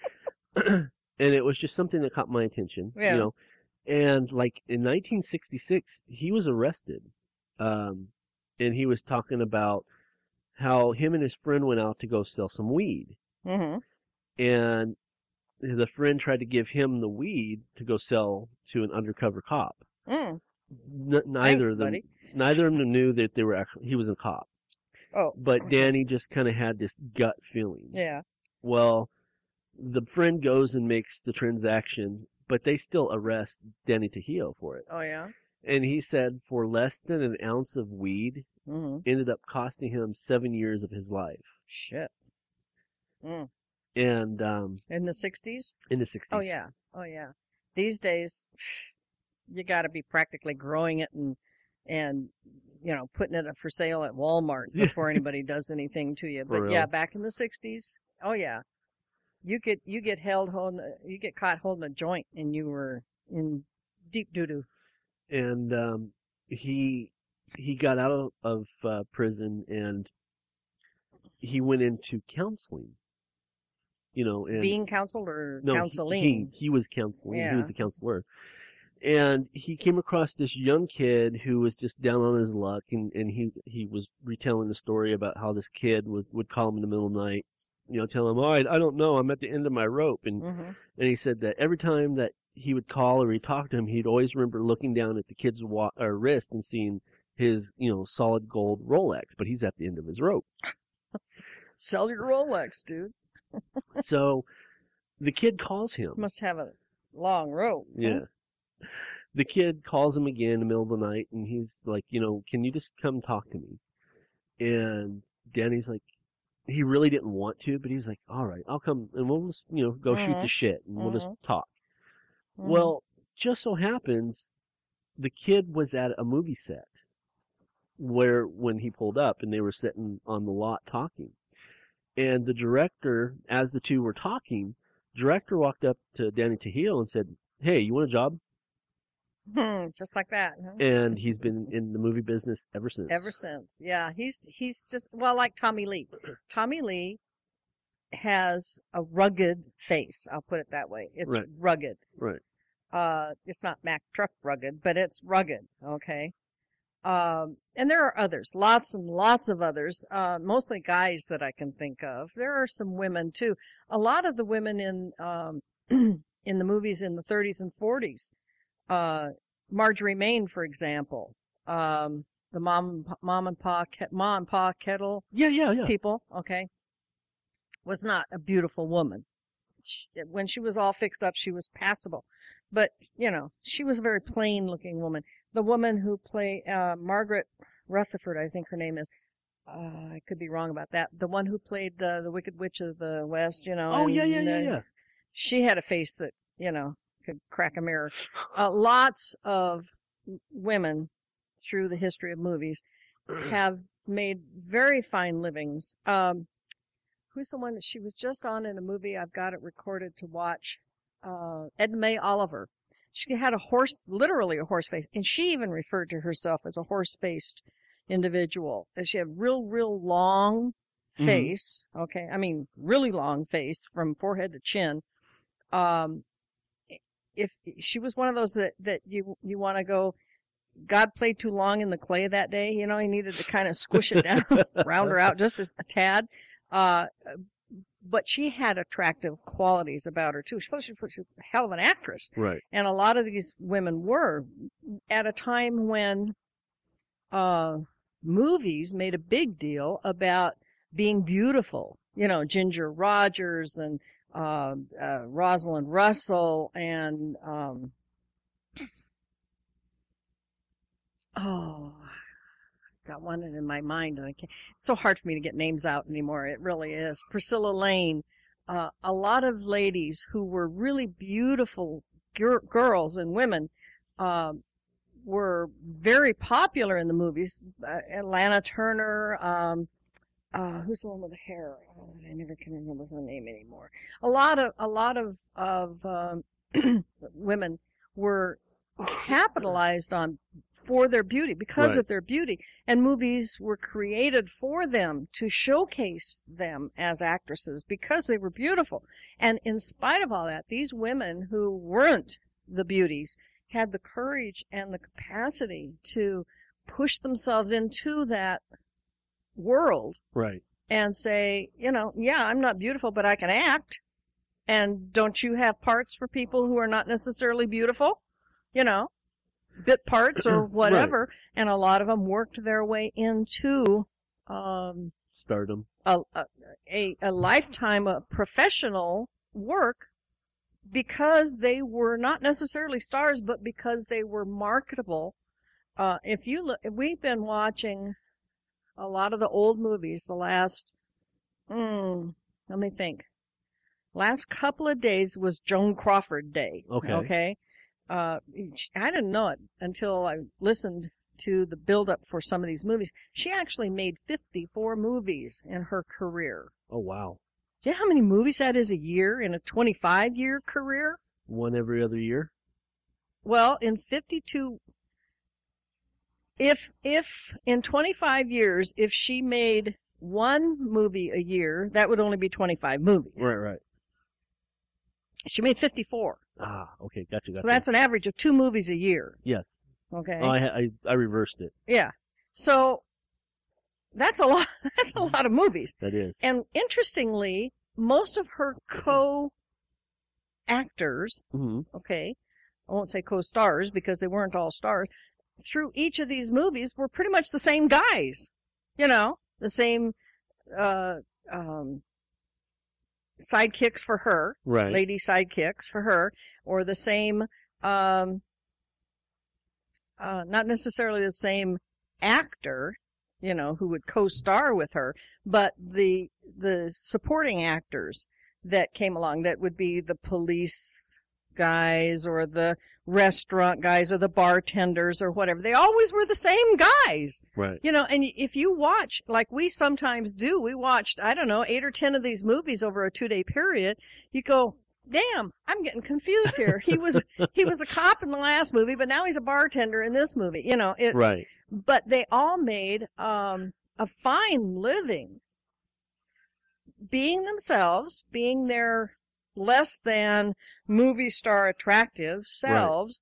S14: and it was just something that caught my attention,
S8: Yeah.
S14: you know, and like in 1966, he was arrested, um, and he was talking about how him and his friend went out to go sell some weed,
S8: Mm-hmm.
S14: and the friend tried to give him the weed to go sell to an undercover cop. N-
S8: Mm.
S14: neither
S8: Thanks,
S14: of them,
S8: buddy.
S14: neither of them knew that they were actually he was a cop.
S8: Oh.
S14: But Danny just kind of had this gut feeling.
S8: Yeah.
S14: Well, the friend goes and makes the transaction, but they still arrest Danny Trujillo for it.
S8: Oh yeah.
S14: And he said for less than an ounce of weed
S8: Mhm.
S14: ended up costing him seven years of his life.
S8: Shit. Mm.
S14: And um,
S8: In the '60s.
S14: in the 60s.
S8: Oh yeah. Oh yeah. These days, you got to be practically growing it and and you know putting it up for sale at Walmart before anybody does anything to you.
S14: For
S8: But yeah,
S14: real.
S8: back in the '60s. Oh yeah. You get you get held holding a- you get caught holding a joint and you were in deep doo doo.
S14: and um, he he got out of, of uh, prison and he went into counseling. You know, and
S8: Being counseled or
S14: no, he-
S8: counseling.
S14: He, he was counseling. He was
S8: Yeah.
S14: the counselor, and he came across this young kid who was just down on his luck and, and he he was retelling the story about how this kid was would call him in the middle of the night you know tell him all right i don't know i'm at the end of my rope and
S8: Mhm.
S14: and he said that every time that he would call or he talked to him he'd always remember looking down at the kid's wa- uh, wrist and seeing his you know solid gold rolex but he's at the end of his rope
S8: Sell your Rolex, dude.
S14: so the kid calls him
S8: Must have a long rope. huh?
S14: Yeah. The kid calls him again in the middle of the night and he's like, you know, can you just come talk to me? And Danny's like, he really didn't want to, but he's like, all right, I'll come and we'll just, you know, go shoot the
S8: Mhm.
S14: shit and we'll just
S8: Mhm.
S14: talk.
S8: Mhm.
S14: Well, just so happens the kid was at a movie set where when he pulled up and they were sitting on the lot talking. And the director, as the two were talking, director walked up to Danny Tahil and said, Hey, you want a job?
S8: Hmm, Just like that. huh?
S14: and he's been in the movie business ever since.
S8: Ever since, yeah, he's he's just well like Tommy Lee. Tommy Lee has a rugged face. I'll put it that way. It's
S14: Right.
S8: rugged.
S14: Right.
S8: Uh, it's not Mack Truck rugged, but it's rugged. Okay. Um, and there are others, lots and lots of others, uh, mostly guys that I can think of. There are some women too. A lot of the women in, um, in the movies in the 30s and 40s, uh, Marjorie Main, for example, um, the mom, and pa- mom and pa, ke- ma and pa kettle.
S14: Yeah, yeah, yeah.
S8: People, okay, was not a beautiful woman. She, when she was all fixed up, she was passable, but you know, she was a very plain looking woman. The woman who play uh, Margaret Rutherford, I think her name is. Uh, I could be wrong about that. The one who played the the Wicked Witch of the West, you know.
S14: Oh, yeah,
S8: and,
S14: yeah, yeah,
S8: uh,
S14: yeah.
S8: She had a face that you know could crack a mirror. Uh, lots of w- women through the history of movies have made very fine livings. Um, who's the one that she was just on in a movie? I've got it recorded to watch. Uh, Edna Mae Oliver. She had a horse, literally a horse face, and she even referred to herself as a horse faced individual. And she had a real, real long
S16: Mhm.
S8: face. Okay. I mean, really long face from forehead to chin. Um, if she was one of those that, that you, you want to go, God played too long in the clay that day. You know, he needed to kind of squish it down, round her out just a, a tad. Uh, but she had attractive qualities about her too. She was, she was a hell of an actress.
S14: Right.
S8: And a lot of these women were at a time when uh, movies made a big deal about being beautiful. You know, Ginger Rogers and uh, uh, Rosalind Russell and um, oh, I've got one in my mind, and I can't. It's so hard for me to get names out anymore. It really is. Priscilla Lane. Uh, a lot of ladies who were really beautiful gir- girls and women um were very popular in the movies. Uh, Atlanta Turner, um, uh, who's the one with the hair? Oh, I never can remember her name anymore. A lot of a lot of of um, women were capitalized on for their beauty because
S16: Right.
S8: of their beauty, and movies were created for them to showcase them as actresses because they were beautiful. And in spite of all that, these women who weren't the beauties had the courage and the capacity to push themselves into that world
S14: Right.
S8: and say, you know, yeah, I'm not beautiful, but I can act. And don't you have parts for people who are not necessarily beautiful? You know, bit parts or
S14: Right.
S8: whatever. And a lot of them worked their way into, um,
S14: Stardom.
S8: a, a- a, a lifetime of professional work because they were not necessarily stars, but because they were marketable. Uh, if you look, we've been watching a lot of the old movies the last, mm, let me think. Last couple of days was Joan Crawford Day.
S16: Okay.
S8: Okay. Uh, sh- I didn't know it until I listened to the buildup for some of these movies. She actually made 54 movies in her career.
S14: Oh wow.
S8: Do you know how many movies that is a year in a 25 year career?
S14: One every other year.
S8: Well, in 52, if, if in 25 years, if she made one movie a year, that would only be 25 movies.
S14: Right, right.
S8: She made 54.
S14: Ah, okay, gotcha. gotcha.
S8: So that's an average of two movies a year.
S14: yes.
S8: Okay.
S14: Oh, I, ha- I I reversed it.
S8: Yeah. So that's a lot. That's a lot of movies.
S14: Mm-hmm. That is.
S8: And interestingly, most of her co-actors,
S14: hmm
S8: okay, I won't say co-stars because they weren't all stars. Through each of these movies, were pretty much the same guys. You know, the same uh, um, sidekicks for her,
S16: Right.
S8: Lady sidekicks for her, or the same. Um, uh, not necessarily the same actor, you know, who would co-star with her, but the the supporting actors that came along that would be the police guys or the restaurant guys or the bartenders or whatever. They always were the same guys.
S14: Right.
S8: You know, and if you watch, like we sometimes do, we watched, I don't know, eight or 10 of these movies over a two day period. You go, damn, I'm getting confused here. He was, he was a cop in the last movie, but now he's a bartender in this movie. You know, it,
S14: Right.
S8: but they all made, um, a fine living being themselves, being their less than movie star attractive selves,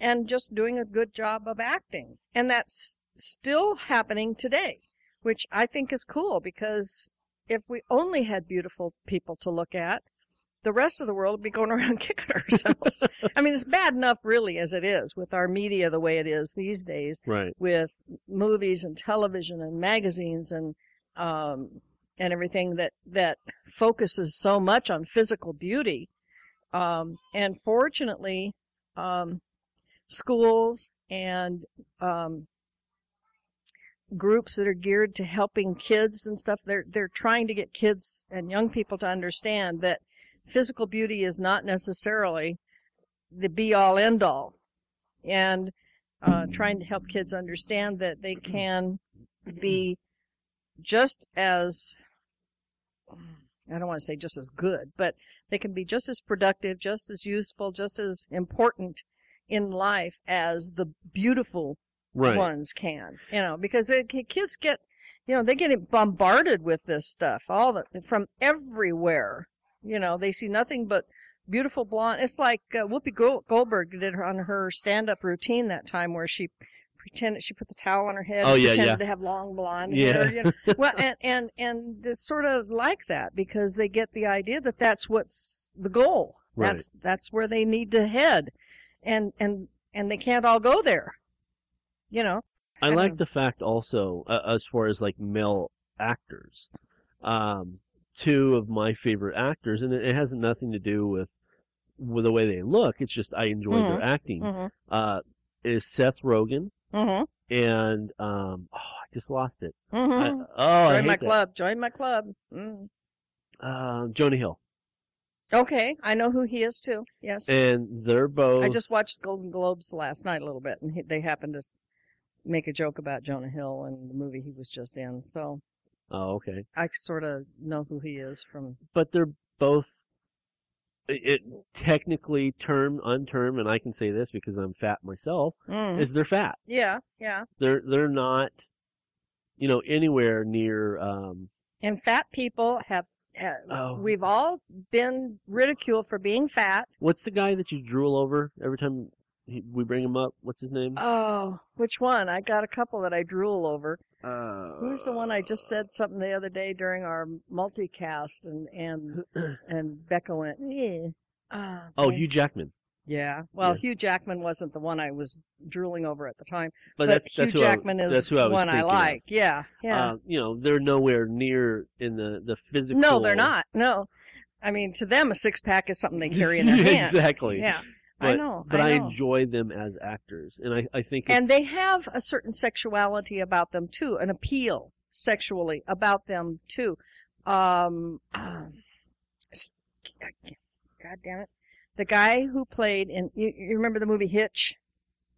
S8: and just doing a good job of acting. And that's still happening today, which I think is cool because if we only had beautiful people to look at, the rest of the world would be going around kicking ourselves. I mean, it's bad enough, really, as it is with our media the way it is these days
S14: Right.
S8: with movies and television and magazines and um, and everything that that focuses so much on physical beauty. Um, and fortunately, um, schools and um, groups that are geared to helping kids and stuff they're they're trying to get kids and young people to understand that physical beauty is not necessarily the be all end all and uh, trying to help kids understand that they can be just as I don't want to say just as good, but they can be just as productive, just as useful, just as important in life as the beautiful
S16: Right.
S8: ones can. You know, because it, ki- kids get, you know, they get bombarded with this stuff all the from everywhere. You know, they see nothing but beautiful blonde. It's like uh, Whoopi Gol- Goldberg did on her stand-up routine that time where she pretended she put the towel on her head.
S16: Oh,
S8: and
S16: yeah,
S8: pretended
S16: yeah.
S8: to have long blonde
S16: Yeah.
S8: hair. You know? well, and and and it's sort of like that because they get the idea that that's what's the goal.
S16: Right.
S8: That's that's where they need to head, and and and they can't all go there. You know,
S14: I like the fact also, uh, as far as like male actors, um, two of my favorite actors, and it, it has nothing to do with with the way they look. It's just I enjoy their
S8: Mhm.
S14: acting.
S8: Mhm.
S14: Uh, is Seth Rogen
S8: Mhm.
S14: and um, oh, I just lost it. I,
S8: Mhm.
S14: oh,
S8: join
S14: I hate
S8: my
S14: that.
S8: club. Join my club. Mm.
S14: Um, Jonah Hill,
S8: Okay, I know who he is too. Yes,
S14: and they're both.
S8: I just watched Golden Globes last night a little bit, and he, they happened to s- make a joke about Jonah Hill and the movie he was just in. So
S14: Oh, okay.
S8: I sort of know who he is from.
S14: but they're both it, it technically term unterm and I can say this because I'm fat myself
S8: Mm.
S14: is they're fat
S8: Yeah, yeah.
S14: they're they're not you know anywhere near um Oh.
S8: And fat people have. have We've all been ridiculed for being fat.
S14: what's the guy that you drool over every time he, we bring him up what's his name
S8: Oh, which one? I got a couple that I drool over.
S14: uh,
S8: Who's the one I just said something the other day during our multicast, and and and Becca went, eh. Ah,
S14: oh
S8: okay.
S14: Hugh Jackman
S8: Yeah. Well,
S14: Yeah.
S8: Hugh Jackman wasn't the one I was drooling over at the time,
S14: But
S8: but,
S14: that's-
S8: Hugh
S14: that's who I-
S8: Jackman is
S14: that's who I was
S8: one I
S14: thinking of.
S8: like. Yeah, yeah.
S14: uh, you know they're nowhere near in the the physical
S8: no, they're not. No, I mean to them a six pack is something they carry in their
S14: Yeah,
S8: hand.
S14: exactly
S8: Yeah,
S14: but,
S8: I know.
S14: but I,
S8: I know.
S14: enjoy them as actors and I I think it's,
S8: and they have a certain sexuality about them too, an appeal sexually about them too. Um, um, s- I can't- God damn it, the guy who played in you, you remember the movie Hitch?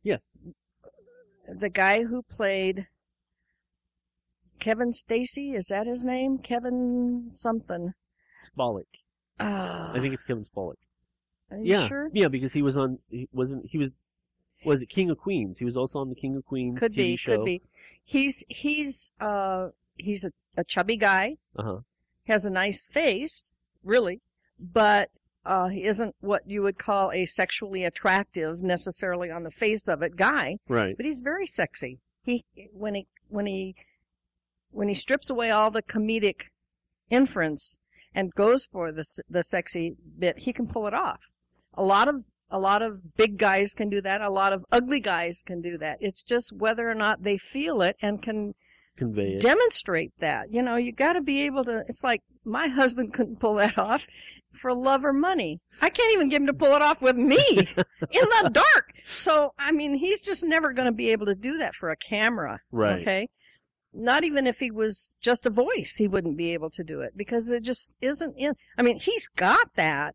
S14: Yes.
S8: The guy who played Kevin Stacy is that his name? Kevin something.
S14: Spollick
S8: Ah.
S14: I think it's Kevin Spollick
S8: Are you
S14: yeah,
S8: sure?
S14: yeah, because he was on. He wasn't. He was. Was it King of Queens? He was also on the King of Queens
S8: Could
S14: TV
S8: be,
S14: show.
S8: could be. He's he's uh he's a, a chubby guy.
S14: Uh huh.
S8: has a nice face, really, but uh, he isn't what you would call a sexually attractive necessarily on the face of it guy.
S14: Right.
S8: But he's very sexy. He when he when he when he strips away all the comedic inference and goes for the s- the sexy bit, he can pull it off. A lot of a lot of big guys can do that. A lot of ugly guys can do that. It's just whether or not they feel it and can
S14: Convey it.
S8: demonstrate that. You know, you got to be able to. It's like my husband couldn't pull that off for love or money. I can't even get him to pull it off with me in the dark. So, I mean, he's just never going to be able to do that for a camera.
S14: Right.
S8: Okay. Not even if he was just a voice, he wouldn't be able to do it because it just isn't in. I mean, he's got that,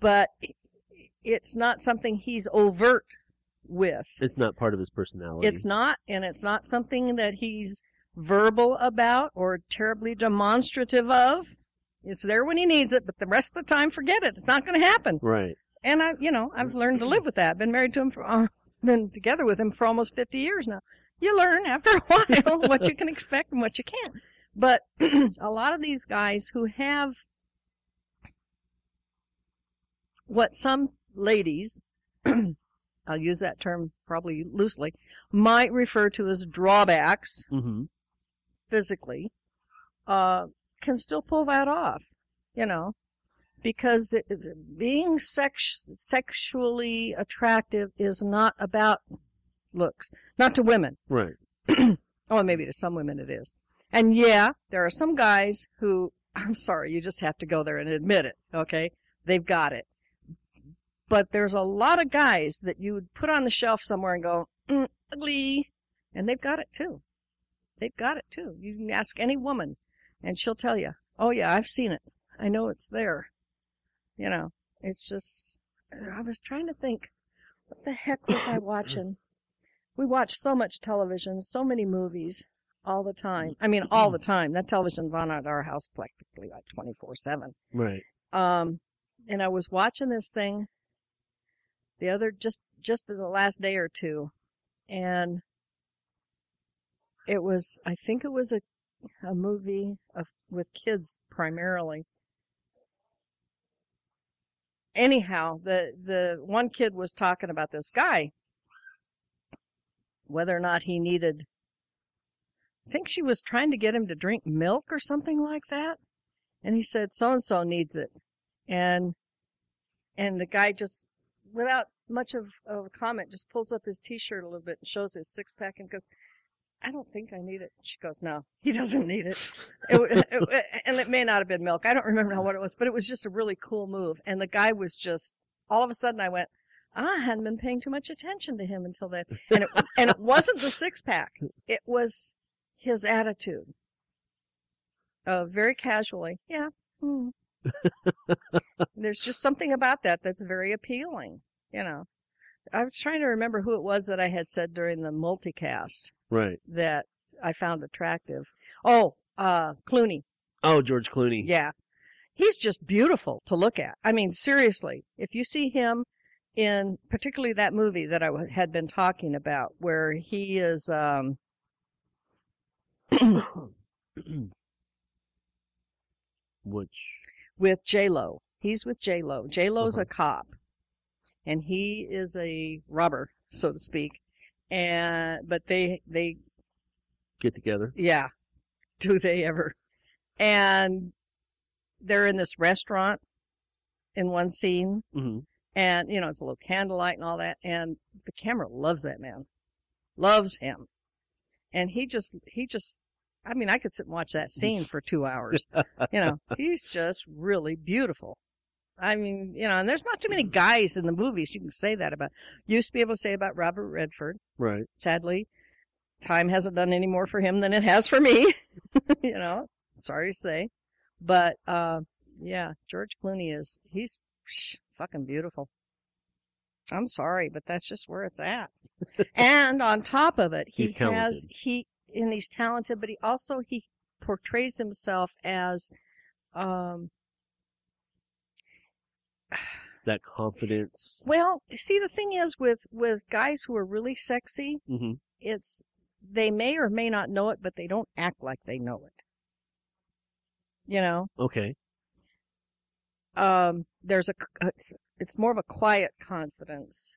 S8: but it's not something he's overt with.
S14: It's not part of his personality.
S8: It's not, and it's not something that he's verbal about or terribly demonstrative of. It's there when he needs it, but the rest of the time, forget it. It's not going to happen.
S14: Right.
S8: And I, you know, I've learned to live with that. Been married to him for, uh, been together with him for almost 50 years now. You learn after a while what you can expect and what you can't. But a lot of these guys who have what some ladies, I'll use that term probably loosely, might refer to as drawbacks
S14: Mm-hmm.
S8: physically, uh, can still pull that off, you know, because the, is- being sex, sexually attractive is not about looks, not to women.
S14: Right.
S8: Oh, maybe to some women it is. And yeah, there are some guys who, I'm sorry, you just have to go there and admit it, okay? They've got it. But there's a lot of guys that you would put on the shelf somewhere and go, mm, ugly. And they've got it too. They've got it too. You can ask any woman and she'll tell you, oh yeah, I've seen it. I know it's there. You know, it's just, I was trying to think, what the heck was I watching? We watch so much television, so many movies all the time. I mean, all the time. That television's on at our house practically like 24 7.
S14: Right.
S8: Um, and I was watching this thing the other just just the last day or two, and it was I think it was a a movie of with kids primarily. Anyhow, the the one kid was talking about this guy, whether or not he needed. I think she was trying to get him to drink milk or something like that, and he said so and so needs it, and and the guy just without much of, of a comment just pulls up his t-shirt a little bit and shows his six-pack and goes i don't think i need it she goes no he doesn't need it, it, wa- it wa- and it may not have been milk i don't remember now what it was but it was just a really cool move and the guy was just all of a sudden i went "Ah, i hadn't been paying too much attention to him until then and it, and it wasn't the six-pack it was his attitude uh, very casually yeah mm, there's just something about that that's very appealing you know i was trying to remember who it was that i had said during the multicast
S14: Right.
S8: that i found attractive oh uh clooney
S14: Oh, George Clooney.
S8: yeah he's just beautiful to look at i mean seriously if you see him in particularly that movie that i w- had been talking about where he is um
S14: Which
S8: with J Lo. He's with J Lo. J Lo's
S14: Uh-huh.
S8: a cop, and he is a robber, so to speak. And but they they
S14: get together.
S8: yeah, do they ever? And they're in this restaurant in one scene,
S14: Mm-hmm.
S8: and you know it's a little candlelight and all that, and the camera loves that man, loves him, and he just he just. I mean, I could sit and watch that scene for two hours. you know, he's just really beautiful. I mean, you know, and there's not too
S14: Mm.
S8: many guys in the movies you can say that about. Used to be able to say about Robert Redford.
S14: Right.
S8: Sadly, time hasn't done any more for him than it has for me. you know, sorry to say, but uh, yeah, George Clooney is he's psh, fucking beautiful. I'm sorry, but that's just where it's at. and on top of it, he
S14: He's talented.
S8: has he and he's talented, but he also he portrays himself as um
S14: That confidence.
S8: well, see the thing is with with guys who are really sexy,
S14: Mm-hmm.
S8: it's they may or may not know it, but they don't act like they know it. You know,
S14: Okay.
S8: um, there's a c- it's, it's more of a quiet confidence.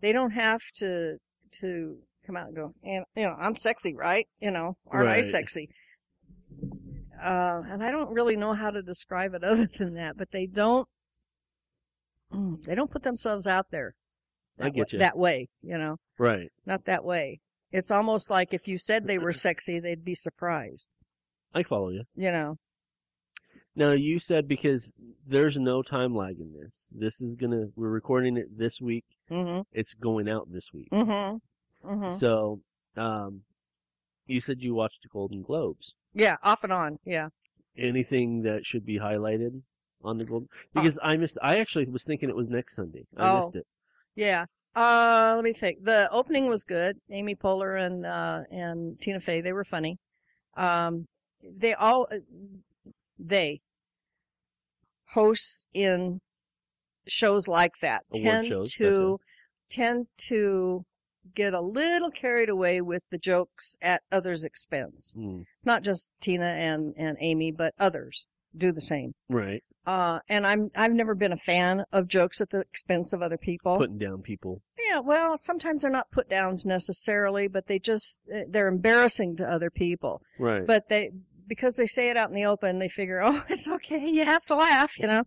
S8: They don't have to to come out and go and you know I'm sexy, right? You know, aren't I
S16: Right.
S8: sexy? Uh, and I don't really know how to describe it other than that, but they don't mm, they don't put themselves out there.
S14: I
S8: That
S14: get
S8: wa-
S14: you.
S8: that way, you know,
S14: Right.
S8: not that way. It's almost like if you said they were sexy, they'd be surprised,
S14: I follow you.
S8: you know.
S14: Now you said because there's no time lag in this. This is gonna we're recording it this week.
S8: Mhm.
S14: It's going out this week.
S8: Mm-hmm. Mm-hmm.
S14: So, um, you said you watched the Golden Globes.
S8: yeah, off and on. Yeah.
S14: Anything that should be highlighted on the Golden? Because I missed. I actually was thinking it was next Sunday. I
S8: Oh.
S14: missed it.
S8: Yeah. Uh, let me think. The opening was good. Amy Poehler and uh, and Tina Fey, they were funny. Um, they all uh, they hosts in shows like that
S16: Award
S8: tend
S16: shows,
S8: to tend to get a little carried away with the jokes at others' expense.
S14: Mm.
S8: It's not just Tina and and Amy, but others do the same.
S14: Right.
S8: Uh, and I'm I've never been a fan of jokes at the expense of other people.
S14: Putting down people.
S8: Yeah, well, sometimes they're not put downs necessarily, but they just they're embarrassing to other people.
S14: Right.
S8: But they because they say it out in the open, they figure, "Oh, it's okay. You have to laugh," you know.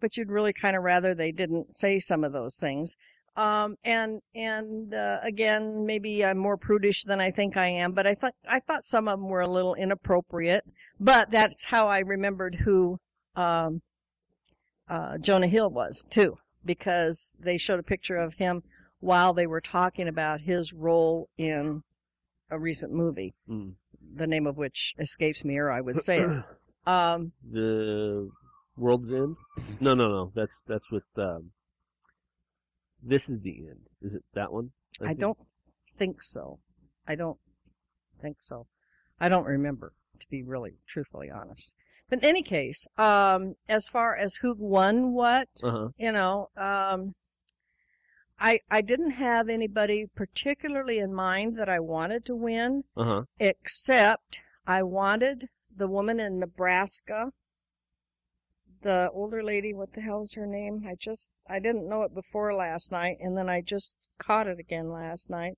S8: But you'd really kind of rather they didn't say some of those things. Um and and uh, again, maybe I'm more prudish than I think I am, but I thought I thought some of them were a little inappropriate, but that's how I remembered who um uh, Jonah Hill was too, because they showed a picture of him while they were talking about his role in a recent movie,
S14: Mm.
S8: the name of which escapes me, or I would say it. Um,
S14: The World's End. No, no, no. That's that's with. Um, this is the end. Is it that one?
S8: I,
S14: think?
S8: don't think so. I don't think so. I don't remember, to be really truthfully honest. But in any case, um, as far as who won what,
S14: Uh-huh.
S8: you know, um, I I didn't have anybody particularly in mind that I wanted to win,
S14: Uh huh.
S8: except I wanted the woman in Nebraska, the older lady. What the hell's her name? I just I didn't know it before last night, and then I just caught it again last night.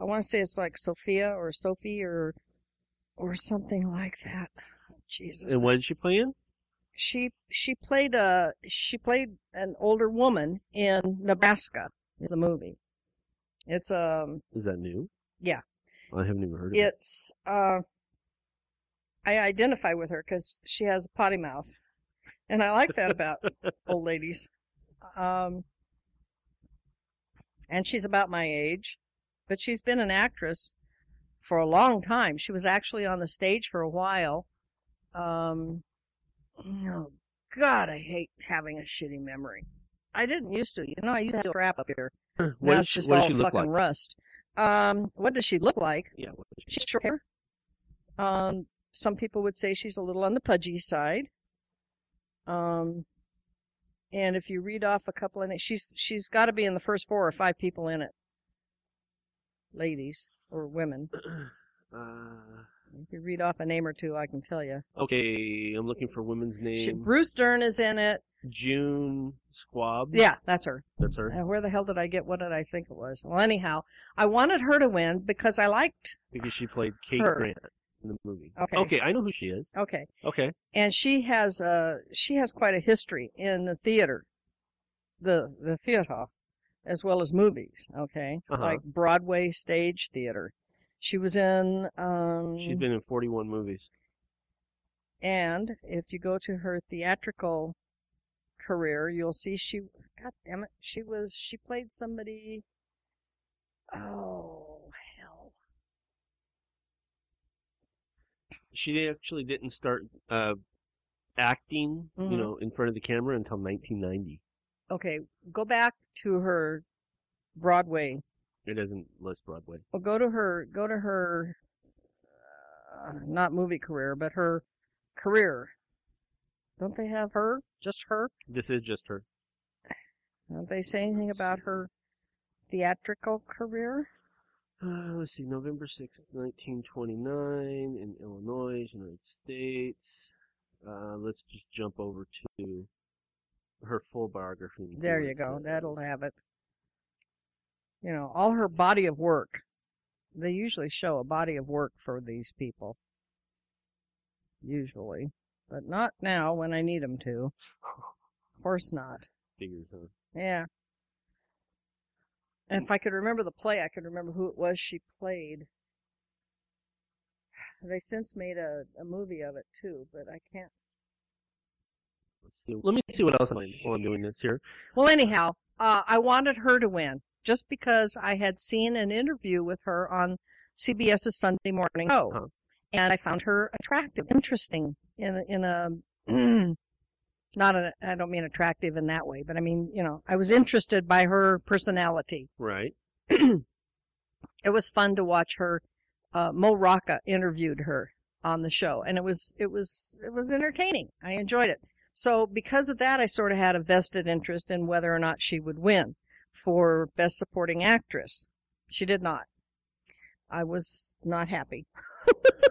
S8: I want to say it's like Sophia or Sophie or or something like that. Jesus.
S14: And what did she play in?
S8: She she played a she played an older woman in Nebraska. Is a movie. It's um
S14: Is that new?
S8: yeah.
S14: I haven't even heard of it.
S8: It's uh, I identify with her because she has a potty mouth, and I like that about old ladies. Um, and she's about my age, but she's been an actress for a long time. She was actually on the stage for a while. Um, oh God, I hate having a shitty memory. I didn't used to. You know, I used to crap up here.
S14: What
S8: now
S14: does
S8: it's
S14: she-
S8: just
S14: what does
S8: all
S14: she look
S8: fucking
S14: like?
S8: rust. Um, what does she look like?
S14: Yeah,
S8: she's short hair. Um, some people would say she's a little on the pudgy side. Um, and if you read off a couple of na- she's she's got to be in the first four or five people in it, ladies or women.
S14: Uh,
S8: If you read off a name or two, I can tell you.
S14: okay, I'm looking for women's name.
S8: She, Bruce Dern is in it.
S14: June Squab.
S8: Yeah, that's her.
S14: That's her.
S8: Uh, where the hell did I get? What did I think it was? Well, anyhow, I wanted her to win because I liked.
S14: Because she played Kate
S8: Her.
S14: Grant in the movie.
S8: Okay.
S14: Okay, I know who she is.
S8: Okay.
S14: Okay.
S8: and she has uh she has quite a history in the theater the the theater as well as movies okay
S14: Uh-huh.
S8: like broadway stage theater she was in um
S14: She's been in 41 movies.
S8: and if you go to her theatrical career you'll see she god damn it she was she played somebody oh hell
S14: She actually didn't start uh, acting, you
S8: Mhm.
S14: know, in front of the camera until 1990.
S8: okay go back to her broadway
S14: It doesn't list Broadway.
S8: Well, go to her, go to her, uh, not movie career, but her career. Don't they have her? Just her?
S14: This is just her.
S8: Don't they say anything about her theatrical career?
S14: Uh, let's see, November 6th, 1929, in Illinois, United States. Uh, let's just jump over to her full biography. and see
S8: There
S14: what
S8: you
S14: it
S8: go.
S14: says.
S8: That'll have it. You know, all her body of work. They usually show a body of work for these people. Usually. But not now when I need 'em to. Of course not.
S14: Figures, huh?
S8: Yeah. And if I could remember the play, I could remember who it was she played. They since made a, a movie of it too, but I can't.
S14: Let's see. Let me see what else I'm while I'm doing this here.
S8: Well, anyhow, uh, I wanted her to win just because I had seen an interview with her on CBS's Sunday Morning Show, and I found her attractive, interesting in a- in a not a, I don't mean attractive in that way, but I mean you know I was interested by her personality.
S14: Right.
S8: It was fun to watch her. Uh, Mo Rocca interviewed her on the show, and it was it was it was entertaining. I enjoyed it. So because of that, I sort of had a vested interest in whether or not she would win for Best Supporting Actress. She did not. I was not happy.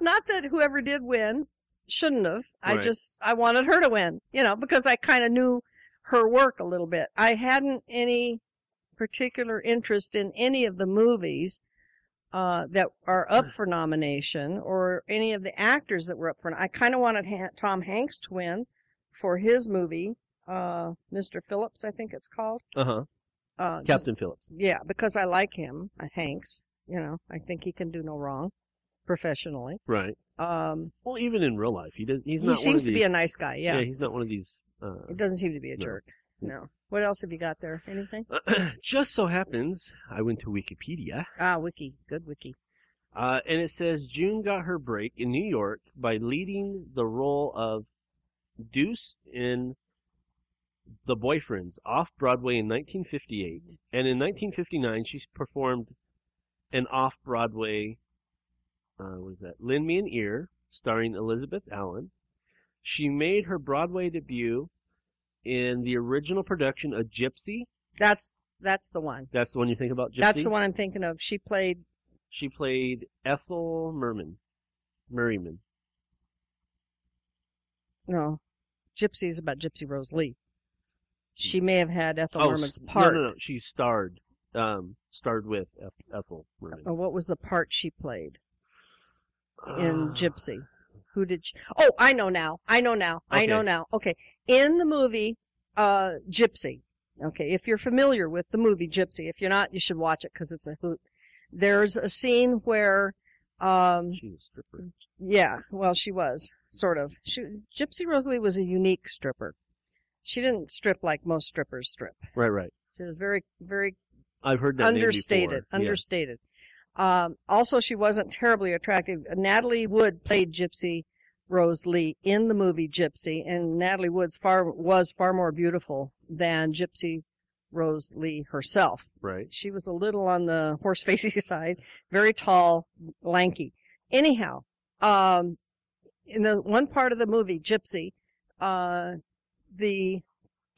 S8: not that whoever did win shouldn't have. I
S16: Right.
S8: just I wanted her to win, you know, because I kind of knew her work a little bit. I hadn't any particular interest in any of the movies uh, that are
S14: Hmm.
S8: up for nomination or any of the actors that were up for. I kind of wanted ha- Tom Hanks to win for his movie, uh, Mr. Phillips, I think it's called.
S14: Uh huh.
S8: Uh, just-
S14: Captain Phillips.
S8: yeah, because I like him, uh, Hanks. You know, I think he can do no wrong professionally.
S14: Right.
S8: Um,
S14: Well, even in real life, he does. He's
S8: He
S14: not. one of
S8: seems to be
S14: these-
S8: a nice guy, yeah.
S14: he's not one of these. Uh,
S8: it doesn't seem to be a
S14: no.
S8: jerk. No. What else have you got there? Anything?
S14: Just so happens, I went to Wikipedia.
S8: ah, Wiki. Good Wiki.
S14: Uh, and it says June got her break in New York by leading the role of Deuce in The Boyfriends off Broadway in 1958. And in 1959, she performed an off Broadway, uh, what is that? Lend Me an Ear, starring Elizabeth Allen. She made her Broadway debut in the original production of Gypsy.
S8: That's that's the one.
S14: That's the one you think about, Gypsy?
S8: That's the one I'm thinking of. She played
S14: She played Ethel Merman. Merriman.
S8: no, Gypsy's about Gypsy Rose Lee. She may have had Ethel
S14: Oh, s-
S8: Merman's part.
S14: No, no, no. She starred, um, starred with Eth- Ethel Merman.
S8: Or Uh, what was the part she played in
S14: Ah.
S8: Gypsy? Who did she? Oh, I know now. I know now. I know
S16: Okay.
S8: now. Okay. In the movie uh, Gypsy, okay, if you're familiar with the movie Gypsy, if you're not, you should watch it because it's a hoot. There's a scene where. Um,
S14: She's a stripper.
S8: Yeah, well, she was, sort of. She, Gypsy Rosalie was a unique stripper. She didn't strip like most strippers strip.
S14: Right, right.
S8: She was very, very
S14: I've heard that name before.
S8: understated.
S14: Yeah.
S8: Understated. Um, also, she wasn't terribly attractive. Natalie Wood played Gypsy Rose Lee in the movie Gypsy, and Natalie Wood's far was far more beautiful than Gypsy Rose Lee herself.
S14: Right.
S8: She was a little on the horse facey side, very tall, lanky. Anyhow, um, in the one part of the movie, Gypsy, uh, the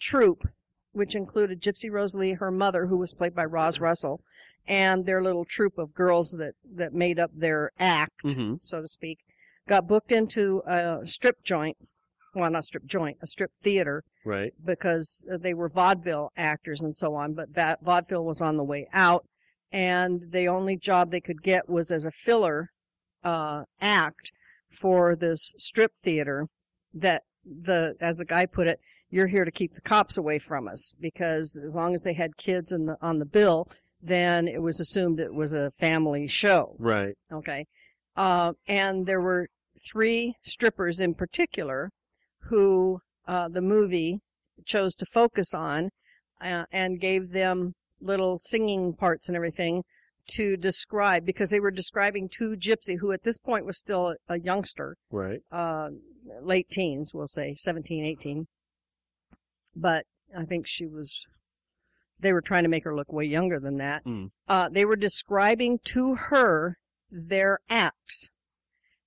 S8: troupe, which included Gypsy Rosalie, her mother, who was played by Roz Russell, and their little troupe of girls that, that made up their act,
S16: Mhm.
S8: so to speak, got booked into a strip joint. Well, not strip joint, a strip theater
S14: Right.
S8: because uh, they were vaudeville actors and so on, but that vaudeville was on the way out, and the only job they could get was as a filler uh, act for this strip theater. That the, as the guy put it, you're here to keep the cops away from us because as long as they had kids in the, on the bill, then it was assumed it was a family show.
S14: Right.
S8: Okay. Uh, and there were three strippers in particular who uh, the movie chose to focus on uh, and gave them little singing parts and everything to describe because they were describing two gypsy who at this point was still a, a youngster
S14: Right.
S8: uh, late teens, we'll say 17, 18. But I think she was, they were trying to make her look way younger than that.
S14: Mm.
S8: Uh, they were describing to her their acts.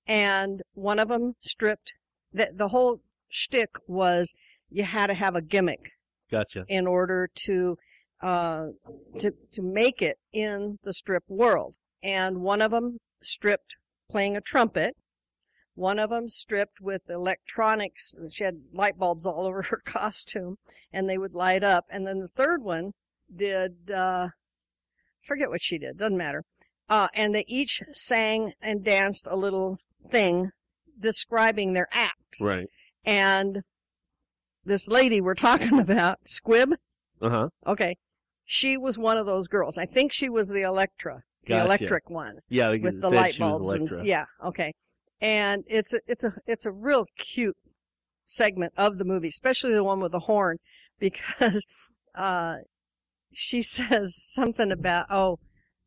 S8: And one of them stripped, the, the whole shtick was you had to have a gimmick
S14: Gotcha.
S8: in order to uh, to to make it in the strip world. And one of them stripped playing a trumpet. One of them stripped with electronics. She had light bulbs all over her costume, and they would light up. And then the third one did, uh, forget what she did, doesn't matter. Uh, and they each sang and danced a little thing describing their acts.
S14: Right.
S8: And this lady we're talking about, Squib,
S14: Uh huh.
S8: Okay. She was one of those girls. I think she was the Electra, the
S14: Gotcha.
S8: electric one.
S14: Yeah, because
S8: with
S14: it
S8: the
S14: said
S8: light
S14: she was
S8: bulbs and
S14: Electra.
S8: yeah, okay. And it's a it's a it's a real cute segment of the movie, especially the one with the horn, because uh, she says something about oh,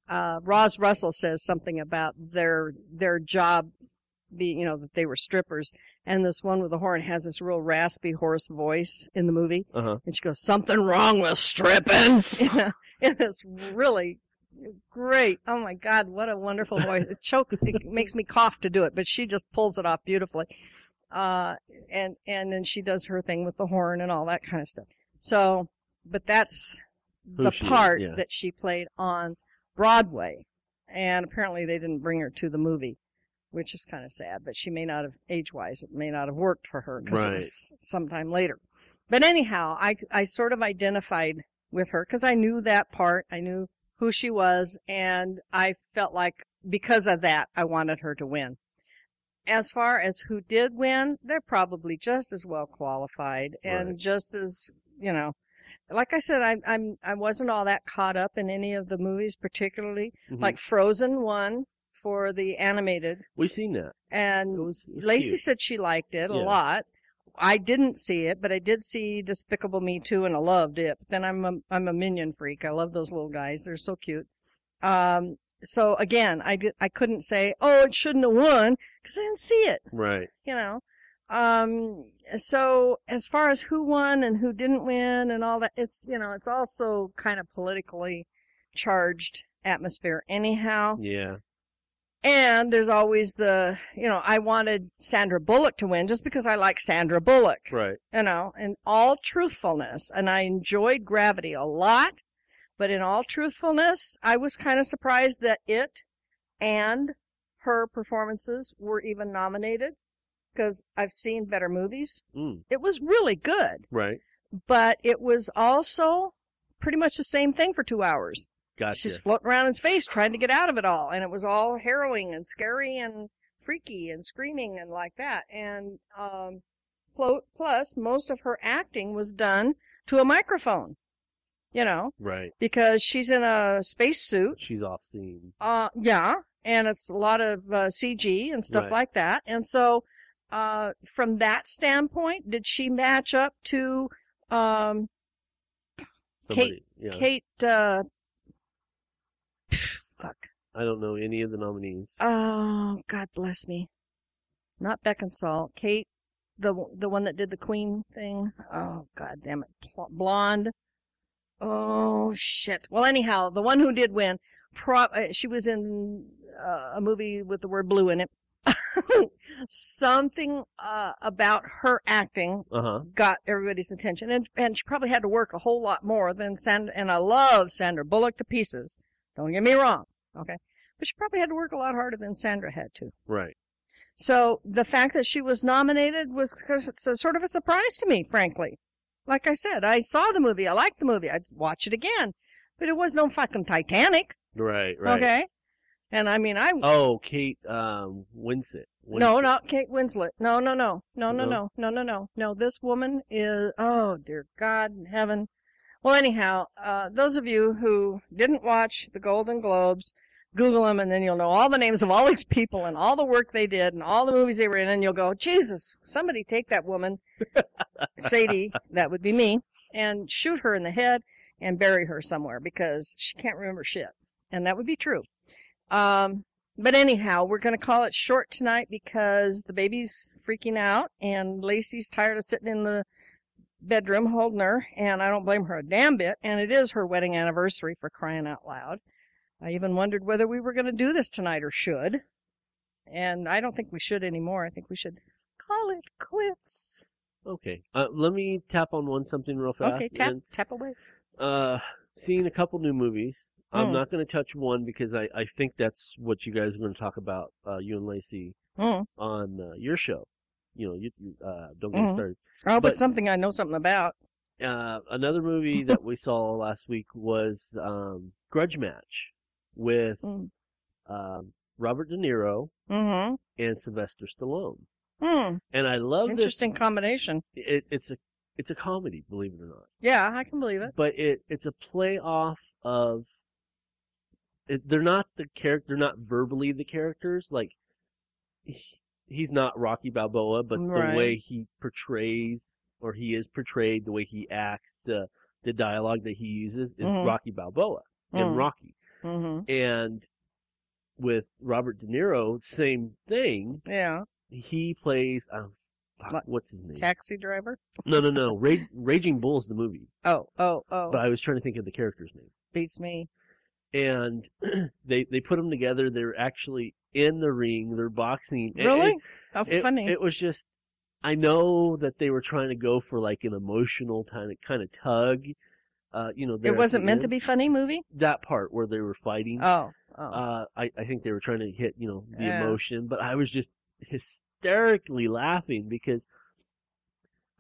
S8: uh, Roz Russell says something about their their job being you know that they were strippers, and this one with the horn has this real raspy, hoarse voice in the movie.
S14: Uh huh.
S8: And she goes, something wrong with stripping. Yeah, and it's really great. Oh my God, what a wonderful voice. It chokes, it makes me cough to do it, but she just pulls it off beautifully. Uh, and, and then she does her thing with the horn and all that kind of stuff. So, but that's
S16: Who
S8: the
S16: she is,
S8: part
S16: yeah.
S8: that she played on Broadway. And apparently they didn't bring her to the movie, which is kind of sad, but she may not have, age wise, it may not have worked for her because it
S16: Right.
S8: was sometime later. But anyhow, I, I sort of identified with her because I knew that part. I knew who she was and I felt like because of that, I wanted her to win. As far as who did win, they're probably just as well qualified and
S16: Right.
S8: just as, you know, like I said, I, I'm, I wasn't all that caught up in any of the movies, particularly
S14: Mhm.
S8: like Frozen one for the animated
S14: We seen that.
S8: and
S14: was
S8: Lacey
S14: cute.
S8: said she liked it a
S14: Yeah.
S8: lot. I didn't see it, but I did see Despicable Me too, and I loved it. But then I'm a I'm a minion freak. I love those little guys; they're so cute. Um, so again, I did I couldn't say, oh, it shouldn't have won because I didn't see it.
S14: Right.
S8: You know. Um, so as far as who won and who didn't win and all that, it's you know it's also kind of politically charged atmosphere anyhow.
S14: Yeah.
S8: And there's always the, you know, I wanted Sandra Bullock to win just because I like Sandra Bullock,
S14: Right.
S8: you know, in all truthfulness. And I enjoyed Gravity a lot, but in all truthfulness, I was kind of surprised that it and her performances were even nominated because I've seen better movies.
S14: Mm.
S8: It was really good,
S14: Right.
S8: but it was also pretty much the same thing for two hours.
S14: Gotcha.
S8: She's floating around in space trying to get out of it all. And it was all harrowing and scary and freaky and screaming and like that. And um, plo- plus, most of her acting was done to a microphone, you know,
S14: Right.
S8: because she's in a spacesuit.
S14: She's off scene.
S8: Uh, yeah, and it's a lot of uh, CG and stuff
S14: Right.
S8: like that. And so, uh, from that standpoint, did she match up to um,
S14: Somebody. yeah.
S8: Kate? Uh,
S14: I don't know any of the nominees.
S8: oh, God bless me. Not Beckinsale. Kate, the the one that did the Queen thing. Oh, God damn it, Pl- blonde. Oh shit. Well, anyhow, the one who did win, pro- uh, she was in uh, a movie with the word blue in it. Something uh, about her acting
S14: Uh huh.
S8: got everybody's attention, and and she probably had to work a whole lot more than Sandra. And I love Sandra Bullock to pieces. Don't get me wrong, okay, but she probably had to work a lot harder than Sandra had to.
S14: Right.
S8: So the fact that she was nominated was because it's a, sort of a surprise to me, frankly. Like I said, I saw the movie, I liked the movie, I'd watch it again, but it was no fucking Titanic,
S14: Right. Right.
S8: okay? And I mean, I
S14: Oh, Kate um, Winslet.
S8: no,
S14: Winslet.
S8: not Kate Winslet. No, no, no, no,
S14: No?
S8: no, no, no, no, no, no. This woman is. Oh dear God in heaven. Well, anyhow, uh, those of you who didn't watch the Golden Globes, Google them, and then you'll know all the names of all these people and all the work they did and all the movies they were in, and you'll go, Jesus, somebody take that woman, Sadie, that would be me, and shoot her in the head and bury her somewhere because she can't remember shit, and that would be true. Um, but anyhow, we're going to call it short tonight because the baby's freaking out and Lacey's tired of sitting in the bedroom holding her, and I don't blame her a damn bit. And it is her wedding anniversary for crying out loud. I even wondered whether we were going to do this tonight or should. And I don't think we should anymore. I think we should call it quits.
S14: Okay. Uh, let me tap on one something real fast.
S8: Okay, tap,
S14: and,
S8: tap away.
S14: uh, seeing a couple new movies. I'm
S8: Mm.
S14: not going to touch one because I, I think that's what you guys are going to talk about, uh, you and Lacey.
S8: Mm.
S14: on uh, your show. You know, you, you uh, don't get me
S8: Mhm.
S14: started.
S8: Oh, but,
S14: But-
S8: something I know something about.
S14: Uh, another movie that we saw last week was um, Grudge Match with
S8: Mm.
S14: um, Robert De Niro
S8: Mm-hmm.
S14: and Sylvester Stallone.
S8: Hmm.
S14: And I love
S8: Interesting combination.
S14: this. It, it's a it's a comedy, believe it or not.
S8: Yeah, I can believe it.
S14: But it it's a play off of. It, they're not the character. They're not verbally the characters. Like he, he's not Rocky Balboa, but
S8: Right.
S14: the way he portrays or he is portrayed, the way he acts, the the dialogue that he uses is
S8: Mhm.
S14: Rocky Balboa and
S8: Mm.
S14: Rocky.
S8: Mm-hmm.
S14: And with Robert De Niro, same thing.
S8: Yeah.
S14: He plays um, fuck,
S8: Like
S14: what's his name?
S8: Taxi driver.
S14: no, no, no. Ra- Raging Bull's the movie,
S8: Oh, oh, oh.
S14: but I was trying to think of the character's name.
S8: Beats me.
S14: And they they put them together. They're actually in the ring. They're boxing. And
S8: Really?
S14: it-
S8: How
S14: it-
S8: funny.
S14: It was just. I know that they were trying to go for like an emotional kind of kind of tug. Uh, you know, there
S8: It
S14: at
S8: wasn't
S14: the
S8: meant to
S14: end.
S8: be funny movie.
S14: that part where they were fighting.
S8: Oh, oh.
S14: Uh, I, I think they were trying to hit, you know, the
S8: Yeah.
S14: emotion, but I was just hysterically laughing because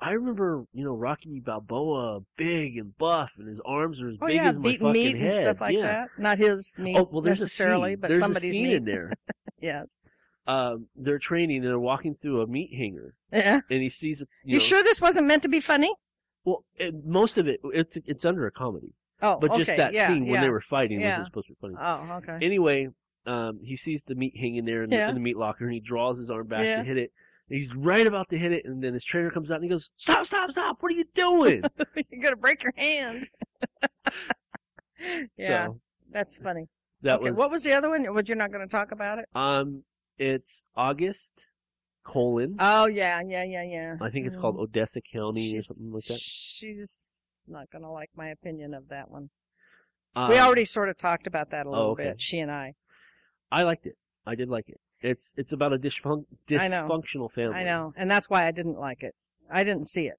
S14: I remember, you know, Rocky Balboa, big and buff, and his arms are as
S8: Oh
S14: big
S8: yeah,
S14: as my
S8: beating
S14: fucking
S8: meat
S14: head.
S8: and stuff like
S14: yeah.
S8: that. Not his meat
S14: Oh, well, there's a
S8: necessarily,
S14: scene.
S8: but
S14: There's a
S8: somebody's
S14: scene
S8: meat.
S14: in there.
S8: yeah.
S14: Um, they're training and they're walking through a meat hanger,
S8: Yeah.
S14: and he sees. a-
S8: You,
S14: know,
S8: sure this wasn't meant to be funny?
S14: Well, and most of it it's it's under a comedy.
S8: Oh,
S14: but just
S8: okay,
S14: that
S8: yeah,
S14: scene when they
S8: yeah,
S14: were fighting
S8: yeah.
S14: wasn't supposed to be funny.
S8: Oh, okay.
S14: Anyway, um, he sees the meat hanging there in, the,
S8: Yeah.
S14: in the meat locker, and he draws his arm back
S8: Yeah.
S14: to hit it. And He's right about to hit it, and then his trainer comes out and he goes, "Stop! Stop! Stop! What are you doing?"
S8: You're gonna break your hand. yeah,
S14: So-
S8: that's funny.
S14: That
S8: okay,
S14: was-
S8: what was the other one? What you're not going to talk about it?
S14: um, it's August colon.
S8: Oh yeah, yeah, yeah, yeah.
S14: I think it's called
S8: Mhm.
S14: Odessa County
S8: She's-
S14: or something like that.
S8: She's not going to like my opinion of that one.
S14: Um,
S8: we already sort of talked about that a
S14: oh,
S8: little
S14: okay.
S8: bit. She and I.
S14: I liked it. I did like it. It's it's about a disfun-
S8: I know.
S14: dysfunctional family.
S8: I know, and that's why I didn't like it. I didn't see it,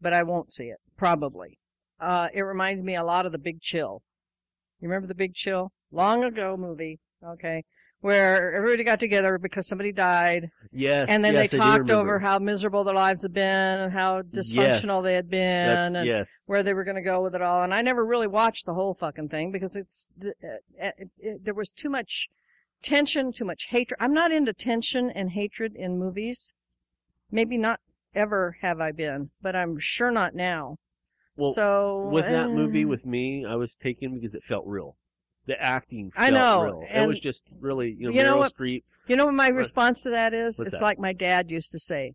S8: but I won't see it probably. Uh, it reminds me a lot of The Big Chill. You remember The Big Chill? Long ago movie, okay, where everybody got together because somebody died.
S14: Yes,
S8: and then
S14: yes, I
S8: they
S14: do
S8: talked over
S14: remember.
S8: how miserable their lives had been and how dysfunctional
S14: Yes.
S8: they had been
S14: That's-
S8: and
S14: yes.
S8: where they were going to go with it all. And I never really watched the whole fucking thing because it's it, it, it, there was too much tension, too much hatred. I'm not into tension and hatred in movies. Maybe not ever have I been, but I'm sure not now.
S14: Well,
S8: so
S14: with that movie
S8: uh,
S14: with me, I was taken because it felt real. The acting felt
S8: I know,
S14: real. It
S8: and-
S14: was just really you know,
S8: you know
S14: Meryl
S8: what-
S14: Streep.
S8: You know what my
S14: Right.
S8: response to that is?
S14: What's
S8: it's
S14: that?
S8: like my dad used to say,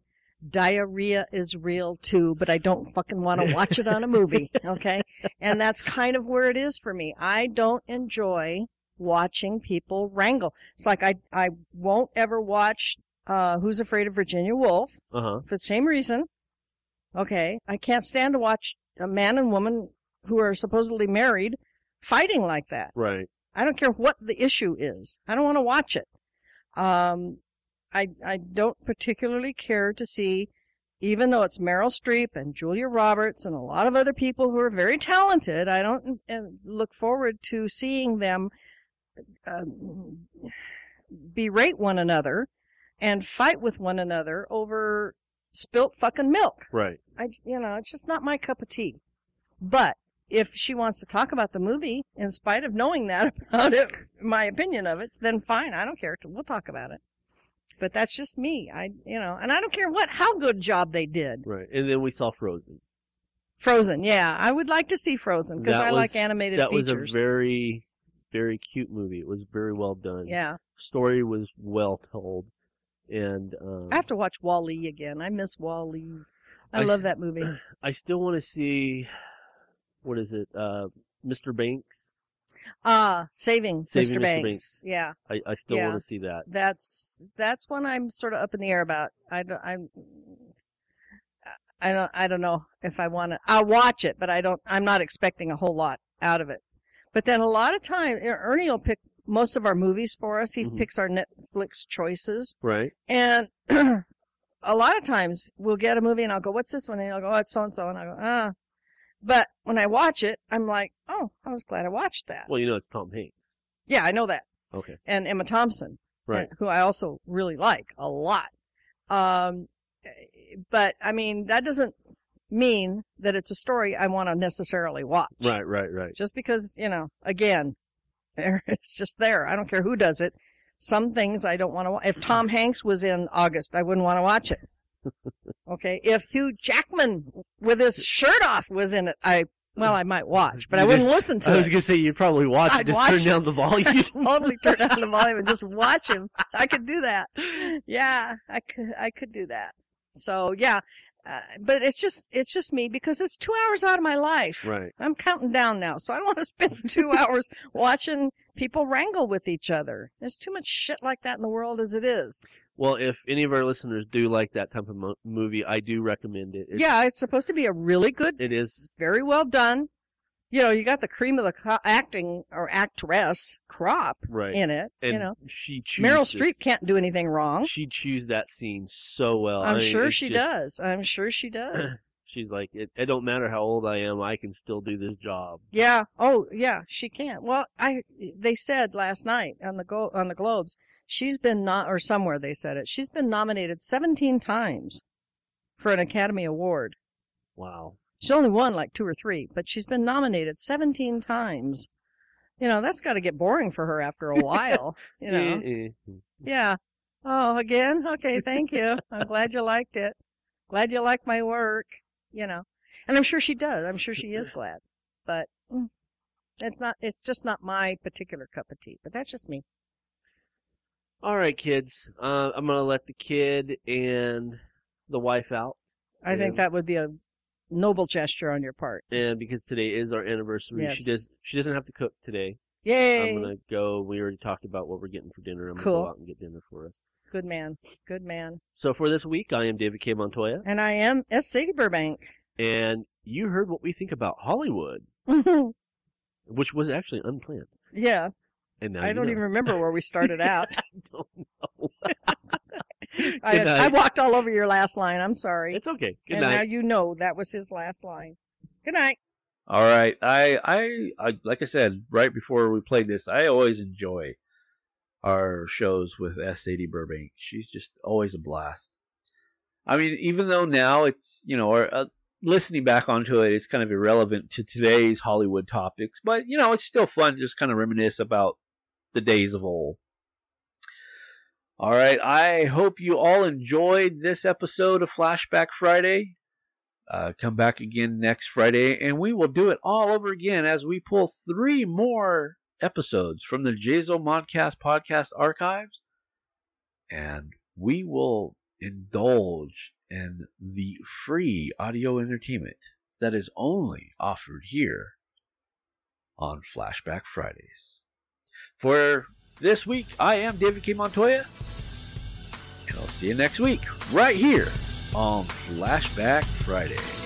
S8: diarrhea is real too, but I don't fucking want to watch it on a movie. Okay. And that's kind of where it is for me. I don't enjoy watching people wrangle. It's like I, I won't ever watch, uh, Who's Afraid of Virginia Woolf
S14: Uh-huh.
S8: for the same reason. Okay. I can't stand to watch a man and woman who are supposedly married fighting like that.
S14: Right.
S8: I don't care what the issue is. I don't want to watch it. Um, I I don't particularly care to see, even though it's Meryl Streep and Julia Roberts and a lot of other people who are very talented. I don't uh, look forward to seeing them um, berate one another and fight with one another over spilt fucking milk.
S14: Right.
S8: I, you know, it's just not my cup of tea. But if she wants to talk about the movie, in spite of knowing that about it, my opinion of it, then fine. I don't care. We'll talk about it. But that's just me. I, you know, and I don't care what, how good job they did.
S14: Right. And then we saw Frozen.
S8: Frozen. Yeah. I would like to see Frozen because
S14: That
S8: I
S14: was-
S8: like animated
S14: That
S8: features.
S14: was a very, very cute movie. It was very well done.
S8: Yeah.
S14: Story was well told, and um,
S8: I have to watch Wall-E again. I miss Wall-E. I,
S14: I s-
S8: love that movie.
S14: I still want to see what is it, uh, Mr. Banks?
S8: Ah, Saving,
S14: Saving
S8: Mr. Banks. Yeah.
S14: I, I still
S8: Yeah.
S14: want to see that.
S8: That's that's one I'm sort of up in the air about. I don't I'm I don't I don't know if I want to. I'll watch it, but I don't. I'm not expecting a whole lot out of it. But then a lot of time, Er, Ernie will pick most of our movies for us. He
S14: Mhm.
S8: picks our Netflix choices,
S14: Right.
S8: and a lot of times we'll get a movie and I'll go, "What's this one?" And he'll go, "Oh, it's so and so," and I go, "Ah." But when I watch it, I'm like, "Oh, I was glad I watched that."
S14: Well, you know it's Tom Hanks.
S8: Yeah, I know that
S14: Okay.
S8: and Emma Thompson.
S14: Right.
S8: and who I also really like a lot. Um, but I mean, that doesn't mean that it's a story I want to necessarily watch.
S14: Right, right, right.
S8: Just because, you know, again, it's just there. I don't care who does it. Some things I don't want to watch. If Tom Hanks was in August, I wouldn't want to watch it. Okay. If Hugh Jackman with his shirt off was in it, I, well, I might watch, but I
S14: You
S8: wouldn't
S14: just-
S8: listen to
S14: I
S8: it.
S14: was gonna say you'd probably watch it.
S8: I'd
S14: Just
S8: watch
S14: turn
S8: it.
S14: down the volume.
S8: I'd totally turn down the volume and just watch him. I could do that. Yeah, I could. I could do that. So yeah, uh, but it's just it's just me because it's two hours out of my life.
S14: Right.
S8: I'm counting down now, so I don't want to spend two hours watching people wrangle with each other. There's too much shit like that in the world as it is.
S14: Well, if any of our listeners do like that type of mo- movie, I do recommend it. It's-
S8: yeah, it's supposed to be a really good
S14: it is.
S8: very well done. You know, you got the cream of the co- acting or actress crop
S14: Right.
S8: in it.
S14: And
S8: you know,
S14: she
S8: Meryl
S14: chooses-
S8: Streep can't do anything wrong.
S14: She chews that scene so well. I
S8: I'm
S14: mean,
S8: sure
S14: it's
S8: she
S14: just-
S8: does. I'm sure she does.
S14: She's like, it, it don't matter how old I am, I can still do this job.
S8: yeah. Oh, yeah. She can. Well, I they said last night on the go on the Globes, she's been not or somewhere they said it. She's been nominated 17 times for an Academy Award.
S14: Wow.
S8: She's only won like two or three, but she's been nominated 17 times. You know, that's got to get boring for her after a while, you know.
S14: Eh, eh.
S8: Yeah. Oh, again? Okay, thank you. I'm glad you liked it. Glad you like my work, you know. And I'm sure she does. I'm sure she is glad. But mm, it's not it's just not my particular cup of tea, but that's just me.
S14: All right, kids. Uh, I'm gonna let the kid and the wife out.
S8: I think
S14: and-
S8: that would be a noble gesture on your part.
S14: And because today is our anniversary, she
S8: Yes.
S14: does. She doesn't have to cook today.
S8: Yay.
S14: I'm gonna go. We already talked about what we're getting for dinner. I'm gonna
S8: Cool.
S14: go out and get dinner for us.
S8: Good man. Good man.
S14: So for this week, I am David K. Montoya,
S8: And I am S. Sadie Burbank.
S14: and you heard what we think about Hollywood, which was actually unplanned.
S8: yeah.
S14: And now
S8: I
S14: you
S8: don't
S14: know.
S8: even remember where we started out.
S14: I don't know.
S8: I,
S14: Good
S8: I
S14: night.
S8: walked all over your last line. I'm sorry.
S14: It's okay.
S1: Good
S8: and
S1: night.
S8: now you know that was his last line. Good night.
S1: All right, I, I, I, like I said right before we played this, I always enjoy our shows with S. Sadie Burbank. She's just always a blast. I mean, even though now it's you know, or uh, listening back onto it, it's kind of irrelevant to today's Hollywood topics, but you know, it's still fun to just kind of reminisce about the days of old. All right, I hope you all enjoyed this episode of Flashback Friday. Uh, come back again next Friday, and we will do it all over again as we pull three more episodes from the Jazo Modcast podcast archives, and we will indulge in the free audio entertainment that is only offered here on Flashback Fridays. For this week, I am David K. Montoya, and I'll see you next week right here on Flashback Friday.